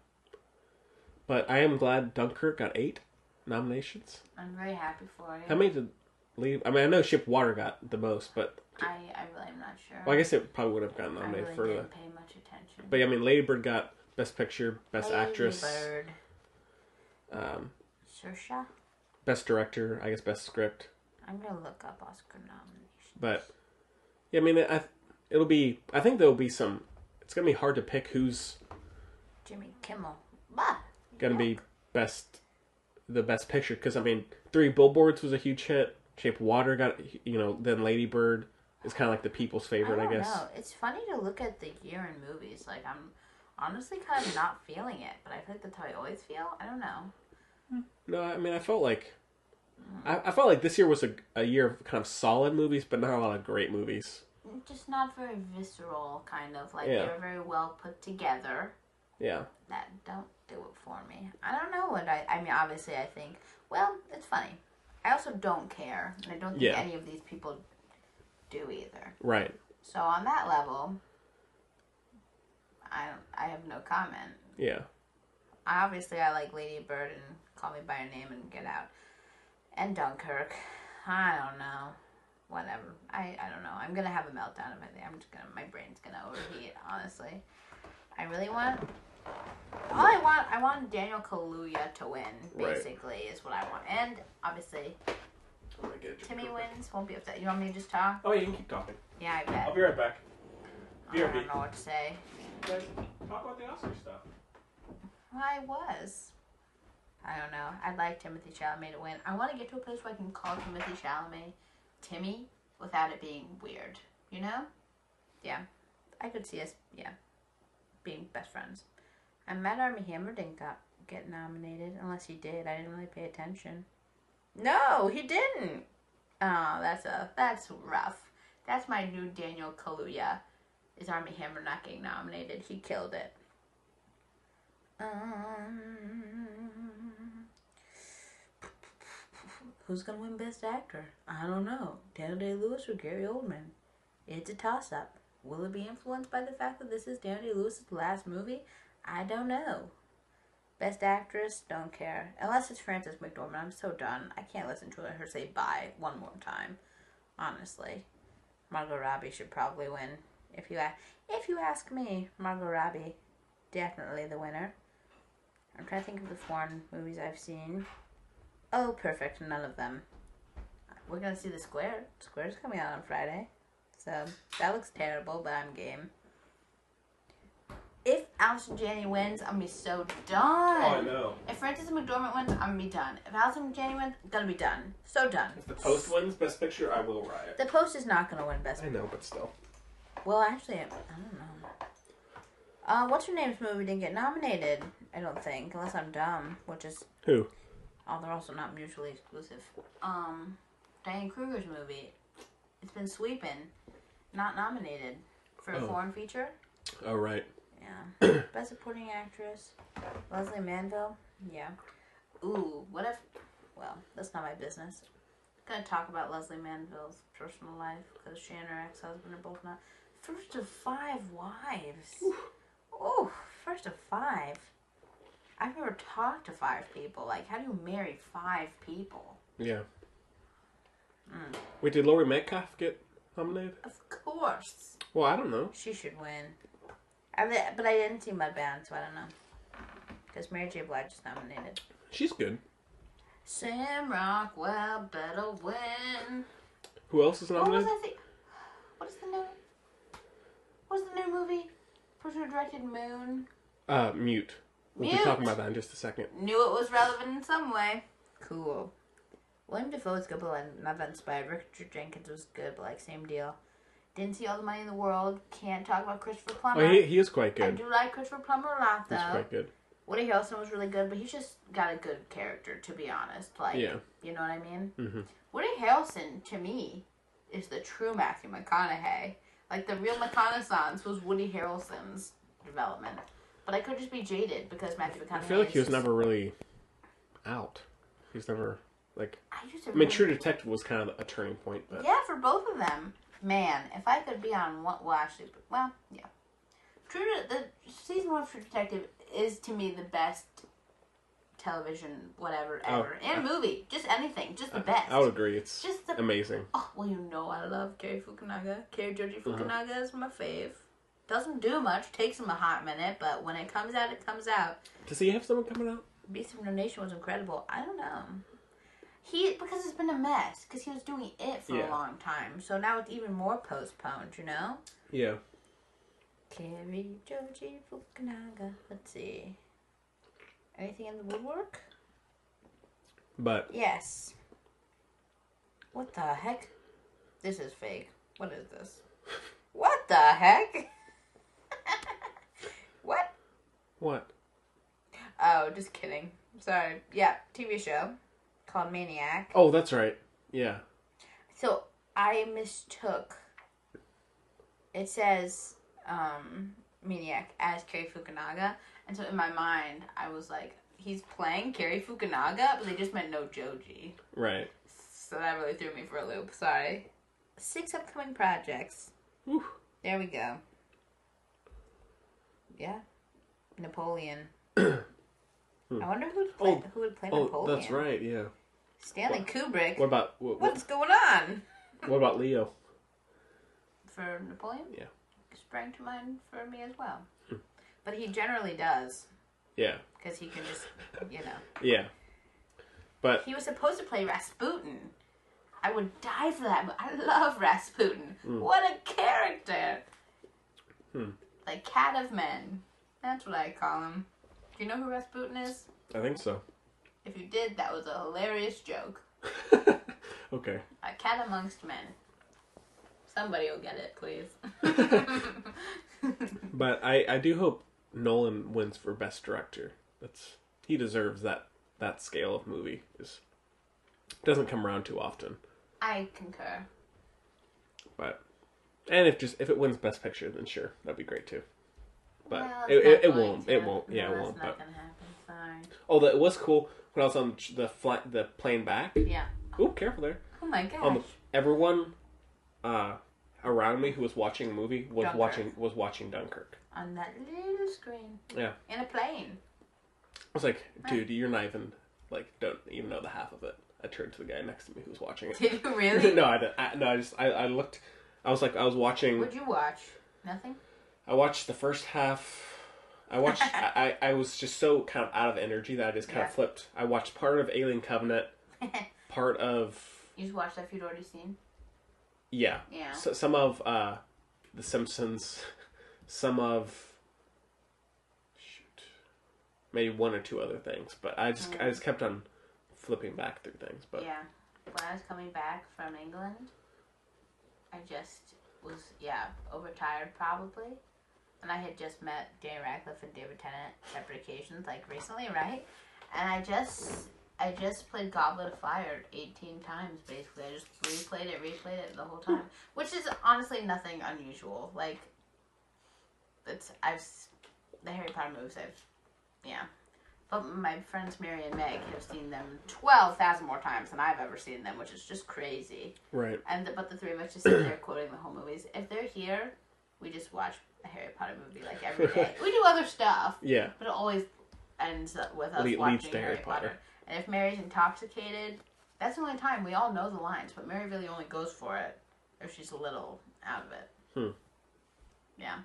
S1: But I am glad Dunkirk got eight nominations.
S2: I'm very happy for you.
S1: How many did leave? I mean, I know Ship Water got the most, but
S2: I I really am not sure.
S1: well, I guess it probably would have gotten
S2: I
S1: nominated
S2: really
S1: for the.
S2: didn't pay much attention.
S1: But yeah, I mean, Lady Bird got Best Picture, Best
S2: Lady
S1: Actress,
S2: Bird.
S1: um,
S2: Saoirse?
S1: Best Director, I guess Best Script.
S2: I'm gonna look up Oscar nominations.
S1: But yeah, I mean, I, it'll be. I think there'll be some. It's gonna be hard to pick who's
S2: Jimmy Kimmel. Bah.
S1: gonna be best the best picture because I mean, Three Billboards was a huge hit. Shape of Water got you know then Lady Bird is kind of like the people's favorite, I,
S2: don't
S1: guess.
S2: Know. It's funny to look at the year in movies. Like I'm honestly kind of not feeling it, but I feel like that's how I always feel. I don't know.
S1: No, I mean, I felt like I, I felt like this year was a, a year of kind of solid movies, but not a lot of great movies.
S2: just not very visceral, kind of like
S1: Yeah.
S2: they were very well put together.
S1: Yeah.
S2: That don't do it for me. I don't know what I. I mean, obviously, I think. Well, it's funny. I also don't care, and I don't think
S1: Yeah.
S2: any of these people do either.
S1: Right.
S2: So on that level, I I have no comment.
S1: Yeah.
S2: Obviously, I like Lady Bird and Call Me by Your Name and Get Out, and Dunkirk. I don't know. Whatever. I, I don't know. I'm gonna have a meltdown if I think I'm just gonna my brain's gonna overheat. Honestly, I really want. All I want, I want Daniel Kaluuya to win.
S1: Right.
S2: Basically, is what I want, and obviously
S1: I'm gonna get
S2: Timmy wins. Won't be upset. You want me to just talk?
S1: Oh, you can keep talking.
S2: Yeah, I bet.
S1: be right back.
S2: I don't know what to say.
S1: Guys, talk about the Oscar stuff.
S2: I was. I don't know. I'd like Timothy Chalamet to win. I want to get to a place where I can call Timothy Chalamet Timmy without it being weird. You know? Yeah. I could see us, yeah, being best friends. And Matt Army Hammer didn't got, get nominated, unless he did. I didn't really pay attention. No, he didn't. Oh, that's a that's rough. That's my new Daniel Kaluuya. Is Army Hammer not getting nominated? He killed it. Um, who's gonna win Best Actor? I don't know. Daniel Day Lewis or Gary Oldman? It's a toss up. Will it be influenced by the fact that this is Daniel Day Lewis's last movie? I don't know. Best Actress? Don't care. Unless it's Frances McDormand. I'm so done. I can't listen to her say bye one more time. Honestly, Margot Robbie should probably win. If you a- if you ask me, Margot Robbie definitely the winner. I'm trying to think of the foreign movies I've seen. Oh, perfect, none of them. We're gonna see The Square. Square's coming out on Friday. So that looks terrible, but I'm game. If Allison Janney wins, I'm gonna be so done.
S1: Oh, know.
S2: If Frances McDormand wins, I'm gonna be done. If Allison Janney wins, gonna be done. So done.
S1: If the post wins Best Picture, I will riot.
S2: The Post is not gonna win Best
S1: I know, but still.
S2: Well, actually, I don't know. Uh, what's her name's movie didn't get nominated? I don't think, unless I'm dumb, which is
S1: Who?
S2: oh, they're also not mutually exclusive. Um, Diane Kruger's movie, it's been sweeping, not nominated for a
S1: Oh.
S2: foreign feature.
S1: Oh, right.
S2: [CLEARS THROAT] Yeah, best supporting actress, Leslie Manville. Yeah. Ooh, what if? Well, that's not my business. I'm gonna talk about Leslie Manville's personal life because she and her ex-husband are both not. First of five wives. Oh, first of five. I've never talked to five people. Like, how do you marry five people?
S1: Yeah.
S2: Mm.
S1: Wait, did Laurie Metcalf get nominated?
S2: Of course,
S1: Well, I don't know.
S2: she should win. I mean, but I didn't see Mudbound, so I don't know. Because Mary J. Blige is nominated.
S1: She's good.
S2: Sam Rockwell better win.
S1: Who else is
S2: What was
S1: nominated?
S2: that thing? What is the new? What's the new movie? Person who directed Moon.
S1: Uh, Mute. We'll be
S2: Mute.
S1: talking about that in just a second.
S2: Knew it was relevant in some way. Cool. William Defoe's good, but like, not that inspired. Richard Jenkins was good, but like same deal. Didn't see all the money in the world. Can't talk about Christopher Plummer.
S1: Oh, he, he is quite
S2: Uh, I
S1: good.
S2: do like Christopher Plummer a lot though.
S1: He's quite good.
S2: Woody Harrelson was really good, but he's just got a good character, to be honest. Like,
S1: Yeah.
S2: you know what I mean?
S1: Mhm.
S2: Woody Harrelson, to me, is the true Matthew McConaughey. Like, the real reconnaissance was Woody Harrelson's development. But I could just be jaded because Matthew McConaughey.
S1: I feel like
S2: is
S1: he was
S2: just-
S1: never really out. He was never, like,
S2: I used to
S1: I mean,
S2: really-
S1: True Detective was kind of a turning point, but
S2: Yeah, for both of them. Man, if I could be on one, well, actually, well, yeah. True, De- the season one of True Detective is to me the best television, whatever,
S1: Oh, Uh,
S2: ever, and movie, just anything, just the best.
S1: I would agree. It's
S2: Just the-
S1: amazing.
S2: Oh, well, you know I love Kerry Fukunaga. Kerry Joji
S1: Uh-huh.
S2: Fukunaga is my fave. Doesn't do much, takes him a hot minute, but when it comes out, it comes out.
S1: Does he have someone coming out?
S2: Beast of No Nation was incredible. I don't know. He because it's been a mess because he was doing it for
S1: Yeah.
S2: a long time, so now it's even more postponed. You know.
S1: Yeah.
S2: Kerry Joji Fukunaga. Let's see. Anything in the woodwork?
S1: But
S2: Yes. What the heck? This is fake. What is this? What the heck? [LAUGHS] what?
S1: what?
S2: Oh, just kidding. Sorry. Yeah, TV show called Maniac.
S1: Oh, that's right. Yeah.
S2: So I mistook it says um, Maniac as Kerry Fukunaga, and so in my mind I was like, he's playing Kerry Fukunaga, but they just meant no Joji.
S1: Right.
S2: So that really threw me for a loop. Sorry. Six upcoming projects.
S1: Whew.
S2: There we go. Yeah,
S1: [COUGHS]
S2: Napoleon. I wonder who would play,
S1: Hmm. Oh,
S2: who would play
S1: Oh,
S2: Napoleon.
S1: that's right. Yeah.
S2: Stanley Kubrick.
S1: What about what, what,
S2: What's going on?
S1: what about Leo?
S2: For Napoleon?
S1: Yeah. Hmm.
S2: Sprang to mind for me as well. But he generally does,
S1: Yeah.
S2: because he can just, you know.
S1: Yeah. But
S2: He was supposed to play Rasputin. I would die for that. mo- I love Rasputin. What a character!
S1: Hmm.
S2: The Cat of Men. That's what I call him. Do you know who Rasputin is?
S1: I think so.
S2: If you did, that was a hilarious joke.
S1: okay.
S2: A cat amongst men. Somebody will get it, please. [LAUGHS]
S1: But I I do hope Nolan wins for best director. That's he deserves that that scale of movie. Is doesn't come around too often.
S2: I concur.
S1: But and if just if it wins best picture, then sure, that'd be great too. But
S2: Well, it's
S1: it, it,
S2: not
S1: it
S2: going
S1: won't.
S2: to.
S1: It won't.
S2: No,
S1: Yeah, it
S2: that's
S1: won't.
S2: not
S1: But
S2: gonna happen. Sorry.
S1: although it was cool when I was on the fly, the plane back.
S2: Yeah.
S1: Oh, careful there.
S2: Oh my gosh.
S1: Um, everyone uh, around me who was watching the movie was
S2: Dunkirk.
S1: watching was watching Dunkirk.
S2: On that little screen.
S1: Yeah.
S2: In a plane. [LAUGHS]
S1: I was like,
S2: Uh.
S1: dude, you're not even like don't even know the half of it. I turned to the guy next to me who was watching it.
S2: Did you really?
S1: [LAUGHS] no, I, didn't- I no, I just I, I looked. I was like, I was watching.
S2: What'd you watch? Nothing.
S1: I watched the first half. I
S2: [LAUGHS]
S1: watched. I, I I was just so kind of out of energy that I just kind
S2: Yeah.
S1: of flipped. I watched part of Alien
S2: [LAUGHS]
S1: Covenant, part of
S2: You just watched stuff you'd already seen.
S1: Yeah.
S2: Yeah.
S1: So, some of uh, The Simpsons, some of shoot, maybe one or two other things. But I just
S2: Mm.
S1: I just kept on flipping back through things. But
S2: Yeah. When I was coming back from England, I just was yeah overtired probably, and I had just met Dan Radcliffe and David Tennant separate occasions like recently, right? And I just I just played Goblet of Fire eighteen times basically. I just replayed it, replayed it the whole time, which is honestly nothing unusual. Like that's I've s- the Harry Potter movies I've yeah. But my friends Mary and Meg have seen them twelve thousand more times than I've ever seen them, which is just crazy.
S1: right.
S2: And the, but the three of us just sit there quoting the whole movies. If they're here, we just watch a Harry Potter movie like every day. we do other stuff,
S1: Yeah.
S2: but it always ends up with us
S1: Le- leads
S2: watching
S1: to
S2: Harry,
S1: Harry
S2: Potter.
S1: Potter.
S2: And if Mary's intoxicated, that's the only time we all know the lines. But Mary really only goes for it if she's a little out of it.
S1: Hmm.
S2: Yeah.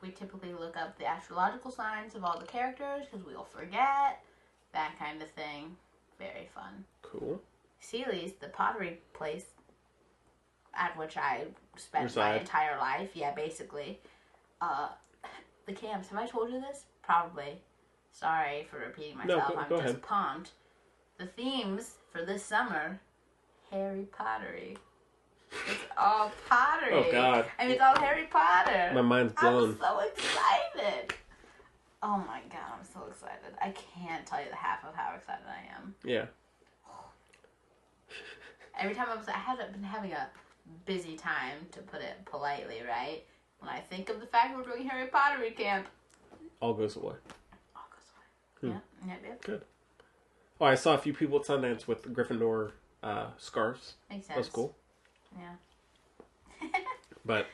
S2: We typically look up the astrological signs of all the characters because we'll forget that kind of thing. Very fun.
S1: Cool.
S2: Sealy's, the pottery place at which I spent my
S1: Reside.
S2: entire life. Yeah, basically. Uh, the cams. Have I told you this? Probably. Sorry for repeating
S1: go-
S2: myself. I'm
S1: go
S2: just
S1: ahead.
S2: pumped. The themes for this summer, Harry Pottery. It's
S1: [LAUGHS]
S2: all pottery.
S1: Oh, God.
S2: I mean, it's all Harry Potter.
S1: My mind's blown.
S2: I'm so excited. Oh my god, I'm so excited. I can't tell you the half of how excited I am.
S1: Yeah.
S2: Every time I was, I had been having a busy time, to put it politely, right? When I think of the fact we're doing Harry Potter camp,
S1: All goes away.
S2: all goes away.
S1: Hmm.
S2: Yeah, yep, yep.
S1: Good. Oh, I saw a few people at Sundance with Gryffindor uh, scarves.
S2: Makes sense.
S1: That was cool.
S2: Yeah.
S1: But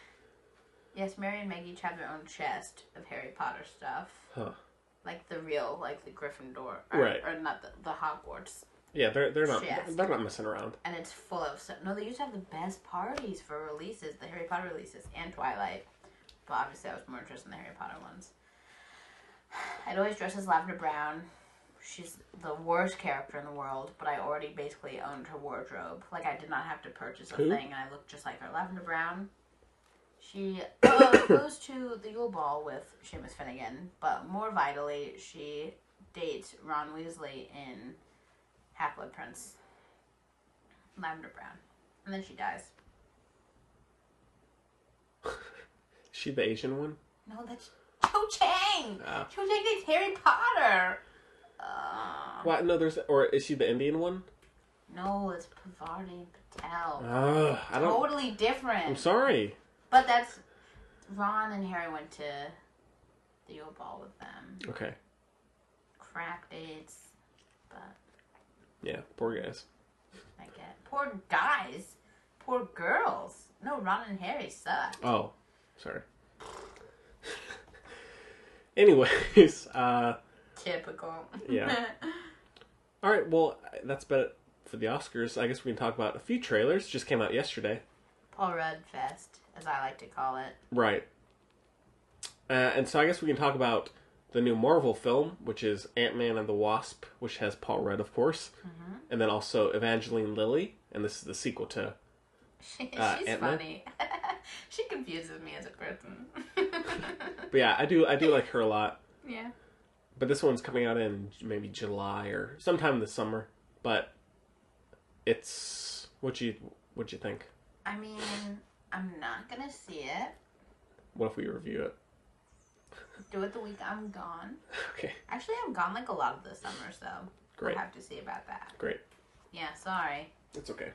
S2: Yes, Mary and Meg each have their own chest of Harry Potter stuff.
S1: Huh.
S2: Like the real, like the Gryffindor. Or,
S1: Right.
S2: Or not the, the Hogwarts.
S1: yeah, they're they're not
S2: Yes.
S1: they're not messing around.
S2: And it's full of stuff. No, they used to have the best parties for releases, the Harry Potter releases and Twilight. But obviously, I was more interested in the Harry Potter ones. [SIGHS] I'd always dress as Lavender Brown. She's the worst character in the world, but I already basically owned her wardrobe. Like, I did not have to purchase a
S1: Who?
S2: thing, and I looked just like her. Lavender Brown. She [COUGHS] uh, goes to the Yule Ball with Seamus Finnegan, but more vitally, she dates Ron Weasley in Half Blood Prince. Lavender Brown. And then she dies.
S1: Is she the Asian one?
S2: No, that's Cho Chang!
S1: Ah.
S2: Cho Chang dates Harry Potter! Uh,
S1: What? No, there's or is she the Indian one?
S2: no, it's Pavarti Patel.
S1: Uh, I don't.
S2: Totally different.
S1: I'm sorry.
S2: But that's Ron and Harry went to the Yule Ball with them.
S1: Okay.
S2: Crack dates, but
S1: Yeah. Poor guys.
S2: I get poor guys, poor girls. No, Ron and Harry suck.
S1: Oh, sorry. [LAUGHS] Anyways, [LAUGHS] uh, [LAUGHS]
S2: Typical. [LAUGHS]
S1: yeah. All right. Well, that's about it for the Oscars. I guess we can talk about a few trailers. Just came out yesterday.
S2: Paul Rudd Fest, as I like to call it.
S1: Right. Uh, and so I guess we can talk about the new Marvel film, which is Ant Man and the Wasp, which has Paul Rudd, of course,
S2: Mm-hmm.
S1: and then also Evangeline Lilly, and this is the sequel to.
S2: She, [LAUGHS]
S1: Uh,
S2: she's
S1: Ant-Man?
S2: funny. she confuses me as a person. [LAUGHS]
S1: But yeah, I do I do like her a lot.
S2: yeah.
S1: But this one's coming out in maybe July or sometime this summer. But it's what you what you think?
S2: I mean, I'm not gonna see it.
S1: What if we review it? [LAUGHS]
S2: Do it the week I'm gone.
S1: Okay,
S2: Actually, I'm gone like a lot of the summer, so I
S1: great,
S2: have to see about that.
S1: great.
S2: Yeah, sorry.
S1: It's okay.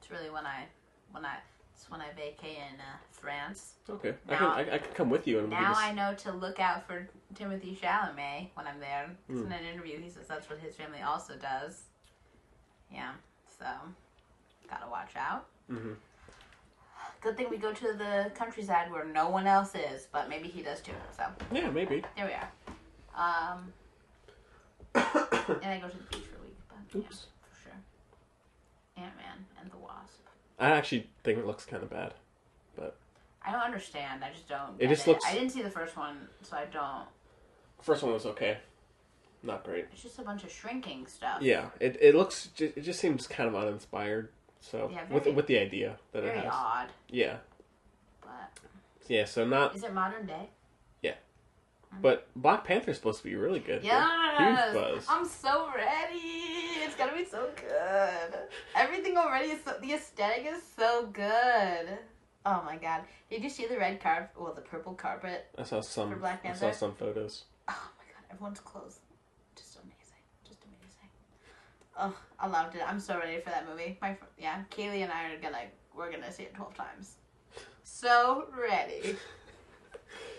S2: It's really when I, when I, it's when I vacay in uh, France.
S1: Okay, I can
S2: Now-
S1: I, I can come with you and we can
S2: Now I
S1: just,
S2: know to look out for Timothy Chalamet when I'm there. It's
S1: Hmm.
S2: in an interview. He says that's what his family also does. Yeah, so gotta watch out.
S1: Mhm.
S2: Good thing we go to the countryside where no one else is, but maybe he does too. So
S1: yeah maybe.
S2: there we are. Um, and I go to the beach for a week, but yeah,
S1: Oops.
S2: for sure. Ant Man and the Wasp.
S1: I actually think it looks kind of bad.
S2: I don't understand. I just don't.
S1: It
S2: get
S1: just looks-
S2: I didn't see the first one, so I don't.
S1: First one was okay, not great.
S2: It's just a bunch of shrinking stuff.
S1: Yeah, it it looks ju- it just seems kind of uninspired. So
S2: Yeah,
S1: with
S2: very-
S1: with the idea that it
S2: Very
S1: has,
S2: odd.
S1: yeah,
S2: But
S1: yeah. So not,
S2: is it modern day?
S1: but Black Panther's supposed to be really good.
S2: Yes.
S1: huge buzz.
S2: I'm so ready. It's gonna be so good. Everything already is so, the aesthetic is so good. Oh my god. Did you see the red carpet? Well, the purple carpet.
S1: I saw
S2: For
S1: some.
S2: Black
S1: I saw
S2: Panther?
S1: some photos.
S2: Oh my god. Everyone's clothes. Just amazing. Just amazing. Oh, I loved it. I'm so ready for that movie. My fr- yeah, Kaylee and I are gonna we're gonna see it twelve times. So ready.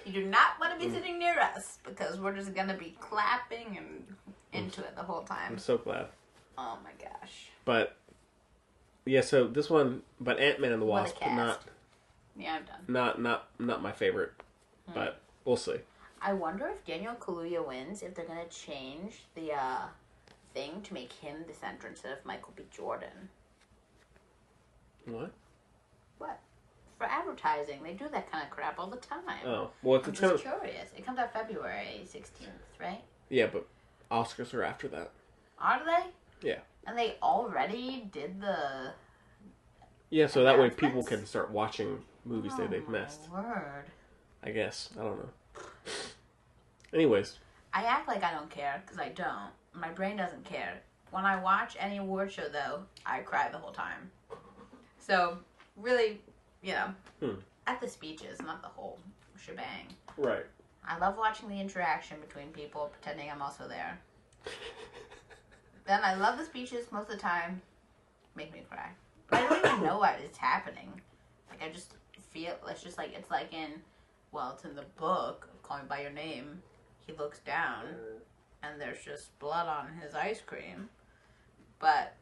S2: You do not want to be sitting near us because we're just gonna be clapping and into it the whole time.
S1: I'm so glad.
S2: Oh my gosh.
S1: But yeah, so this one, but Ant Man and the
S2: What a
S1: Wasp,
S2: cast.
S1: not
S2: Yeah, I'm done.
S1: not not not my favorite.
S2: Hmm.
S1: But we'll see.
S2: I wonder if Daniel Kaluuya wins if they're gonna change the uh, thing to make him the center instead of Michael B. Jordan.
S1: What?
S2: What? For advertising, they do that kind of crap all the time.
S1: Oh, well, it's,
S2: I'm
S1: it's kind
S2: just
S1: of
S2: curious. It comes out February 16th, right?
S1: yeah, but Oscars are after that.
S2: Are they?
S1: Yeah.
S2: And they already did the
S1: Yeah, so that way
S2: Announcements?
S1: people can start watching movies that they've missed.
S2: Oh word.
S1: I guess I don't know. [LAUGHS] Anyways,
S2: I act like I don't care because I don't. My brain doesn't care. When I watch any award show, though, I cry the whole time. So, really, you know,
S1: Hmm.
S2: at the speeches, not the whole shebang.
S1: right?
S2: I love watching the interaction between people, pretending I'm also there. then I love the speeches most of the time. Make me cry. But I don't even know what is happening. Like, I just feel, it's just like, it's like in, well, it's in the book, Call Me By Your Name. He looks down, and there's just blood on his ice cream. But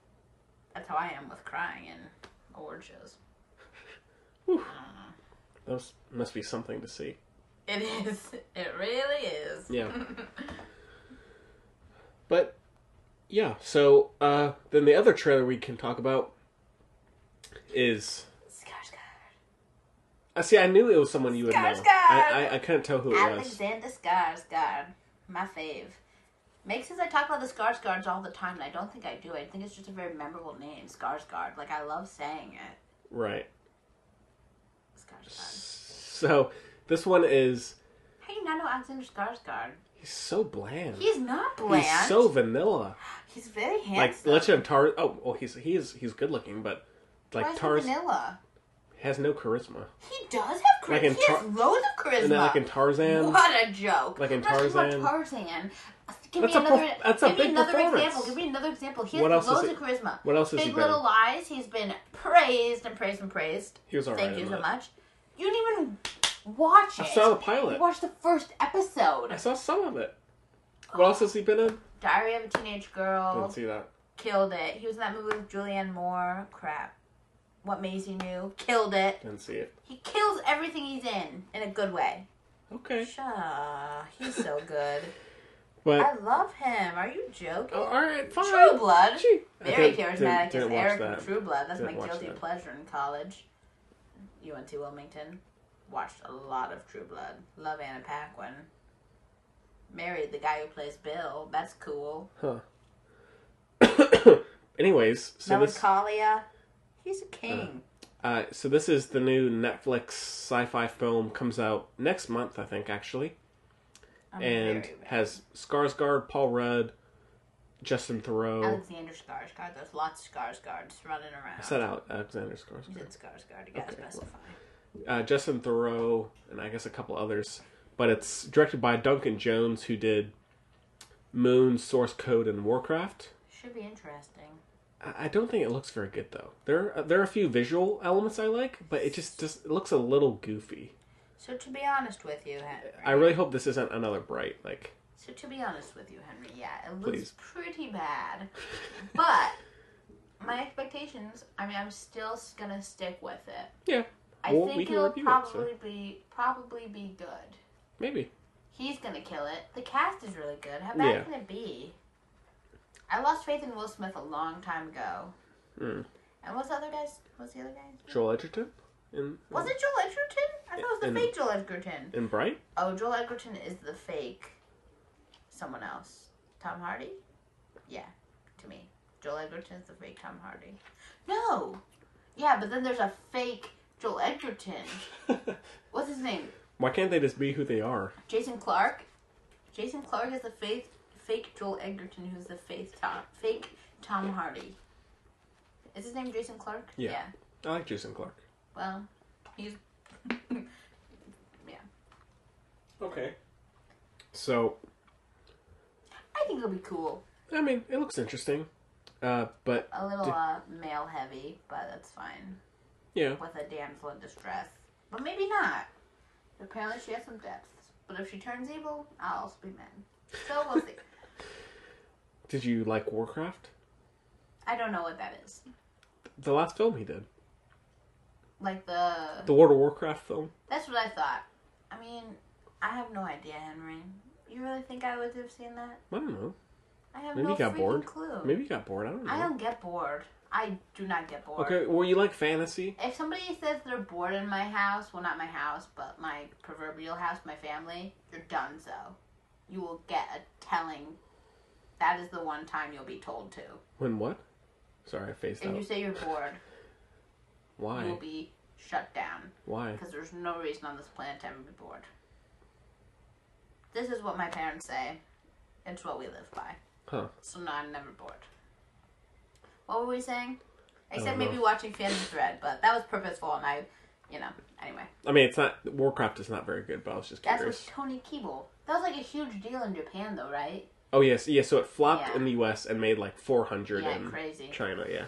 S2: that's how I am with crying in award shows.
S1: That was- must be something to see.
S2: It is. [LAUGHS] It really is. [LAUGHS]
S1: Yeah. But yeah, so uh, then the other trailer we can talk about is
S2: Skarsgård.
S1: I see. I knew it was someone you would know.
S2: Skarsgård!
S1: I, I I couldn't tell who it was.
S2: Alexander Skarsgård, my fave. Makes sense. I talk about the Skarsgårds all the time, and I don't think I do. I think it's just a very memorable name, Skarsgård. Like I love saying it,
S1: Right.
S2: Skarsgård.
S1: So this one is
S2: How do you not know Alexander Skarsgård?
S1: he's so bland.
S2: He's not bland.
S1: He's so vanilla.
S2: He's very
S1: Like
S2: handsome.
S1: let's have Tar. Oh, well, he's he is he's good looking, but
S2: Why
S1: like
S2: is he
S1: Tars
S2: vanilla?
S1: has no charisma.
S2: He does have
S1: Like
S2: charisma.
S1: in
S2: he
S1: Tar-
S2: has loads of charisma.
S1: And then like in Tarzan,
S2: What a joke!
S1: Like in
S2: We're not talking about Tarzan. Give
S1: That's a
S2: me another.
S1: perf- that's a
S2: give me
S1: big
S2: another
S1: performance.
S2: example. Give me another example. He has
S1: What else is
S2: loads
S1: he-
S2: of charisma.
S1: what else has
S2: Big
S1: he been?
S2: Little Lies. He's been praised and praised and praised.
S1: He was alright
S2: Thank you
S1: in
S2: so
S1: that.
S2: much. You didn't even Watch
S1: I
S2: it.
S1: saw the pilot.
S2: Watch the first
S1: I
S2: episode.
S1: saw some of it. What else has he been in?
S2: Diary of a Teenage Girl.
S1: Didn't see that.
S2: Killed it. He was in that movie with Julianne Moore. Crap. What Maisie knew. Killed it.
S1: Didn't see it.
S2: He kills everything he's in in a good way.
S1: Okay,
S2: Shaw, he's so good.
S1: but
S2: I love him. Are you joking?
S1: oh, all right, fine.
S2: True Blood.
S1: Gee. I
S2: Very
S1: didn't-
S2: charismatic
S1: didn't-
S2: is
S1: didn't watch
S2: Eric
S1: that.
S2: from True Blood. That's
S1: Didn't
S2: my
S1: watch
S2: guilty
S1: that.
S2: pleasure in college. UNT Wilmington. Watched a lot of True Blood. Love Anna Paquin. Married the guy who plays Bill. That's cool.
S1: Anyways, so this
S2: Melancholia. He's a king.
S1: uh, so this is the new Netflix sci-fi film comes out next month, I think actually,
S2: I'm
S1: and
S2: very bad.
S1: has Skarsgård, Paul Rudd, Justin Thoreau.
S2: Alexander Skarsgård. There's lots of Skarsgårds running around.
S1: I said Al- Alexander
S2: You
S1: Skarsgård,
S2: said Skarsgård. You gotta
S1: Okay, well.
S2: specify.
S1: uh, Justin Thoreau, and I guess a couple others. But it's directed by Duncan Jones, who did Moon, Source Code, and Warcraft.
S2: Should be interesting.
S1: I I don't think it looks very good though. There, are- there are a few visual elements I like, but it just just it looks a little goofy.
S2: So to be honest with you, Henry.
S1: I really hope this isn't another bright. Like,
S2: So to be honest with you, Henry, yeah, it
S1: Please.
S2: looks pretty
S1: [LAUGHS]
S2: bad. But my expectations, I mean, I'm still s- gonna stick with it.
S1: yeah,
S2: I
S1: Well, we
S2: think
S1: can
S2: it'll
S1: review it, so.
S2: probably be probably be good.
S1: maybe.
S2: He's gonna kill it. The cast is really good. How bad
S1: Yeah.
S2: can it be? I lost faith in Will Smith a long time ago.
S1: Mm.
S2: And what's the other guy's? What's the other guy's?
S1: Joel Edgerton in
S2: Was it Joel Edgerton? I thought it was the
S1: And-
S2: fake Joel Edgerton.
S1: in Bright. [LAUGHS]
S2: Oh, Joel Edgerton is the fake. Someone else. Tom Hardy? Yeah, to me. Joel Edgerton is the fake Tom Hardy. No! Yeah, but then there's a fake Joel Edgerton. What's his name?
S1: Why can't they just be who they are?
S2: Jason Clark? Jason Clark is the fake, fake Joel Edgerton, who's the fake Tom, fake Tom Hardy. Is his name Jason Clark?
S1: Yeah. I like Jason Clark.
S2: Well, he's.
S1: Okay. So
S2: I think it'll be cool.
S1: I mean, it looks interesting, uh, but
S2: A little
S1: Do-
S2: uh, male heavy, but that's fine.
S1: yeah,
S2: with a damsel in distress. But maybe not. Apparently she has some depth. But if she turns evil, I'll also be mad. So we'll see.
S1: did you like Warcraft?
S2: I don't know what that is.
S1: The last film he did,
S2: Like the
S1: the World of Warcraft film.
S2: that's what I thought. I mean, I have no idea, Henry. You really think I would have seen that?
S1: I don't know.
S2: I have
S1: Maybe
S2: no
S1: you got
S2: freaking
S1: bored.
S2: clue.
S1: Maybe you got bored. I don't know.
S2: I don't get bored. I do not get bored.
S1: Okay, well, you like fantasy?
S2: If somebody says they're bored in my house, well, not my house, but my proverbial house, my family, you're done so. You will get a telling. That is the one time you'll be told to.
S1: When what? Sorry, I phased
S2: If you
S1: out.
S2: say you're bored, you will
S1: Why?
S2: be shut down.
S1: Why?
S2: Because there's no reason on this planet to ever be bored. This is what my parents say. It's what we live by.
S1: Huh.
S2: So no, I'm never bored. What were we saying? Except
S1: don't know.
S2: maybe watching Phantom Thread, but that was purposeful, and I, you know, anyway.
S1: I mean, it's not Warcraft is not very good, but I was just
S2: That's
S1: curious.
S2: with Tony Keeble. That was like a huge deal in Japan, though, right?
S1: Oh yes, yeah. So it flopped
S2: Yeah.
S1: in the U.S. and made like 400
S2: Yeah,
S1: in
S2: crazy.
S1: um, China. Yeah.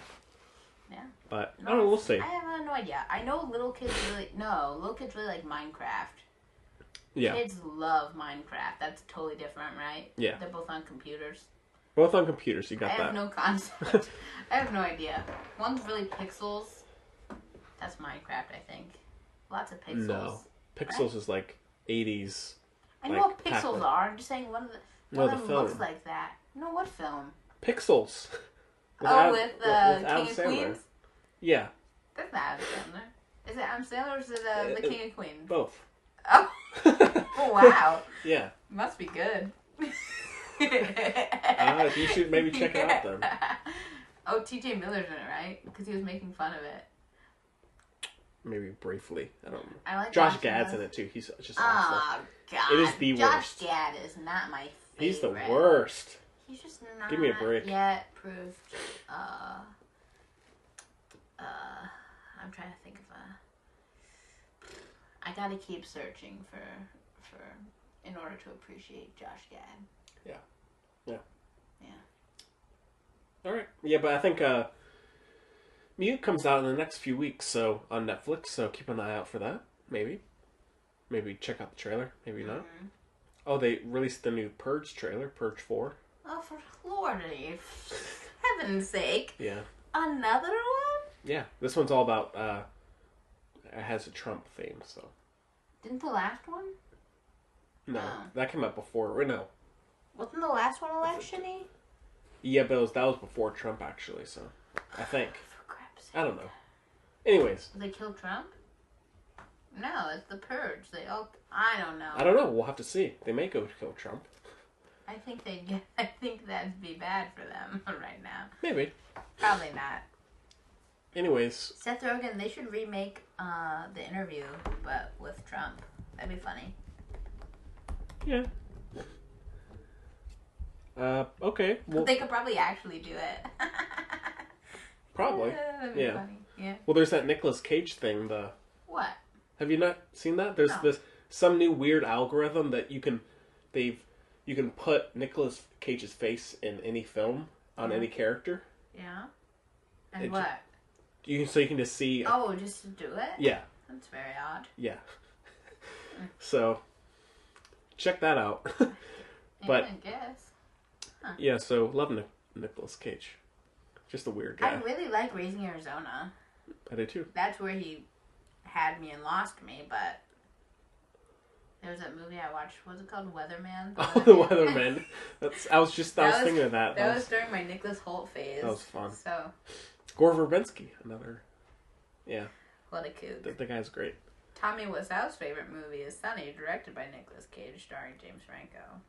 S2: Yeah.
S1: But I don't know. We'll see.
S2: I have uh, no idea. I know little kids really no little kids really like Minecraft.
S1: Yeah.
S2: Kids love Minecraft. That's totally different, right?
S1: Yeah.
S2: They're both on computers.
S1: Both on computers. You
S2: I
S1: got
S2: have
S1: that.
S2: no [LAUGHS] concept. I have no idea. One's really pixels. That's Minecraft, I think. Lots of pixels.
S1: No. Pixels is like 80s.
S2: I know
S1: Like
S2: what pixels
S1: Pac-Man.
S2: are. I'm just saying one of the
S1: No,
S2: one
S1: the
S2: of them
S1: film.
S2: looks like that. No, what film?
S1: Pixels. [LAUGHS]
S2: oh, with
S1: with
S2: uh,
S1: Adam
S2: King of
S1: Sandler.
S2: Queens.
S1: Yeah,
S2: That's not Adam Sandler. Is it Adam Sandler or is it uh, the
S1: Uh,
S2: King of Queens?
S1: both. [LAUGHS]
S2: Oh, oh, [LAUGHS] wow.
S1: yeah.
S2: Must be good.
S1: Uh, you should maybe check it out then.
S2: [LAUGHS] Oh, TJ Miller's in it, right? Because he was making fun of it.
S1: Maybe briefly. I don't know.
S2: I like
S1: Josh
S2: watching
S1: Gad's
S2: those.
S1: in it too. He's just awful.
S2: Oh, God.
S1: It is the
S2: Josh
S1: worst.
S2: Gad is not my favorite.
S1: He's the worst.
S2: He's just not
S1: Give me a break.
S2: yet proved. Uh, uh, I'm trying to think of a. I gotta keep searching for for in order to appreciate Josh Gad.
S1: All right. Yeah, but I think uh, Mute comes out in the next few weeks, so on Netflix. So keep an eye out for that. Maybe, maybe check out the trailer. Maybe not.
S2: Mm-hmm.
S1: Oh, they released the new Purge trailer, Purge Four.
S2: Oh, for Lordy, [LAUGHS] heaven's sake,
S1: Yeah,
S2: another one?
S1: yeah. This one's all about. uh It has a Trump theme, so
S2: Didn't the last one?
S1: no,
S2: Oh.
S1: that came out before. Or no,
S2: Wasn't the last one electiony?
S1: yeah, but it was, that was before Trump actually. So I think
S2: For crap's sake.
S1: I don't know. Anyways,
S2: They killed Trump? No, it's the purge. They all. I don't know.
S1: I don't know. We'll have to see. They may go kill Trump.
S2: I think they. would get. [LAUGHS] I think that'd be bad for them [LAUGHS] right now.
S1: Maybe.
S2: Probably not.
S1: Anyways,
S2: Seth Rogen. They should remake uh, the interview, but with Trump. That'd be funny.
S1: yeah. Uh, okay. Well,
S2: they could probably actually do it. [LAUGHS]
S1: probably.
S2: That'd be
S1: Yeah.
S2: Funny. Yeah.
S1: Well, there's that Nicolas Cage thing. The
S2: What?
S1: have you not seen that? There's
S2: No.
S1: this some new weird algorithm that you can they've you can put Nicolas Cage's face in any film on
S2: Mm-hmm.
S1: any character.
S2: Yeah. And
S1: It ju-
S2: what?
S1: You can, so you can just see.
S2: Oh, just to do it?
S1: Yeah,
S2: That's very odd.
S1: yeah. [LAUGHS] so check that out. [LAUGHS] But-
S2: yeah, I guess.
S1: yeah, so love Nic- Nicolas Cage. Just a weird guy.
S2: I really like Raising Arizona.
S1: I do too.
S2: That's where he had me and lost me, but there was that movie I watched. What was it called? Weatherman?
S1: [LAUGHS] Oh, the
S2: [LAUGHS]
S1: Weatherman. That's. I was just. I
S2: That
S1: was,
S2: was-
S1: thinking of that.
S2: that was during my Nicholas Holt phase.
S1: That was fun.
S2: So,
S1: Gore Verbinski. Another. Yeah,
S2: what a coup.
S1: the, the guy's great.
S2: Tommy Wiseau's favorite movie is Sunny, directed by Nicolas Cage, starring James Franco.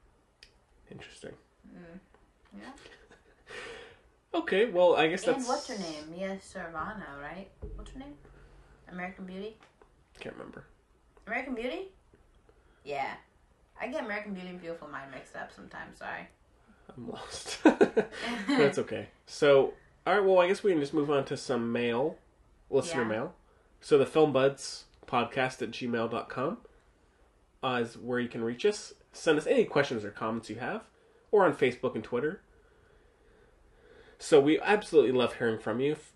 S1: Interesting.
S2: Mm. yeah.
S1: [LAUGHS] Okay, well, I guess that's.
S2: And what's her name? Mia Sorvano, right? What's her name? American Beauty?
S1: Can't remember.
S2: American Beauty? Yeah. I get American Beauty and Beautiful Mind mixed up sometimes, sorry.
S1: I'm lost. [LAUGHS] that's okay. So, all right. Well, I guess we can just move on to some mail, listener
S2: Yeah.
S1: mail. So the Film Buds podcast at gmail.com uh, is where you can reach us. Send us any questions or comments you have, or on Facebook and Twitter. So we absolutely love hearing from you, f-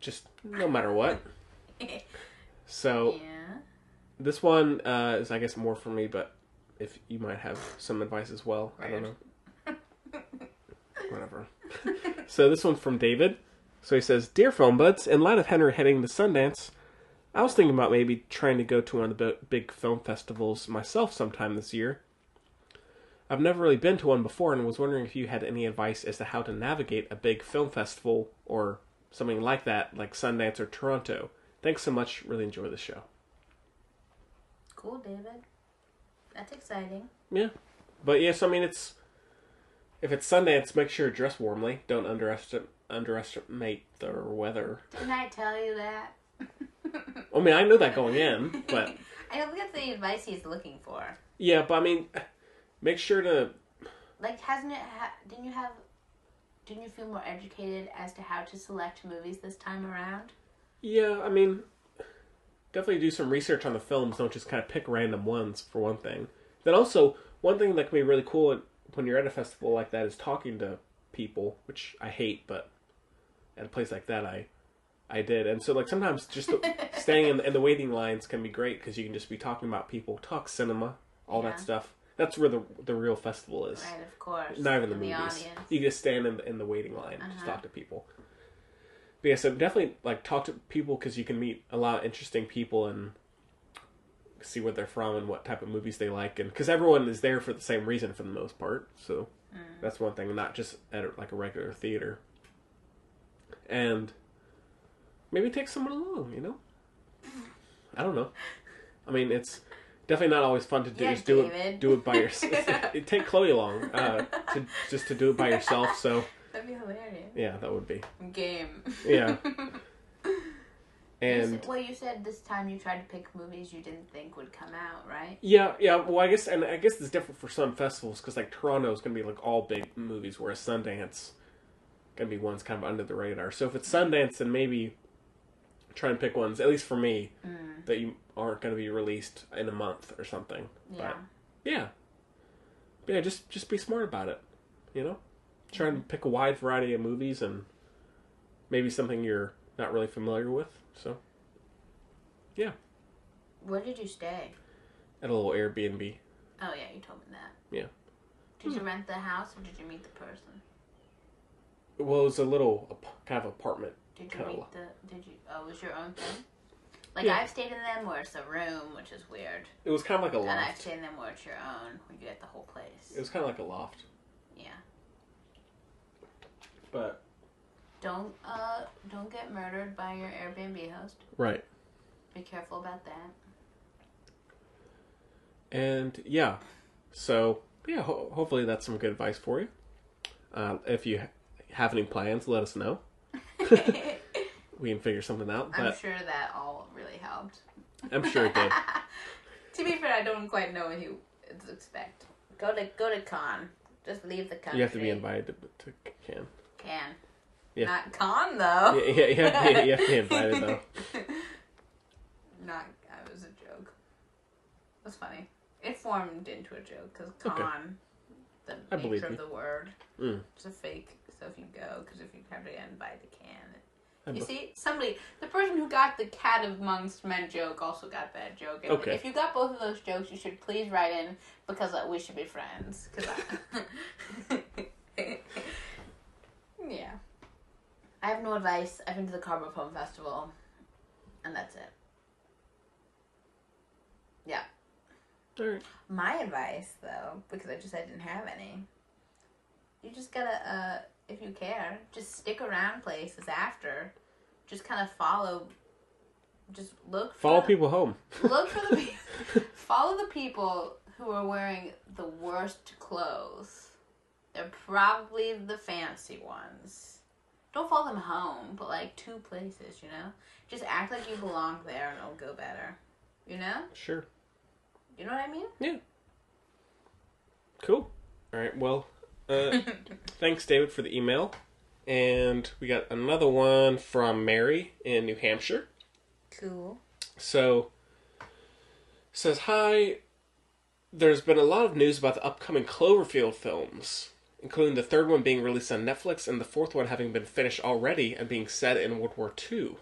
S1: just no matter what. So
S2: Yeah.
S1: This one uh, is, I guess, more for me, but if you might have some advice as well, I don't know. Whatever. so this one's from David. So he says, "Dear film buds, in light of Henry heading to Sundance, I was thinking about maybe trying to go to one of the bi- big film festivals myself sometime this year. I've never really been to one before, and was wondering if you had any advice as to how to navigate a big film festival or something like that, like Sundance or Toronto. Thanks so much. Really enjoy the show."
S2: Cool, David. That's exciting.
S1: Yeah. But yes, I mean it's if it's Sundance, make sure you dress warmly. Don't underestimate underestimate the weather.
S2: Didn't I tell you that?
S1: I mean, I know that going in, but
S2: I don't think that's the advice he's looking for.
S1: yeah, but I mean, make sure to
S2: Like, hasn't it? Ha- didn't you have? Didn't you feel more educated as to how to select movies this time around?
S1: yeah, I mean, definitely do some research on the films. Don't just kind of pick random ones for one thing. Then also, one thing that can be really cool when you're at a festival like that is talking to people, which I hate, but at a place like that, I I did. And so, like, sometimes just
S2: [LAUGHS]
S1: the, staying in, in the waiting lines can be great because you can just be talking about people, talk cinema, all
S2: Yeah.
S1: that stuff. That's where the the real festival is.
S2: Right, of course.
S1: Not even the
S2: In
S1: movies.
S2: audience. Uh-huh.
S1: you just stand in the, in the waiting line, just talk to people. But yeah, so definitely like talk to people because you can meet a lot of interesting people and see where they're from and what type of movies they like, and because everyone is there for the same reason for the most part. So
S2: Mm.
S1: that's one thing, not just at a, like a regular theater. And maybe take someone along, you know. I don't know. I mean, it's definitely not always fun to do.
S2: Yeah,
S1: just do
S2: David.
S1: it. Do it by
S2: [LAUGHS]
S1: yourself. [LAUGHS] take Chloe along uh, to just to do it by yourself. So
S2: That'd be hilarious.
S1: yeah, that would be
S2: Game. [LAUGHS]
S1: yeah.
S2: You
S1: And
S2: said- well, you said this time you tried to pick movies you didn't think would come out, right?
S1: yeah, yeah. Well, I guess and I guess it's different for some festivals because like Toronto is going to be like all big movies, whereas Sundance going to be ones kind of under the radar. So if it's Sundance, then maybe try and pick ones at least for me that you aren't going to be released in a month or something.
S2: Yeah.
S1: But yeah, But yeah. Just just be smart about it. You know, try and pick a wide variety of movies and maybe something you're not really familiar with. So yeah.
S2: Where did you stay?
S1: at a little Airbnb.
S2: Oh yeah, you told me that.
S1: Yeah. Hmm.
S2: Did you rent the house or did you meet the person?
S1: Well, it was a little ap- kind of apartment.
S2: Did you
S1: Kinda
S2: meet
S1: lo-
S2: the? Did you? Oh, it was your own thing. Like
S1: Yeah.
S2: I've stayed in them where it's a room, which is weird,
S1: It was kind of like a
S2: and I've
S1: loft.
S2: stayed in them where it's your own, where you get the whole place.
S1: It was kind of like a loft,
S2: yeah.
S1: but
S2: Don't uh, don't get murdered by your Airbnb host.
S1: right.
S2: Be careful about that.
S1: And yeah, so yeah, ho- hopefully that's some good advice for you. Uh, if you ha- have any plans, let us
S2: [LAUGHS]
S1: know. we can figure something out.
S2: I'm
S1: But
S2: sure that all really helped.
S1: I'm sure it did.
S2: To be fair, I don't quite know what you expect. Go to go to con. Just leave the country.
S1: You have to be invited to, to Can.
S2: Can.
S1: Yeah.
S2: Not con though.
S1: Yeah, yeah, you, have to be, you have to be invited
S2: [LAUGHS]
S1: though. [LAUGHS]
S2: Not. That was a joke. That's funny. It formed into a joke because
S1: Okay.
S2: con,
S1: I
S2: the
S1: believe
S2: nature of
S1: you.
S2: the word,
S1: Mm.
S2: it's a fake. So if you go, because if you have to invite the can,
S1: I be-
S2: You see, somebody, the person who got the cat amongst men joke also got that joke. And
S1: Okay.
S2: If you got both of those jokes, you should please write in because uh, we should be friends. 'Cause I... [LAUGHS] yeah. I have no advice. I've been to the Carbo Poem Festival, and that's it. Yeah.
S1: All right.
S2: My advice, though, because I just I didn't have any. You just gotta, uh, if you care, just stick around places after. Just kind of follow. Just look. For
S1: Follow
S2: the-
S1: people home. [LAUGHS]
S2: Look for the people. follow the people who are wearing the worst clothes. They're probably the fancy ones. Don't follow them home, but like two places, you know. Just act like you belong there, and it'll go better. You know.
S1: Sure.
S2: You know what I mean?
S1: Cool. All right. Well, uh, thanks, David, for the email. And we got another one from Mary in New Hampshire.
S2: Cool.
S1: So says hi. There's been a lot of news about the upcoming Cloverfield films, including the third one being released on Netflix and the fourth one having been finished already and being set in World War II.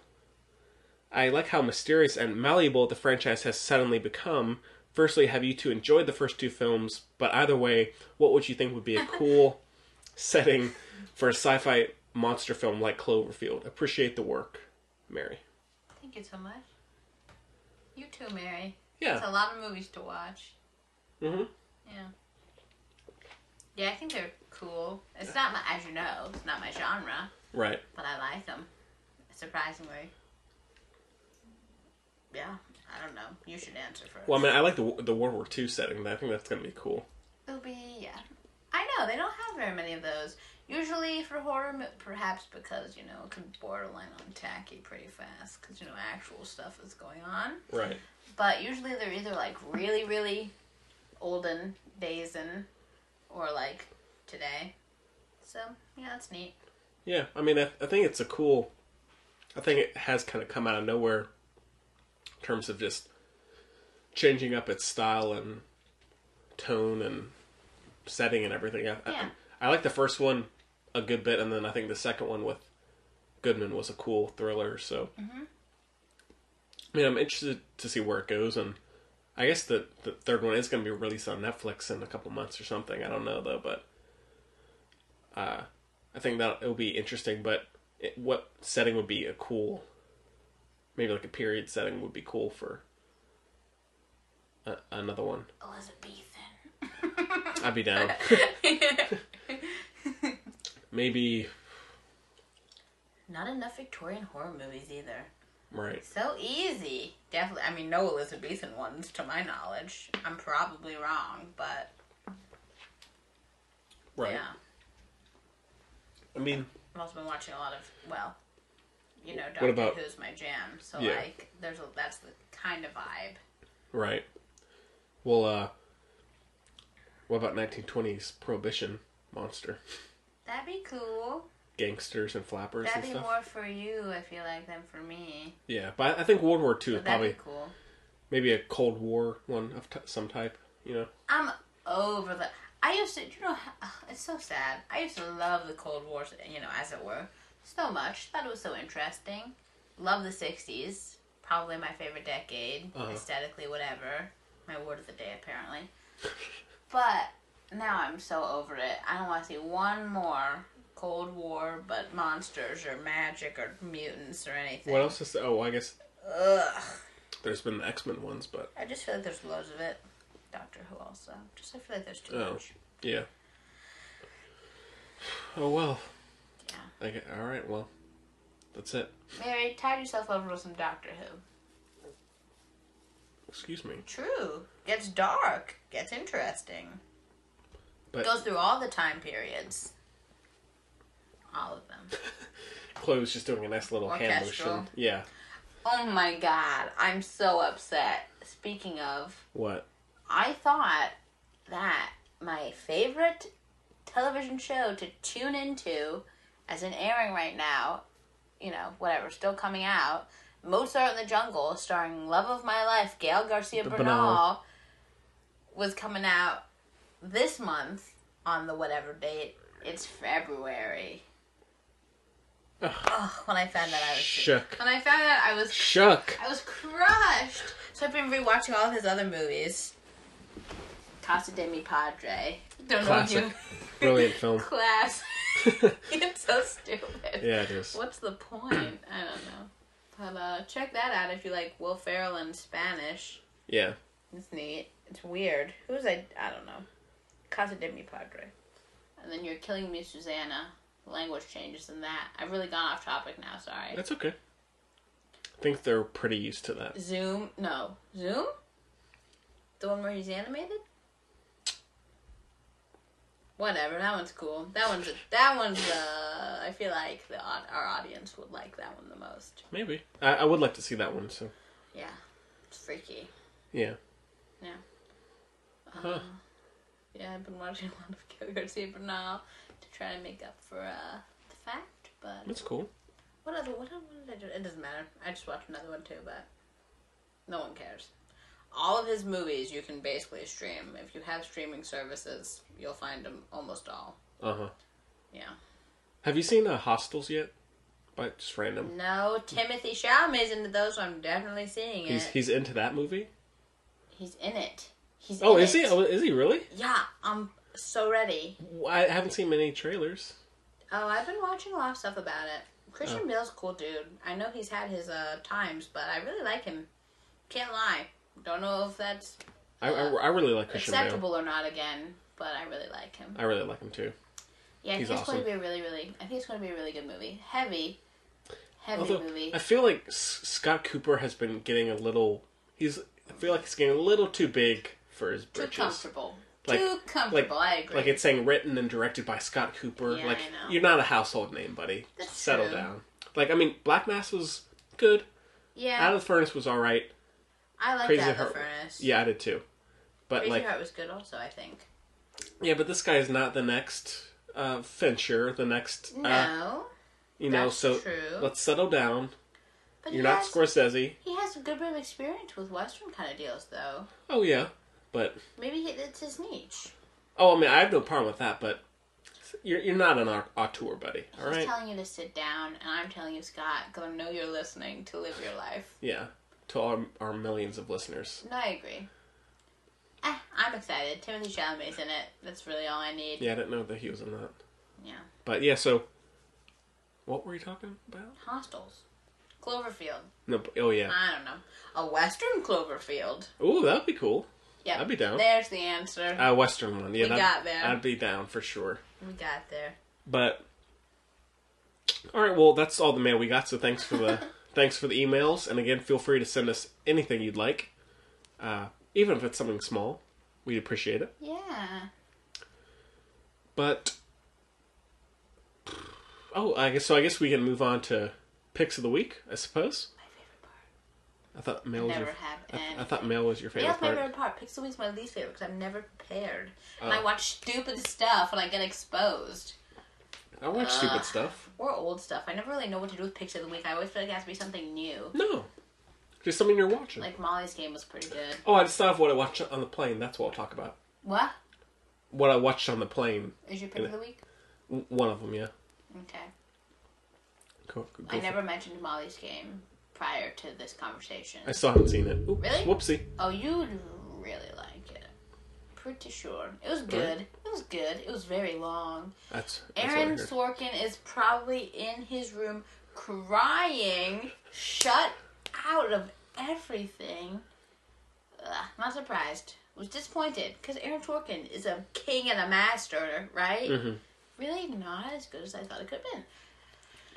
S1: I like how mysterious and malleable the franchise has suddenly become. Firstly, have you two enjoyed the first two films? But either way, what would you think would be a cool setting for a sci-fi monster film like Cloverfield? Appreciate the work, Mary.
S2: Thank you so much. You too, Mary.
S1: Yeah.
S2: It's a lot of movies to watch.
S1: Mhm.
S2: Yeah. Yeah, I think they're cool. It's not my, as you know, it's not my genre,
S1: Right.
S2: but I like them. Surprisingly. Yeah, I don't know. You should answer first.
S1: Well, I mean, I like the the World War II setting. I think that's gonna be cool.
S2: It'll be yeah. I know they don't have very many of those. Usually for horror, mo- perhaps because you know it can borderline on tacky pretty fast because you know actual stuff is going on.
S1: Right.
S2: But usually they're either like really, really olden days and or like today. So yeah, that's neat.
S1: Yeah. I mean, I, I think it's a cool. I think it has kind of come out of nowhere. In terms of just changing up its style and tone and setting and everything. I,
S2: Yeah.
S1: I, I like the first one a good bit, and then I think the second one with Goodman was a cool thriller. So. I mean, I'm interested to see where it goes, and I guess the the third one is going to be released on Netflix in a couple months or something. I don't know though, but uh, I think that it'll be interesting. But it, what setting would be a cool, maybe like a period setting would be cool for a, another one.
S2: Elizabethan.
S1: I'd be down. maybe
S2: [LAUGHS] Not enough Victorian horror movies either.
S1: right.
S2: So easy. Definitely. I mean, no Elizabethan ones to my knowledge. I'm probably wrong, but
S1: Right.
S2: yeah.
S1: I mean,
S2: I've also been watching a lot of well, you know, Doctor
S1: What about-
S2: Who's my jam. So
S1: Yeah.
S2: like, there's a that's the kind of vibe.
S1: right. Well, uh, what about 1920s prohibition monster?
S2: That'd be cool.
S1: gangsters and flappers
S2: That'd
S1: and
S2: be
S1: stuff.
S2: more for you, I feel like, than for me.
S1: Yeah, but I think World War II is
S2: But that'd
S1: probably
S2: be cool.
S1: maybe a Cold War one of t- some type. You know,
S2: I'm over the. I used to, you know, [SIGHS] how- it's so sad. I used to love the Cold War, you know, as it were, so much. Thought it was so interesting. Love the '60s, probably my favorite decade,
S1: Uh-huh.
S2: aesthetically, whatever. my word of the day
S1: [LAUGHS]
S2: apparently. but now I'm so over it. I don't want to see one more Cold War, but monsters or magic or mutants or anything.
S1: What else is there? Oh, I guess
S2: Ugh.
S1: there's been the X Men ones, but
S2: I just feel like there's loads of it. Doctor Who also. Just I feel like there's too
S1: Oh.
S2: much.
S1: yeah. Oh well.
S2: Yeah.
S1: Okay. All right. Well, that's it.
S2: Mary, tide yourself over with some Doctor Who.
S1: Excuse me.
S2: True. Gets dark. Gets interesting.
S1: But-
S2: Goes through all the time periods. All of them.
S1: Chloe was just doing a nice little hand
S2: Orchestral.
S1: motion. Yeah.
S2: Oh my god, I'm so upset. Speaking of,
S1: What?
S2: I thought that my favorite television show to tune into, as in airing right now, you know, whatever, still coming out, Mozart in the Jungle, starring Love of My Life, Gail Garcia
S1: The
S2: Bernal,
S1: Bernal.
S2: was coming out this month on the whatever date. It's February.
S1: Ugh.
S2: Oh, when I found that I was
S1: Shook.
S2: when I found out I was
S1: Shook.
S2: I was crushed. So I've been rewatching all of his other movies. Casa de mi Padre. Don't know
S1: Classic.
S2: you.
S1: Brilliant film. [LAUGHS]
S2: [LAUGHS] Class.
S1: yeah,
S2: it's so stupid.
S1: it is.
S2: What's the point? I don't know. But uh, check that out if you like Will Ferrell in Spanish.
S1: Yeah.
S2: It's neat. It's weird. Who's I? I don't know. Casa de mi Padre. And then You're Killing Me, Susanna. Language changes in that. I've really gone off topic now. Sorry.
S1: That's okay. I think they're pretty used to that.
S2: Zoom. No. Zoom? The one where he's animated? Whatever, that one's cool. That one's that one's uh I feel like the au- our audience would like that one the most.
S1: Maybe. I, I would like to see that one. So
S2: Yeah. It's freaky.
S1: yeah.
S2: Yeah, I've been watching a lot of [LAUGHS] Gil Garcia Bernal to try to make up for uh the fact, but
S1: That's cool.
S2: what other what, other- what did I do? It doesn't matter. I just watched another one too, but no one cares. All of his movies you can basically stream. If you have streaming services, you'll find them almost all.
S1: Uh huh.
S2: Yeah.
S1: Have you seen uh, Hostels yet? But just random.
S2: No, Timothy Chalamet's into those, so I'm definitely seeing it.
S1: He's
S2: He's,
S1: he's into that movie.
S2: in it. He's
S1: Oh,
S2: in
S1: is he?
S2: it.
S1: Oh, is he really?
S2: Yeah, I'm so ready.
S1: Well, I haven't seen many trailers.
S2: Oh, I've been watching a lot of stuff about it. Christian
S1: Oh.
S2: Bale's a cool dude. I know he's had his uh times, but I really like him. Can't lie. Don't know if that's
S1: I, I, I really like Christian Bale.
S2: acceptable or not again, but I really like him.
S1: I really like him too.
S2: Yeah, I
S1: he's
S2: think it's going to
S1: awesome.
S2: be a really, really. I think it's going to be a really good movie. Heavy, heavy
S1: Although
S2: movie.
S1: I feel like S- Scott Cooper has been getting a little. He's. I feel like he's getting a little too big for his
S2: Too
S1: britches.
S2: comfortable.
S1: Like-
S2: Too comfortable. I agree.
S1: Like it's saying written and directed by Scott Cooper.
S2: Yeah,
S1: like
S2: I know.
S1: you're not a household name, buddy.
S2: That's
S1: Settle
S2: true.
S1: down. Like I mean, Black Mass was good.
S2: yeah,
S1: Out of the Furnace was all right.
S2: I like
S1: Crazy
S2: that the
S1: Heart.
S2: furnace.
S1: Yeah, I did too. But
S2: Crazy
S1: like,
S2: Heart was good also, I think.
S1: yeah, but this guy is not the next uh, Fincher, the next,
S2: No.
S1: uh, you know.
S2: that's
S1: So
S2: true.
S1: let's settle down.
S2: but
S1: You're
S2: he
S1: not
S2: has,
S1: Scorsese.
S2: he has a good bit of experience with Western kind of deals though.
S1: Oh yeah, but
S2: Maybe he, it's his niche.
S1: oh, I mean, I have no problem with that. But you're you're not an au- auteur, buddy. All
S2: He's
S1: right.
S2: telling you to sit down and I'm telling you, Scott, because I know you're listening to live your life.
S1: yeah. To our, our millions of listeners.
S2: No, I agree. Eh, I'm excited. Timothy Chalamet's in it. That's really all I need.
S1: Yeah, I didn't know that he was in that.
S2: Yeah.
S1: But yeah, so what were you talking about?
S2: Hostels. Cloverfield.
S1: No. but- Oh yeah.
S2: I don't know. A Western Cloverfield.
S1: Ooh, that'd be cool.
S2: Yeah.
S1: I'd be down.
S2: There's the answer.
S1: A Western one. Yeah,
S2: We
S1: that'd-
S2: got there.
S1: I'd be down for sure.
S2: we got there.
S1: But all right, well, that's all the mail we got. So thanks for
S2: [LAUGHS]
S1: the thanks for the emails, and again, feel free to send us anything you'd like, uh, even if it's something small. We'd appreciate it.
S2: Yeah.
S1: But oh, I guess so. I guess we can move on to picks of the week, I suppose.
S2: My favorite part.
S1: I thought mail was
S2: never
S1: your,
S2: have
S1: I,
S2: any.
S1: I thought mail was your favorite
S2: Yeah, that's my
S1: part. Oh.
S2: favorite part. Pixel Week's my least favorite because I'm never prepared. And I watch stupid stuff and I get exposed.
S1: I watch stupid stuff.
S2: Or old stuff. I never really know what to do with Picks of the Week. I always feel like it has to be something new.
S1: No, just something you're watching.
S2: Like Molly's game was pretty good.
S1: oh, I just thought of what I watched on the plane. That's what I'll talk about.
S2: What?
S1: What I watched on the plane.
S2: Is your pick of the week?
S1: W- One of them, yeah.
S2: Okay.
S1: Go, go
S2: I
S1: for it.
S2: never mentioned Molly's game prior to this conversation.
S1: I still haven't seen it. Oop,
S2: Really?
S1: Whoopsie.
S2: Oh, you really like it. Pretty sure. It was good. It was good. It was very long.
S1: That's, that's what I
S2: Aaron
S1: heard.
S2: Sorkin is probably in his room crying, shut out of everything. Ugh, not surprised. Was disappointed because Aaron Sorkin is a king and a master, right?
S1: Mhm.
S2: Really not as good as I thought it could have been.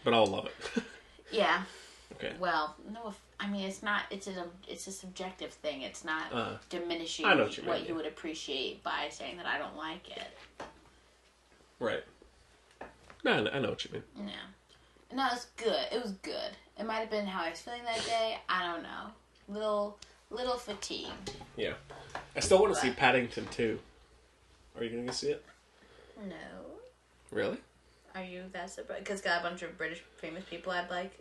S1: But I'll love it. [LAUGHS]
S2: Yeah.
S1: Okay.
S2: Well, no. If, I mean, it's not. It's a. It's a subjective thing. It's not
S1: Uh,
S2: diminishing
S1: I know
S2: what,
S1: what you
S2: you,
S1: mean, yeah.
S2: would appreciate by saying that I don't like it.
S1: right. No, I know- I know what you mean.
S2: No. No, it's good. It was good. It might have been how I was feeling that day. I don't know. Little, little fatigued.
S1: Yeah. I still want to see Paddington too. Are you going to go see it?
S2: No.
S1: Really?
S2: Are you that surprised? Because got a bunch of British famous people I'd like.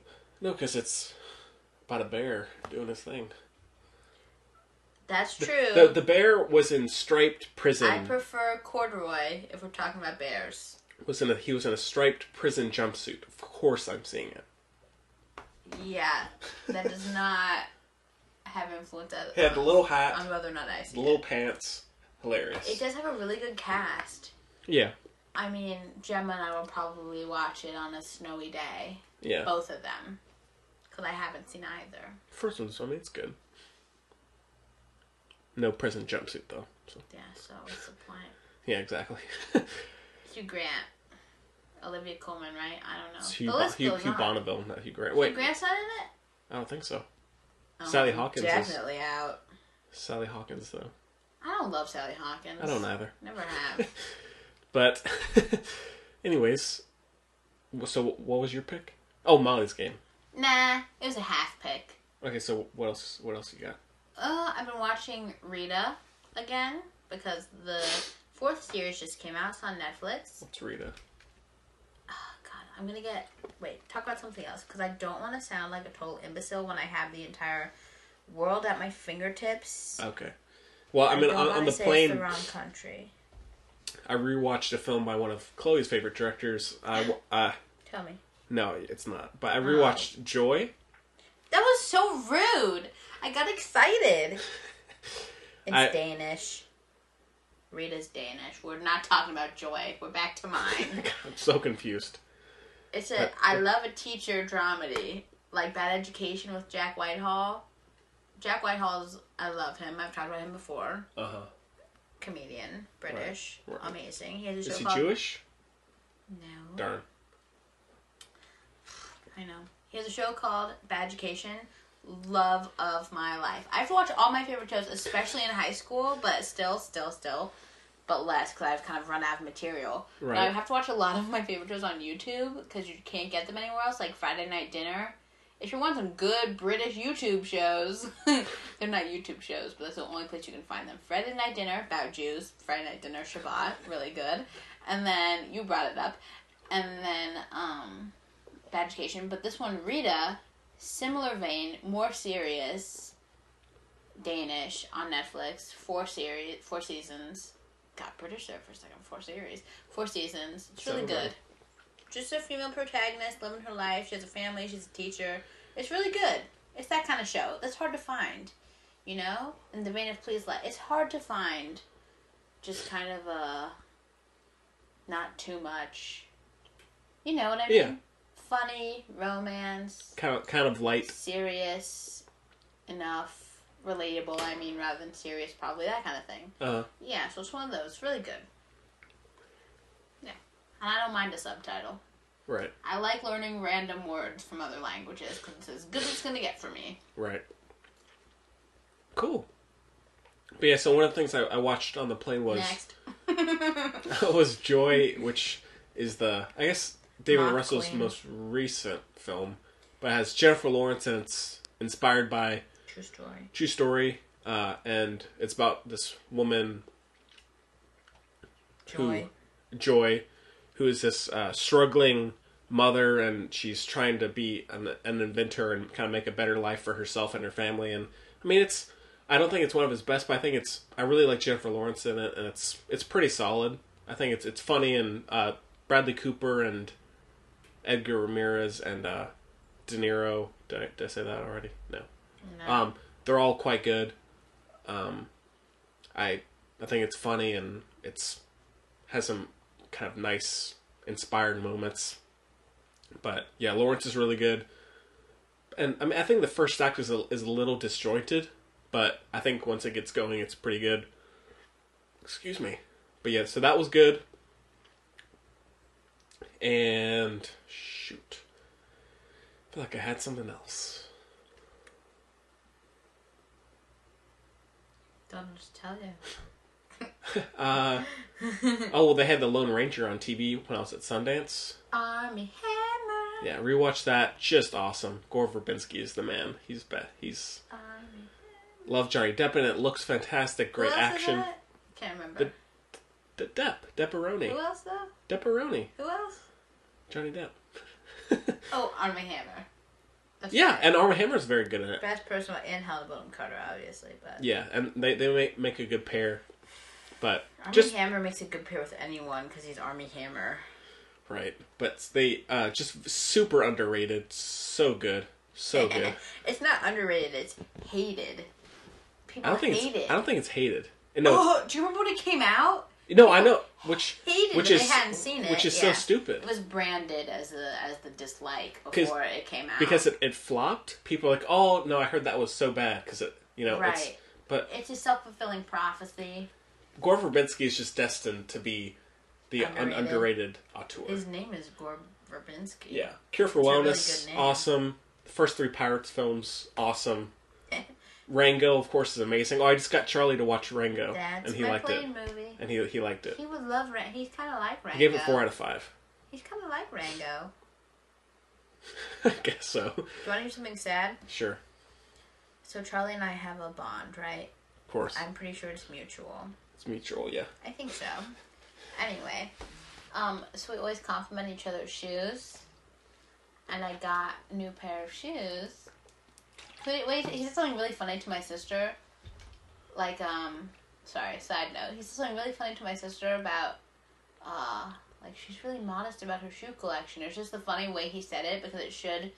S1: No, because it's about a bear doing his thing.
S2: That's true.
S1: The, the bear was in striped prison.
S2: I prefer corduroy if we're talking about bears.
S1: was in a he was in a striped prison jumpsuit. Of course, I'm seeing it.
S2: Yeah,
S1: [LAUGHS]
S2: that does not have influence at
S1: He had the little
S2: on
S1: hat,
S2: whether or not I see
S1: the
S2: it.
S1: little pants.
S2: It
S1: Hilarious.
S2: does have a really good cast.
S1: Yeah.
S2: I mean, Gemma and I will probably watch it on a snowy day.
S1: Yeah.
S2: Both of them. Because I haven't seen either.
S1: First one's I mean it's good. No prison jumpsuit though. So
S2: Yeah, so what's the point?
S1: yeah, exactly. [LAUGHS]
S2: Hugh Grant. Olivia Coleman, right? I don't know.
S1: It's Hugh,
S2: Oh. the
S1: bon-
S2: list
S1: Hugh,
S2: goes
S1: Hugh
S2: on.
S1: Bonneville, not Hugh Grant.
S2: Hugh
S1: Wait,
S2: Grant's not in it?
S1: I don't think so.
S2: Oh,
S1: Sally Hawkins is-
S2: Definitely out.
S1: Sally Hawkins though.
S2: I don't love Sally Hawkins.
S1: I don't either.
S2: Never have. [LAUGHS]
S1: But [LAUGHS] anyways, so what was your pick? Oh, Molly's game.
S2: nah, it was a half pick.
S1: Okay, so what else? What else you got?
S2: Uh, I've been watching Rita again because the fourth series just came out. It's on Netflix.
S1: Let's read it.
S2: Oh, God, I'm gonna get. Wait, talk about something else because I don't want to sound like a total imbecile when I have the entire world at my fingertips.
S1: Okay. Well, I mean,
S2: don't
S1: on, on
S2: wanna
S1: the
S2: say
S1: plane,
S2: It's the wrong country.
S1: I rewatched a film by one of Chloe's favorite directors. I w- uh,
S2: Tell me.
S1: no, it's not. But I
S2: Oh.
S1: rewatched Joy.
S2: That was so rude. I
S1: [LAUGHS]
S2: got excited. It's
S1: I-
S2: Danish. Rita's Danish. We're not talking about joy. We're back
S1: [LAUGHS]
S2: to mine.
S1: I'm so confused.
S2: It's a I love a teacher dramedy like Bad Education with Jack Whitehall. Jack Whitehall's I love him. I've talked about him before.
S1: Uh huh.
S2: Comedian, British,
S1: Right.
S2: amazing. He has a show
S1: Is he
S2: called
S1: Jewish?
S2: No,
S1: Darn.
S2: I know. He has a show called Bad Education. Love of my life. I've watched all my favorite shows, especially in high school, but still, still, still, but less because I've kind of run out of material. But I
S1: Right.
S2: have to watch a lot of my favorite shows on YouTube because you can't get them anywhere else, like Friday Night Dinner. If you want some good British YouTube shows, [LAUGHS] they're not YouTube shows, but that's the only place you can find them. Friday Night Dinner, about Jews, Friday Night Dinner, Shabbat, really good. And then you brought it up. And then, um, Bad Education, but this one, Rita, similar vein, more serious, Danish on Netflix, four series, four seasons. Got British there for a second. Four series, four seasons. It's really
S1: Sounds
S2: good.
S1: right.
S2: Just a female protagonist living her life. She has a family. She's a teacher. It's really good. It's that kind of show. That's hard to find, you know. In the vein of Please Let, it's hard to find. Just kind of a, not too much. You know what I mean?
S1: Yeah.
S2: Funny romance
S1: Kind of, kind of light.
S2: serious enough, relatable, I mean, rather than serious, probably that kind of thing.
S1: Uh,
S2: Yeah, so it's one of those. Really good. Yeah. And I don't mind a subtitle.
S1: right,
S2: I like learning random words from other languages because it's as good as it's going to get for me.
S1: right. Cool. But yeah, so one of the things I, I watched on the plane was
S2: Next.
S1: [LAUGHS] was Joy, which is the I guess David
S2: Moth
S1: Russell's
S2: Queen.
S1: most recent film, but it has Jennifer Lawrence and it's inspired by
S2: True story.
S1: true story, uh, and it's about this woman
S2: Joy.
S1: who Joy, who is this uh, struggling mother, and she's trying to be an, an inventor and kind of make a better life for herself and her family. And I mean, it's I don't think it's one of his best, but I think it's I really like Jennifer Lawrence in it, and it's it's pretty solid. I think it's it's funny and uh, Bradley Cooper and Edgar Ramirez and uh, De Niro. Did I, did I say that already? No.
S2: No.
S1: Um, they're all quite good. Um, I I think it's funny and it's has some kind of nice inspired moments. But yeah, Lawrence is really good. And I mean I think the first act is a, is a little disjointed, but I think once it gets going it's pretty good. Excuse me. But yeah, so that was good. And shoot. I feel like I had something else.
S2: Don't just tell you.
S1: Uh, oh well, they had the Lone Ranger on TV when I was at Sundance.
S2: Army Hammer.
S1: Yeah, rewatched that. Just awesome. Gore Verbinski is the man. He's be- he's
S2: Army.
S1: love Johnny Depp in it. Looks fantastic. Great
S2: Who else is
S1: action.
S2: in it? Can't remember.
S1: The- De- Depp,
S2: Who
S1: Depperoni,
S2: else though?
S1: Depperoni,
S2: Who else?
S1: Johnny Depp.
S2: Oh, Army Hammer.
S1: [LAUGHS]
S2: That's
S1: yeah,
S2: right.
S1: and Armor Hammer's very good in it.
S2: best person and Helena Bonham Carter, obviously, but
S1: Yeah, and they they make make a good pair. But
S2: Army
S1: just
S2: Hammer makes a good pair with anyone because he's Army Hammer.
S1: right, but they uh just super underrated. So good, so good.
S2: It's not underrated. It's hated.
S1: I
S2: People
S1: don't think
S2: hate
S1: it's,
S2: it.
S1: I
S2: [GASPS]
S1: don't think it's hated. And no,
S2: [LAUGHS] oh, do you remember when it came out?
S1: No, I know which
S2: Hated
S1: which
S2: that
S1: is
S2: they hadn't seen it.
S1: which is so
S2: yeah.
S1: stupid
S2: It was branded as the as the dislike
S1: 'Cause-
S2: before it came out.
S1: because it, it flopped. People are like, oh no, I heard that was so bad because it you know it's
S2: Right.
S1: but
S2: it's a self fulfilling prophecy.
S1: Gore Verbinski is just destined to be the underrated,
S2: Underrated.
S1: un- underrated auteur.
S2: His name is Gore Verbinski.
S1: yeah, Cure for
S2: It's a really
S1: Wellness,
S2: good name.
S1: awesome. The first three Pirates films,
S2: [LAUGHS]
S1: awesome. Rango, of course, is amazing. Oh, I just got Charlie to watch Rango,
S2: That's
S1: and he
S2: my
S1: liked it,
S2: plane movie.
S1: and he he liked it.
S2: He would love Rango. He's kind of like
S1: He
S2: Rango.
S1: gave it four out of five. [LAUGHS]
S2: He's kind of like Rango.
S1: I guess so.
S2: Do you want to hear something sad?
S1: Sure,
S2: So Charlie and I have a bond, right?
S1: of course,
S2: I'm pretty sure it's mutual.
S1: it's mutual. Yeah.
S2: I think so. Anyway, um, so we always compliment each other's shoes, and I got a new pair of shoes. Wait, wait, he said something really funny to my sister. Like, um, sorry, side note. He said something really funny to my sister about, uh, like she's really modest about her shoe collection. It's just the funny way he said it because it should.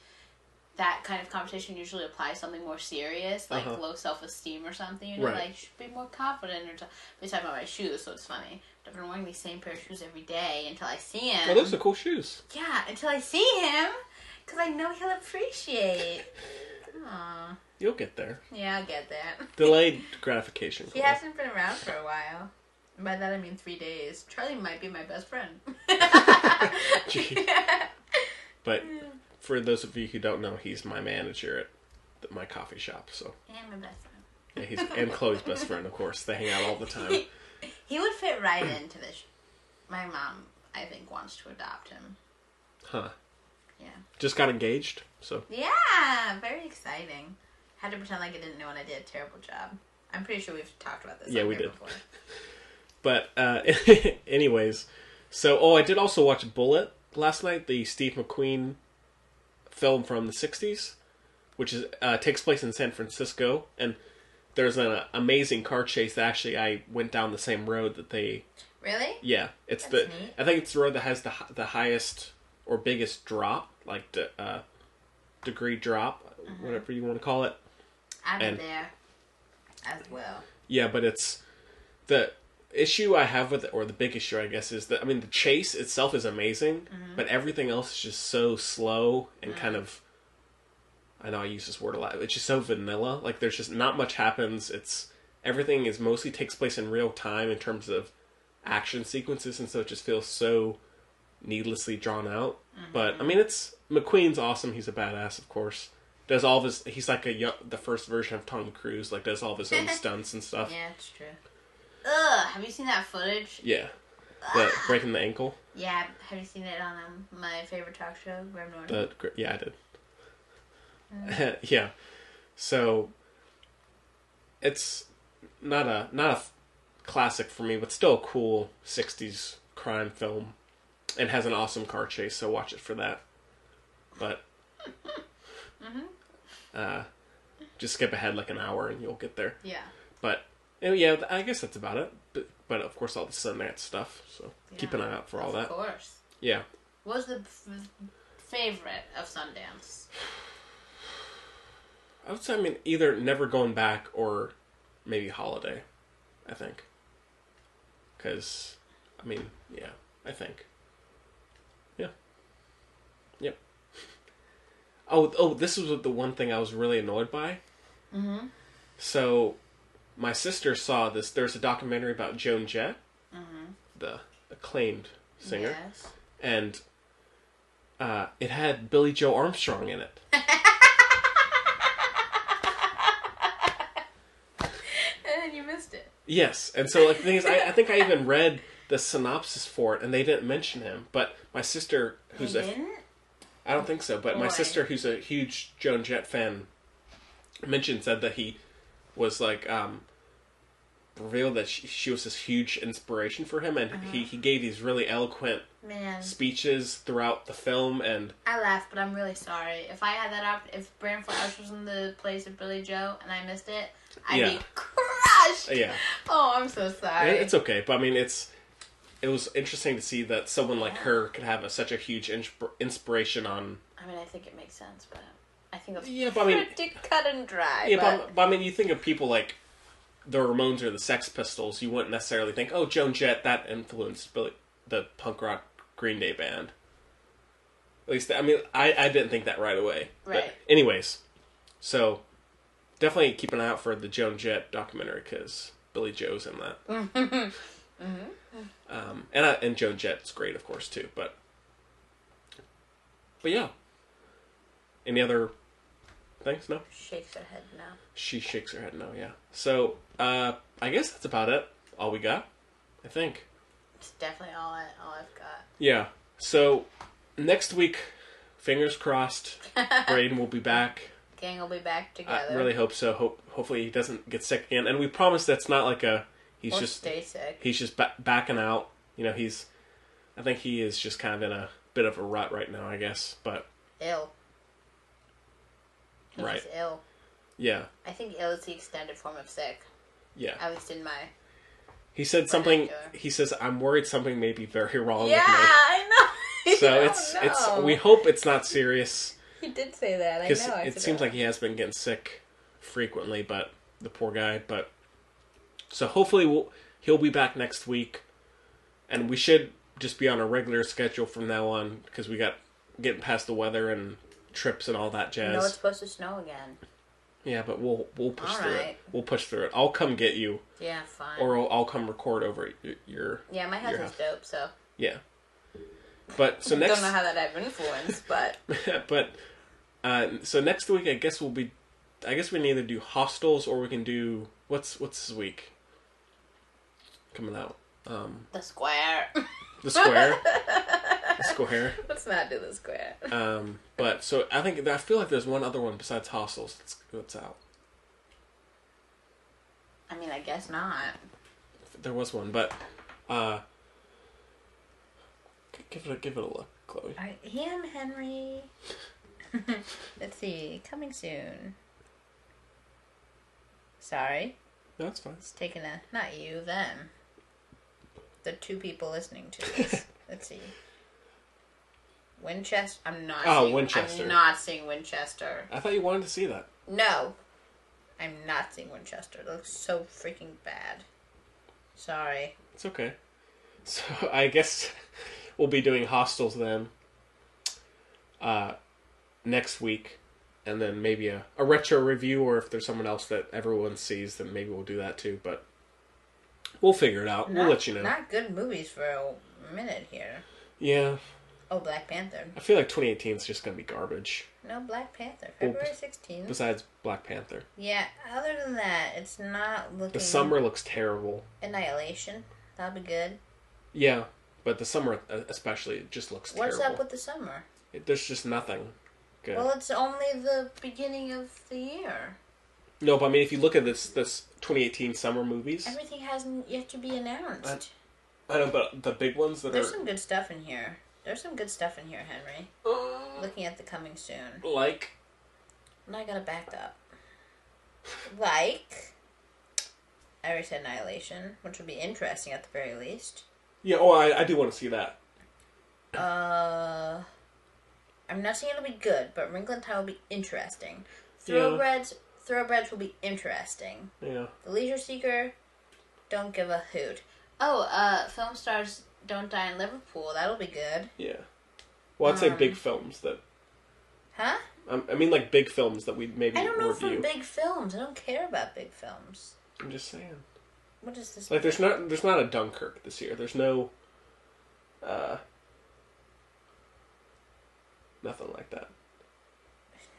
S2: That kind of conversation usually applies something more serious, like
S1: Uh-huh.
S2: low self esteem or something. You know,
S1: Right.
S2: like you should be more confident or. something. But he's talking about my shoes, so it's funny. I've been wearing these same pair of shoes every day until I see him.
S1: Well, those are cool shoes.
S2: yeah, until I see him, because I know he'll appreciate. Aw,
S1: You'll get there.
S2: yeah, I get that.
S1: Delayed gratification.
S2: He
S1: Chloe.
S2: hasn't been around for a while. And By that I mean three days. Charlie might be my best friend.
S1: Gee. [LAUGHS] But for those of you who don't know, he's my manager at th- my coffee shop. So
S2: and my best friend.
S1: yeah, he's and Chloe's best friend, of course. They hang out all the
S2: [LAUGHS]
S1: time.
S2: He would fit right into this. My mom, I think, wants to adopt him.
S1: Huh.
S2: Yeah.
S1: Just got engaged. So
S2: Yeah, very exciting. Had to pretend like I didn't know and I did a terrible job. I'm pretty sure we've talked about this.
S1: Yeah,
S2: on
S1: we
S2: here
S1: did.
S2: Before.
S1: but uh [LAUGHS] anyways, so oh, I did also watch Bullet last night, the Steve McQueen film from the 60s, which is uh takes place in San Francisco and there's an uh, amazing car chase. Actually, I went down the same road that they
S2: Really?
S1: Yeah, it's
S2: That's
S1: the.
S2: neat.
S1: I think it's the road that has the hi- the highest or biggest drop, like de, uh, degree drop,
S2: Uh-huh.
S1: whatever you want to call it.
S2: I've been
S1: And-
S2: there as well.
S1: Yeah, but it's the issue I have with it, or the big issue I guess, is that I mean the chase itself is amazing, but everything else is just so slow and kind of. I know I use this word a lot. It's just so vanilla. Like there's just not much happens. It's everything is mostly takes place in real time in terms of action sequences, and so it just feels so needlessly drawn out. But I mean, it's McQueen's awesome. He's a badass, of course. Does all of his? He's like a yo- the first version of Tom Cruise. Like does all of his own stunts and stuff.
S2: Yeah, it's true. Ugh, have you seen that footage?
S1: Yeah. The breaking the ankle.
S2: Yeah, have you seen it on um, my favorite talk show, Graham Norton?
S1: The gr- yeah, I did. [LAUGHS] yeah. So it's not a not a f- classic for me, but still a cool '60s crime film, and has an awesome car chase. So watch it for that. But uh, just skip ahead like an hour, and you'll get there.
S2: yeah.
S1: But oh yeah, th- I guess that's about it. But, but of course, all the Sundance stuff. So keep an
S2: Yeah,
S1: eye out for all
S2: of
S1: that.
S2: course.
S1: Yeah.
S2: What was the f- favorite of Sundance?
S1: I would say, I mean, either never going back or maybe holiday. I think. Because, I mean, yeah, I think. Yeah. Yep. [LAUGHS] Oh, oh, this was the one thing I was really annoyed by.
S2: Mm-hmm.
S1: So, my sister saw this. There's a documentary about Joan Jett,
S2: Mhm.
S1: the acclaimed singer,
S2: Yes.
S1: and uh, it had Billy Joe Armstrong in it.
S2: And then you missed it.
S1: Yes, and so like the thing is, I, I think I even read the synopsis for it, and they didn't mention him. But my sister, who's
S2: you
S1: a
S2: didn't?
S1: I don't think so. But my
S2: Why?
S1: sister, who's a huge Joan Jett fan, mentioned said that he was like um, revealed that she, she was this huge inspiration for him, and he he gave these really eloquent
S2: Man,
S1: speeches throughout the film, and
S2: I laughed, but I'm really sorry. If I had that up, if Brand Flowers was in the place of Billy Joe and I missed it, I'd be
S1: Yeah.
S2: crushed.
S1: uh, yeah,
S2: Oh, I'm so sorry.
S1: it- it's okay. But I mean, it's it was interesting to see that someone like her could have a, such a huge insp- inspiration on.
S2: I mean, I think it makes sense, but I think that's
S1: Yeah, but I mean,
S2: pretty cut and dry.
S1: yeah,
S2: but,
S1: but, but I mean, you think of people like the Ramones or the Sex Pistols, you wouldn't necessarily think, oh, Joan Jett that influenced Billy, the punk rock Green Day band. At least, I mean, I, I didn't think that right away.
S2: Right.
S1: But anyways, so definitely keep an eye out for the Joan Jett documentary because Billy Joe's in
S2: [LAUGHS]
S1: that.
S2: Mm-hmm.
S1: Um, and I, and Joan Jett's great, of course, too. But but yeah. Any other things? No.
S2: shakes her head now.
S1: She shakes her head no, yeah. So, uh, I guess that's about it. All we got, I think.
S2: It's definitely all, I, all I've got.
S1: Yeah. So, next week, fingers
S2: [LAUGHS]
S1: crossed, Braden will be back.
S2: Gang will be back
S1: I
S2: together.
S1: really hope so. Hope hopefully he doesn't get sick again. And we promise that's not like a he's
S2: or
S1: just
S2: stay sick.
S1: he's just ba- backing out. You know, he's I think he is just kind of in a bit of a rut right now, I guess. But
S2: Ill. He's
S1: Right.
S2: ill.
S1: yeah,
S2: I think ill is the extended form of sick.
S1: yeah.
S2: At least in my.
S1: He said something.
S2: Vernacular.
S1: He says, "I'm worried something may be very [LAUGHS] wrong
S2: Yeah,
S1: with me."
S2: I know. [LAUGHS]
S1: [LAUGHS]
S2: You
S1: So
S2: don't
S1: it's it's
S2: know.
S1: we hope it's not serious.
S2: He did say that. I
S1: Because
S2: know. I
S1: it seems
S2: forgot.
S1: like he has been getting sick frequently, but the poor guy. But so hopefully we'll, he'll be back next week, and we should just be on a regular schedule from now on because we got getting past the weather and trips and all that
S2: You know it's
S1: jazz.
S2: supposed to snow again.
S1: yeah, but we'll we'll push
S2: All
S1: through it.
S2: right.
S1: We'll push through it. I'll come get you,
S2: Yeah, fine.
S1: or I'll, I'll come record over at y- your
S2: yeah, my
S1: your
S2: husband's dope, so
S1: yeah. But so next
S2: don't know how that I've influenced, [LAUGHS] but
S1: [LAUGHS] but uh, so next week I guess we'll be I guess we can either do hostels or we can do what's what's this week coming out um
S2: the square. [LAUGHS]
S1: the square the square
S2: Let's not do the square.
S1: um but so I think I feel like there's one other one besides hostels that's, that's out
S2: I mean, I guess not.
S1: there was one but uh g- give it a, give it a look Chloe
S2: All right, him, Henry. [LAUGHS] Let's see. Coming soon. Sorry,
S1: no it's fine
S2: it's taking a not you them. The two people listening to [LAUGHS] this. Let's see. Winchester. I'm not.
S1: Oh,
S2: seeing,
S1: Winchester.
S2: I'm not seeing Winchester.
S1: I thought you wanted to see that
S2: No. I'm not seeing Winchester. It looks so freaking bad. Sorry.
S1: It's okay. So [LAUGHS] I guess we'll be doing hostels then uh, next week, and then maybe a, a retro review, or if there's someone else that everyone sees, then maybe we'll do that too. But we'll figure it out. we'll
S2: Not-
S1: let you know.
S2: Not good movies for a minute here.
S1: Yeah,
S2: Oh, Black Panther.
S1: I feel like 2018 is just gonna be garbage.
S2: No, Black Panther.
S1: Well,
S2: February
S1: bes-
S2: 16th.
S1: Besides Black Panther,
S2: Yeah, other than that, it's not looking.
S1: the summer looks terrible.
S2: Annihilation. That'll be good.
S1: Yeah, but the summer uh, especially it just looks
S2: What's
S1: terrible.
S2: up with the summer?
S1: It- there's just nothing good.
S2: Well, it's only the beginning of the year.
S1: no, but I mean, if you look at this this 2018 summer movies.
S2: Everything hasn't yet to be announced.
S1: Uh, I know, but the big ones that
S2: There's
S1: are
S2: some good stuff in here. There's some good stuff in here, Henry. Looking at the coming soon.
S1: like
S2: I'm not gonna back up. Like, I already said Annihilation, which would be interesting at the very least.
S1: yeah. Oh, I, I do want to see that.
S2: Uh, I'm not saying it'll be good, but Ringling Tie will be interesting. Thoroughbreds, Thoroughbreds will be interesting.
S1: Yeah,
S2: The Leisure Seeker, Don't give a hoot. Oh, uh, film stars don't die in Liverpool. That'll be good.
S1: Yeah. Well, I'd say
S2: Um,
S1: big films that.
S2: Huh?
S1: Um, I mean, like big films that we maybe
S2: I don't know
S1: review.
S2: from big films. I don't care about big films.
S1: I'm just saying.
S2: What is this?
S1: Like, there's not there's not a Dunkirk this year. There's no. Uh. Nothing like that.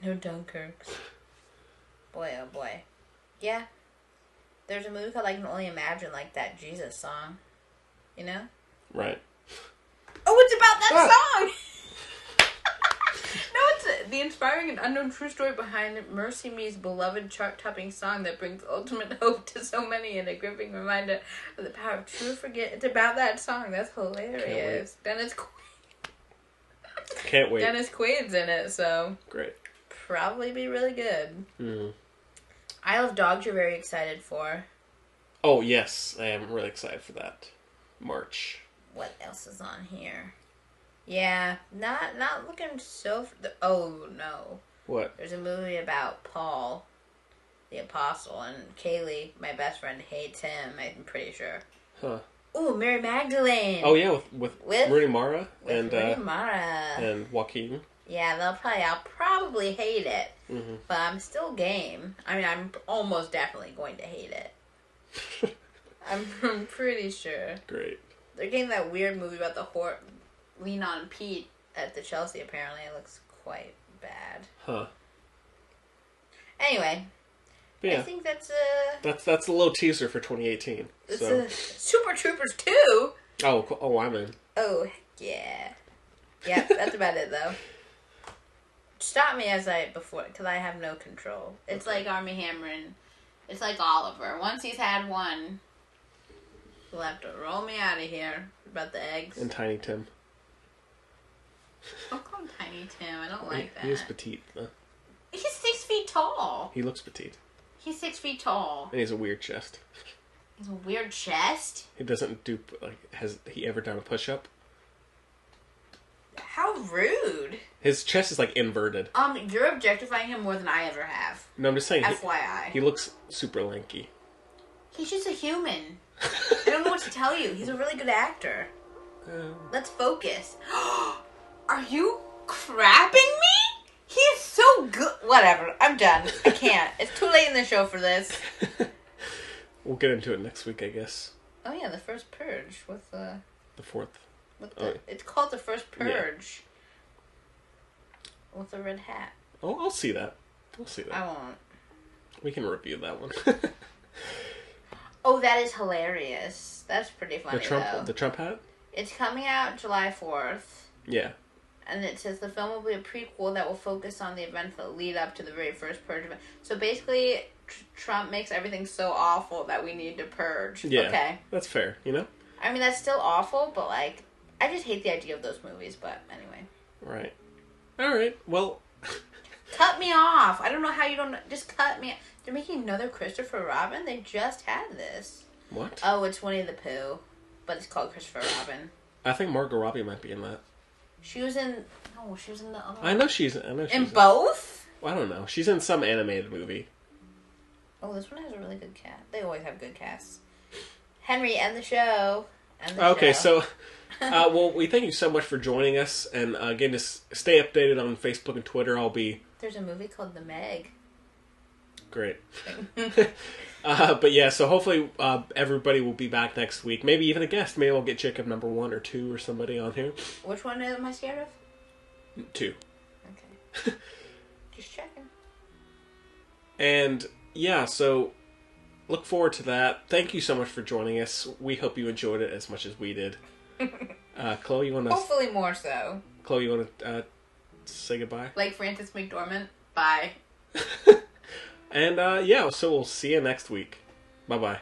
S2: No Dunkirks. boy, oh boy. Yeah. There's a movie called I Can Only Imagine, like that Jesus song. You know?
S1: Right.
S2: Oh, it's about that
S1: Ah.
S2: song! [LAUGHS] no, it's the inspiring and unknown true story behind Mercy Me's beloved chart topping song that brings ultimate [LAUGHS] hope to so many and a gripping reminder of the power of true forget. It's about that song. That's hilarious. Dennis, Qu-
S1: Can't wait.
S2: Dennis Quaid's in it, so
S1: Great.
S2: probably be really good.
S1: Mm.
S2: I Love Dogs you're very excited for.
S1: Oh yes, I am really excited for that. March.
S2: What else is on here? Yeah, not not looking so. F- the- oh no,
S1: What?
S2: there's a movie about Paul, the apostle, and Kaylee, my best friend, hates him. I'm pretty sure.
S1: Huh.
S2: Ooh, Mary Magdalene.
S1: Oh yeah, with with,
S2: With-
S1: Rooney Mara
S2: with
S1: and
S2: Rooney
S1: uh,
S2: Mara.
S1: and Joaquin. [LAUGHS]
S2: Yeah, they'll probably I'll probably hate it,
S1: Mhm.
S2: but I'm still game. I mean, I'm almost definitely going to hate it. I'm, [LAUGHS] I'm pretty sure.
S1: Great.
S2: They're getting that weird movie about the horse. Lean on Pete at the Chelsea. Apparently, it looks quite bad.
S1: Huh.
S2: Anyway,
S1: But
S2: I
S1: yeah,
S2: think that's a
S1: that's that's a little teaser for 2018.
S2: that's
S1: So
S2: a Super Troopers two.
S1: oh co- oh I'm in.
S2: Oh heck yeah,
S1: [LAUGHS]
S2: yeah. That's about it though. Stop me as I before because I have no control.
S5: It's like Army Hammer and it's like Oliver. Once he's had one,
S2: You'll have to roll me out of here about the eggs.
S1: And Tiny Tim.
S5: don't call him Tiny Tim. I don't
S1: He,
S5: like that.
S1: he is petite. though.
S5: He's six feet tall.
S1: He looks petite,
S5: He's six feet tall.
S1: and he has a weird chest.
S5: He's a weird chest.
S1: He doesn't do like has he ever done a push up?
S2: How rude!
S1: His chest is like inverted.
S2: Um, you're objectifying him more than I ever have.
S1: No, I'm just saying. He,
S2: FYI,
S1: he looks super
S2: [LAUGHS]
S1: lanky.
S2: he's just a human. I don't know what to tell you. He's a really good actor.
S1: Um,
S2: Let's focus. [GASPS] Are you crapping me? He's so good. Whatever. I'm done. I can't. It's too late in the show for this.
S1: we'll get into it next week, I guess.
S2: Oh yeah, the first purge with the
S1: The fourth.
S2: with
S1: Oh,
S2: the.
S1: yeah.
S2: It's called the first
S1: Yeah.
S2: purge. With the red hat.
S1: Oh, I'll see that. We'll see that.
S2: I won't.
S1: We can review that one. [LAUGHS]
S2: Oh, that is hilarious. That's pretty funny
S1: the Trump,
S2: though.
S1: the Trump hat.
S2: It's coming out July fourth.
S1: Yeah.
S2: and it says the film will be a prequel that will focus on the events that lead up to the very first purge event. So basically, tr- Trump makes everything so awful that we need to purge.
S1: Yeah.
S2: Okay.
S1: That's fair. You know.
S2: I mean, that's still awful, but like, I just hate the idea of those movies. But anyway,
S1: Right. All right. Well. [LAUGHS]
S2: cut me off. I don't know how you don't just cut me. They're making another Christopher Robin. They just had this.
S1: What?
S2: Oh, it's Winnie the Pooh, but it's called Christopher Robin.
S1: I think Margot Robbie might be in that.
S2: She was in. No, she was in the other.
S1: I know she's. I know she's.
S2: in both.
S1: I don't know. She's in some animated movie.
S2: Oh, this one has a really good cast. They always have good casts. Henry and the show. End the
S1: Okay,
S2: show.
S1: so, uh, well, we thank you so much for joining us, and uh, again, just stay updated on Facebook and Twitter. I'll be
S2: there's a movie called The Meg. [LAUGHS]
S1: great. [LAUGHS] uh, but yeah, so hopefully uh, everybody will be back next week. Maybe even a guest. Maybe we'll get Jacob number one or two or somebody on here.
S2: Which one am I scared of?
S1: Two.
S2: Okay.
S1: [LAUGHS]
S2: Just checking.
S1: And yeah, so look forward to that. Thank you so much for joining us. We hope you enjoyed it as much as we
S2: [LAUGHS]
S1: did. Uh, Chloe, you want to
S2: Hopefully more so.
S1: Chloe, you want to uh, say goodbye?
S2: Like Francis McDormand. Bye.
S1: and uh, yeah, so we'll see you next week. Bye bye.